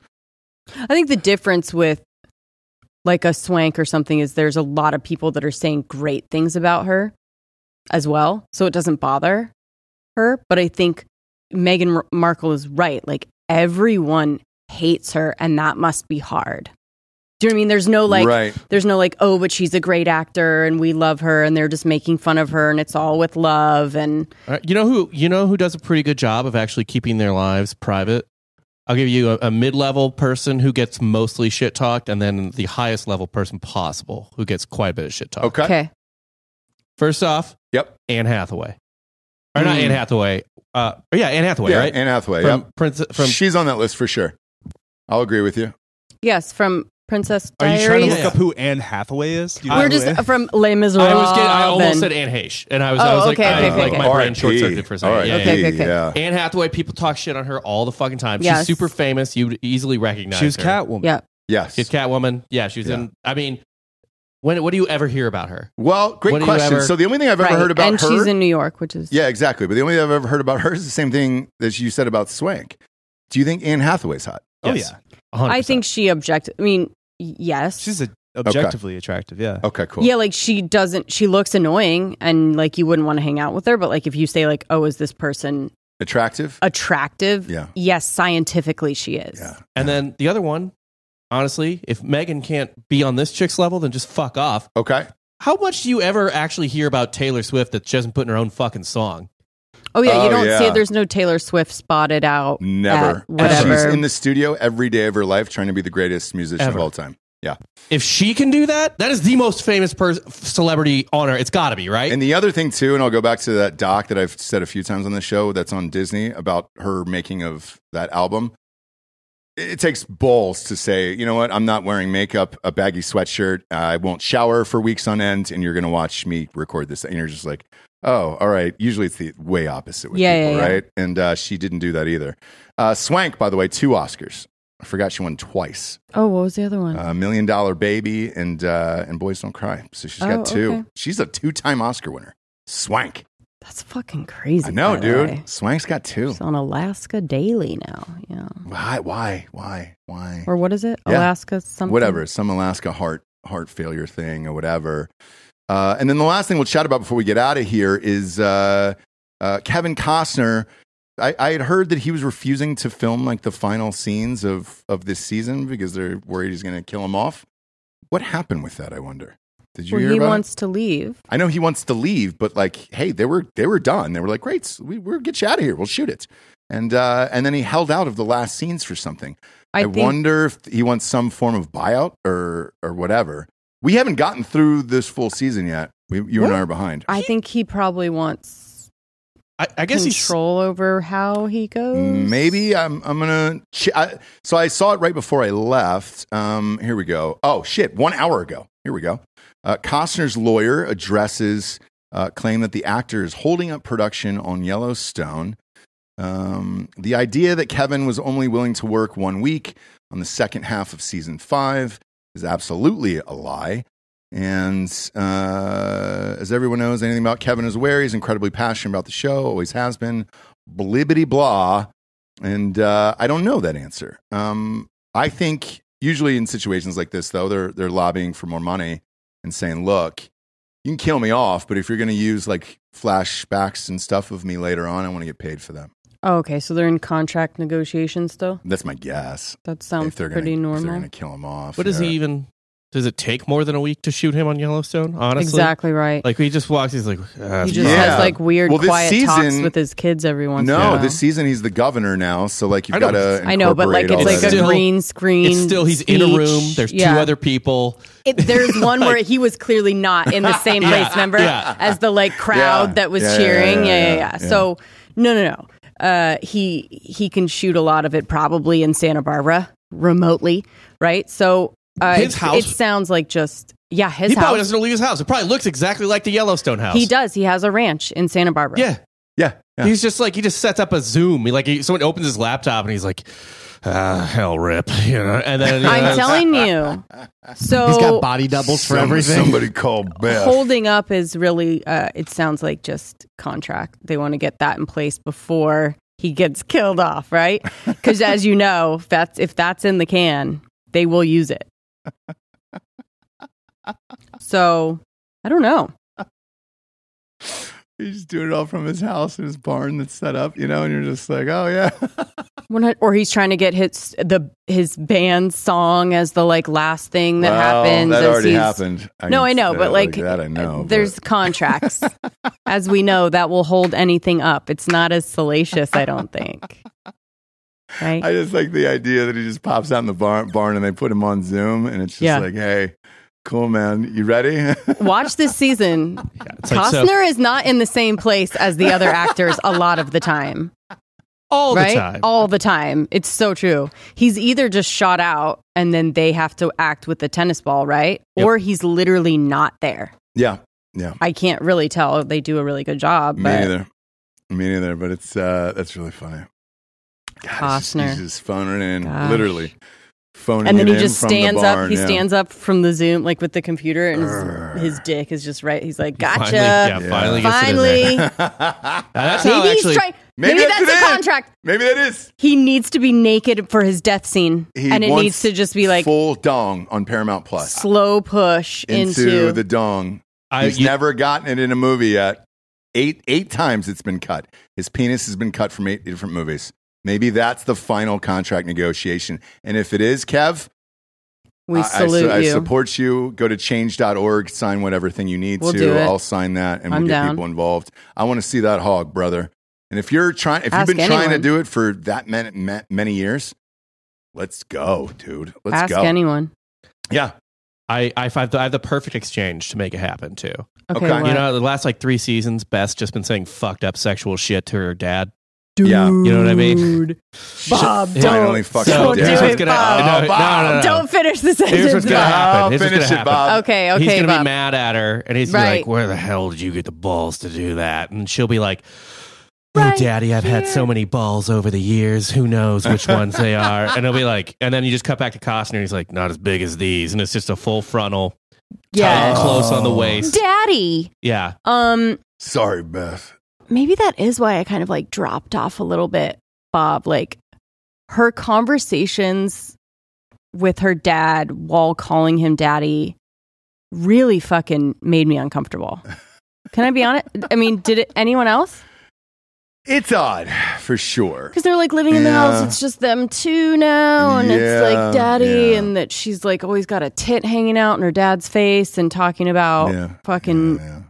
C: I think the difference with like a swank or something is there's a lot of people that are saying great things about her as well. So it doesn't bother her. But I think Meghan Mar- Markle is right. Like everyone hates her and that must be hard. Do you know what I mean? There's no like,
B: right.
C: there's no like, oh, but she's a great actor and we love her and they're just making fun of her and it's all with love. And
D: All right, You know who you know who does a pretty good job of actually keeping their lives private. I'll give you a, a mid-level person who gets mostly shit talked, and then the highest level person possible who gets quite a bit of shit
C: Oh,
D: talk.
B: Okay.
C: okay.
D: First off,
B: Yep. Hmm.
D: Anne Hathaway, or not Anne Hathawaway. Uh, yeah, Anne Hathaway,
B: yeah,
D: right?
B: Anne Hathaway.
D: from
B: yep.
D: Prince from
B: she's on that list for sure. I'll agree with you.
C: Yes, from Princess
F: Are
C: Diaries.
F: you trying to look
D: Yeah.
F: up who Anne Hathaway is? Do you know
C: We're
F: who
C: just
F: Anne-
C: from Les Miserables.
D: I was getting, I almost
C: and-
D: said Anne Heche, and I was,
C: Oh,
D: I was like,
C: okay,
D: I,
C: okay,
B: Uh,
D: like
C: okay.
D: my brain short circuited for a second.
B: All right,
D: Yeah,
C: Okay,
D: yeah,
C: okay, okay.
B: yeah.
D: yeah. Anne Hathaway, people talk shit on her all the fucking time. She's
C: Yes.
D: super famous. You'd easily recognize
F: She was
D: her.
F: Catwoman.
C: Yeah.
B: Yes.
D: She's Catwoman. Yeah, she was
B: Yeah.
D: in. I mean, when what do you ever hear about her?
B: Well, great
D: What do you
B: question.
D: ever-
B: so the only thing I've ever
C: Right.
B: heard about
C: and
B: her,
C: she's in New York, which is
B: yeah, exactly. But the only thing I've ever heard about her is the same thing that you said about Swank. Do you think Anne Hathaway's hot?
F: Oh
D: Yes.
F: yeah.
D: 100%.
C: I think she objected. I mean, y- yes,
F: She's a, objectively attractive. Yeah.
D: Oh,
B: Okay, cool.
C: yeah, like she doesn't. She looks annoying, and like you wouldn't want to hang out with her. But like if you say like, oh, is this person
B: Attractive.
C: attractive?
B: Yeah.
C: Yes, scientifically she is.
B: Yeah.
D: And then the other one, honestly, if Megan can't be on this chick's level, then just fuck off.
B: Okay.
D: How much do you ever actually hear about Taylor Swift that she hasn't put in her own fucking song?
C: Oh yeah,
B: Oh,
C: you don't see
B: yeah.
C: it. There's no Taylor Swift spotted out. at
B: Never. And
C: whatever.
B: She's in the studio every day of her life trying to be the greatest musician
D: Ever.
B: of all time. Yeah.
D: If she can do that, that is the most famous pers- celebrity on her. It's got to be right.
B: And the other thing too, and I'll go back to that doc that I've said a few times on the show that's on Disney about her making of that album. It takes balls to say, you know what, I'm not wearing makeup, a baggy sweatshirt, I won't shower for weeks on end, and you're going to watch me record this. And you're just like, oh, all right. Usually it's the way opposite with
C: Yeah,
B: people,
C: yeah, yeah.
B: right? And uh, she didn't do that either. Uh, Swank, by the way, two Oscars. I forgot she won twice.
C: Oh, what was the other one?
B: Uh, Million Dollar Baby and uh, and Boys Don't Cry. So she's got
C: Oh,
B: two.
C: okay.
B: She's a two time Oscar winner. Swank.
C: That's fucking crazy.
B: I know,
C: by the
B: dude.
C: way.
B: Swank's got two.
C: She's on Alaska Daily now. Yeah.
B: Why? Why? Why? Why?
C: Or what is it?
B: Yeah.
C: Alaska something.
B: Whatever. Some Alaska heart heart failure thing or whatever. Uh, and then the last thing we'll chat about before we get out of here is uh, uh, Kevin Costner. I, I had heard that he was refusing to film like the final scenes of of this season because they're worried he's going to kill him off. What happened with that? I wonder. Did you
C: Well,
B: hear
C: he
B: about? it?
C: wants to leave.
B: I know he wants to leave, but like, hey, they were they were done. They were like, great, we we'll get you out of here. We'll shoot it. And uh, and then he held out of the last scenes for something. I,
C: I, think
B: wonder if he wants some form of buyout or or whatever. We haven't gotten through this full season yet. We, you and I are behind.
C: I think he probably wants
D: I, I guess he's
C: control over how he goes.
B: Maybe I'm I'm gonna. Ch- I, so I saw it right before I left. Um, here we go. Oh shit! One hour ago. Here we go. Uh, Costner's lawyer addresses uh, claim that the actor is holding up production on Yellowstone. Um, the idea that Kevin was only willing to work one week on the second half of season five is absolutely a lie. And uh, as everyone knows, anything about Kevin is aware. He's incredibly passionate about the show, always has been blibbity blah. And uh, I don't know that answer. Um, I think usually in situations like this, though, they're they're lobbying for more money and saying, "Look, you can kill me off, but if you're going to use like flashbacks and stuff of me later on, I want to get paid for them.
C: Oh, okay, so they're in contract negotiations still.
B: That's my guess.
C: That sounds
B: if they're
C: pretty
B: gonna, If they're
C: normal.
B: going to kill him off.
D: What does he
B: yeah.
D: even? Does it take more than a week to shoot him on Yellowstone? Honestly,
C: exactly right.
D: Like he just walks. He's like, "Ah,
C: he
D: it's
C: just
D: fine."
B: Yeah.
C: has like weird
B: Well, this
C: quiet talks
B: season-
C: with his kids every once in a
B: No,
C: while.
B: this season he's the governor now, so like
D: I
B: you've got
D: know,
B: to.
C: I know, but like it's like a
D: that in.
C: green screen.
D: it's still he's in a
C: speech.
D: room. There's
C: Yeah.
D: two other people.
C: It, there's one where he was clearly not in the same place, remember,
D: yeah.
C: as the like crowd
B: Yeah,
C: that was
B: yeah, yeah,
C: cheering.
B: yeah,
C: Yeah yeah yeah,
B: yeah, yeah.
C: So no, no, no. Uh, he he can shoot a lot of it probably in Santa Barbara remotely, right? So uh,
D: His
C: it-
D: house-
C: It sounds like just yeah, his
D: he probably
C: house.
D: doesn't leave his house. It probably looks exactly like the Yellowstone house.
C: He does. He has a ranch in Santa Barbara.
D: Yeah.
B: yeah, yeah.
D: He's just like he just sets up a Zoom. He like he, someone opens his laptop and he's like, ah, hell rip, you know. And then
C: I'm telling you. So
E: He's got body doubles for
B: Some-
E: everything.
B: Somebody called Beth.
C: holding up is really uh, it sounds like just contract they want to get that in place before he gets killed off right because as you know if that's if that's in the can they will use it so i don't know
B: He's just doing it all from his house and his barn that's set up, you know, and you're just like, oh yeah.
C: When I- or he's trying to get his the his band song as the like last thing that
B: Well,
C: happens
B: That
C: as
B: already
C: he's-
B: happened.
C: no,
B: can
C: I know,
B: say
C: but
B: it
C: like, uh,
B: that I know.
C: there's
B: but-
C: contracts, as we know, that will hold anything up. It's not as salacious, I don't think. Right?
B: I just like the idea that he just pops out in the barn, barn and they put him on Zoom, and it's just
C: Yeah.
B: like, hey, cool man, you ready?
C: Watch this season.
D: it's like, so-
C: Costner is not in the same place as the other actors a lot of the time.
D: all
C: right?
D: the time.
C: All the time. It's so true. He's either just shot out and then they have to act with the tennis ball, right?
D: Yep.
C: Or he's literally not there.
B: yeah, yeah.
C: I can't really tell. They do a really good job.
B: Me
C: but
B: neither. Me neither. But it's uh, that's really funny. God, he's just-
C: Costner.
B: he's just phoning it in,
C: Gosh.
B: literally phoning.
C: and then
B: it
C: he
B: in
C: just
B: from the
C: stands
B: barn,
C: up. He
B: yeah.
C: stands up from the Zoom, like with the computer, and
B: Grr.
C: his, his dick is just right. He's like,
D: He
C: "Gotcha."
D: Finally, yeah,
B: Yeah.
D: finally gets it in there.
C: Finally.
D: Now, that's how
C: Maybe he's
D: actually-
C: trying.
B: Maybe
C: Maybe,
B: that's
C: that's,
B: it.
C: a contract.
B: Maybe that is.
C: He needs to be naked for his death scene,
B: He
C: and it
B: wants
C: needs to just be like
B: full dong on Paramount Plus
C: slow push
B: into,
C: into,
B: the dong.
D: I-
B: He's
D: you-
B: never gotten it in a movie yet. Eight eight times it's been cut. His penis has been cut from eight different movies. Maybe that's the final contract negotiation. And if it is, Kev,
C: We
B: I- I, su-
C: salute
B: I,
C: you.
B: support you. Go to change.org, sign whatever thing you need
C: We'll
B: to.
C: do it.
B: I'll sign that and
C: I'm
B: we'll get
C: down.
B: people involved. I want to see that hog, brother. And if you're trying if
C: Ask
B: you've been trying to
C: anyone.
B: do it for that many, ma- many years, let's go, dude. Let's
C: Ask
B: go.
C: anyone.
B: yeah.
D: I I have, the, I have the perfect exchange to make it happen too.
B: Okay.
C: Okay,
B: You
D: You
C: what?
D: know, the last like three seasons, Beth's just been saying fucked up sexual shit to her dad.
B: Yeah.
D: You know what I mean?
C: Dude. Bob,
D: Yeah.
B: Finally
C: don't,
B: fucking
C: don't
B: did
C: do
B: it.
D: here's what's
C: it,
D: gonna
C: Bob.
D: no, no,
B: Bob,
D: no, no, no.
C: Don't finish the sentence.
D: uh, Here's what's gonna
C: Bob.
D: happen.
B: I'll
D: Here's what's
B: finish
D: gonna
B: it,
D: happen.
B: Bob.
C: Okay, okay,
D: he's gonna
C: Bob.
D: be mad at her, and he's gonna be
C: Right.
D: like, "Where the hell did you get the balls to do that?" And she'll be like, "Oh,
C: Right
D: Daddy, I've had so many balls over the years. Who knows which ones they are?" And he'll be like, and then you just cut back to Costner, and he's like, "Not as big as these," and it's just a full frontal, tight,
C: Yeah. Oh.
D: close on the waist.
C: Daddy.
D: Yeah,
C: Um,
B: Sorry, Beth.
C: maybe that is why I kind of like dropped off a little bit, Bob. Like her conversations with her dad while calling him daddy really fucking made me uncomfortable. Can I be honest? I mean, did it anyone else?
B: It's odd for sure.
C: Because they're like living in the
B: Yeah.
C: house. It's just them two now. And it's
B: Yeah,
C: like daddy,
B: yeah.
C: and that she's like always got a tit hanging out in her dad's face and talking about
B: Yeah.
C: fucking
B: Yeah.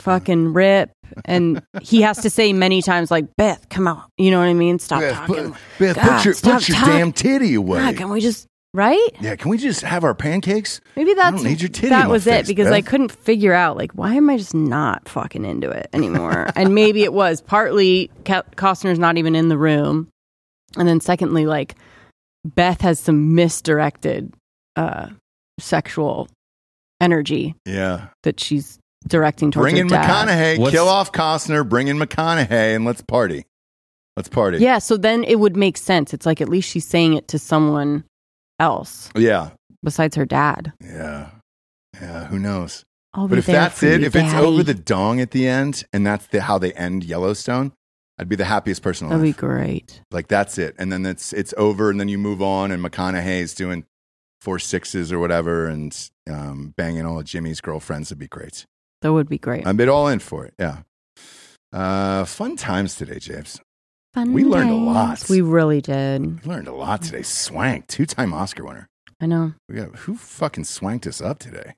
C: fucking rip. And he has to say many times, like, Beth, come out. You know what I mean? Stop
B: Beth,
C: talking.
B: put, Beth, put
C: God,
B: your,
C: stop
B: put your
C: talk-
B: damn titty away.
C: God, can we just right?
B: yeah, can we just have our pancakes?
C: Maybe
B: don't
C: that's
B: need your titty in
C: that
B: my
C: was
B: face,
C: it because I
B: Beth.
C: couldn't figure out like why am I just not fucking into it anymore? and maybe it was partly Ca- Costner's not even in the room, and then secondly, like Beth has some misdirected uh, sexual energy
B: Yeah.
C: that she's directing towards
B: Bring
C: her
B: in
C: dad.
B: McConaughey,
D: What's-
B: kill off Costner, bring in McConaughey, and let's party. Let's party.
C: Yeah, so then it would make sense. It's like at least she's saying it to someone else
B: Yeah.
C: besides her dad.
B: Yeah. Yeah. Who knows?
C: I'll
B: But
C: be
B: if
C: there
B: that's
C: for
B: it,
C: you,
B: if it's over
C: Daddy.
B: the dong at the end and that's the, how they end Yellowstone, I'd be the happiest person
C: that'd be
B: alive.
C: great.
B: like that's it. And then it's it's over and then you move on and McConaughey's doing four sixes or whatever and um, banging all of Jimmy's girlfriends would be great.
C: That would be great.
B: I'm bit all in for it. Yeah. Uh, fun times today, James.
C: Fun
B: we learned a lot.
C: times. We really did.
B: We learned a lot today. Swank, two-time Oscar winner.
C: I know.
B: We got who fucking swanked us up today?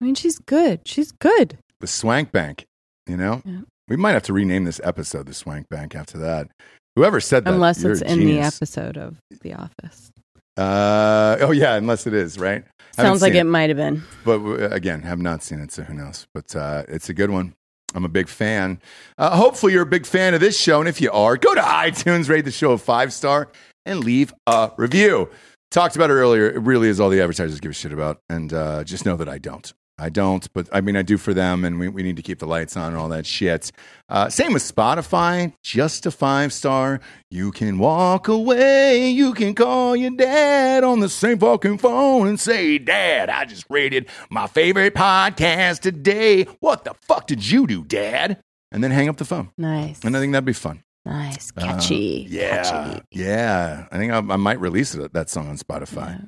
C: I mean, she's good. She's good.
B: The Swank Bank. You know,
C: Yeah.
B: we might have to rename this episode the Swank Bank after that. Whoever said that,
C: Unless
B: you're
C: it's
B: a
C: in
B: genius.
C: the episode of The Office.
B: Uh, oh yeah, unless it is right. Haven't
C: Sounds like
B: seen
C: it might have been.
B: but uh, again, have not seen it, so who knows? But uh, it's a good one. I'm a big fan. Uh, hopefully, you're a big fan of this show, and if you are, go to iTunes, rate the show a five star, and leave a review. Talked about it earlier. It really is all the advertisers give a shit about, and uh, just know that I don't. I don't, but I mean, I do for them, and we, we need to keep the lights on and all that shit. Uh, same with Spotify, just a five star. You can walk away, you can call your dad on the same fucking phone and say, Dad, I just rated my favorite podcast today. What the fuck did you do, Dad? And then hang up the phone.
C: Nice.
B: And I think that'd be fun.
C: nice.
B: Uh,
C: Catchy.
B: Yeah.
C: Catchy.
B: Yeah. I think I, I might release it, that song on Spotify.
C: Yeah.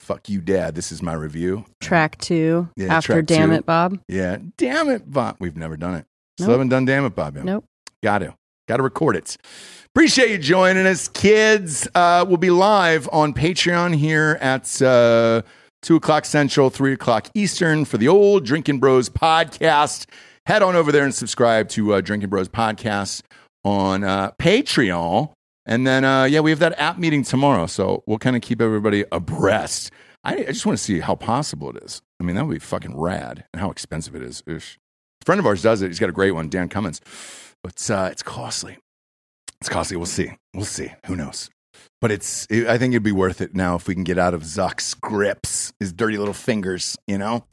B: Fuck you, Dad. This is my review.
C: Track two
B: Yeah,
C: after
B: track
C: Damn
B: two.
C: It Bob.
B: Yeah. Damn it, Bob. We've never done it. Still
C: Nope.
B: haven't done Damn It, Bob. Yet.
C: Nope.
B: Got to. Got to record it. Appreciate you joining us, kids. Uh, we'll be live on Patreon here at uh, 2 o'clock Central, 3 o'clock Eastern for the old Drinking Bros podcast. Head on over there and subscribe to uh, Drinking Bros podcast on uh, Patreon. And then, uh, yeah, we have that app meeting tomorrow. So we'll kind of keep everybody abreast. I, I just want to see how possible it is. I mean, that would be fucking rad and how expensive it is. Oosh. A friend of ours does it. He's got a great one, Dan Cummins. It's uh, it's costly. It's costly. We'll see. We'll see. Who knows? But it's. It, I think it'd be worth it now if we can get out of Zuck's grips, his dirty little fingers. You know,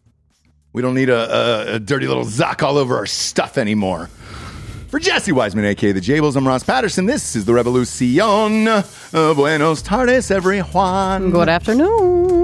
B: we don't need a, a, a dirty little Zuck all over our stuff anymore. For Jesse Wiseman, aka the Jables, I'm Ross Patterson. This is the Revolucion. Uh, buenos tardes, everyone.
C: Good afternoon.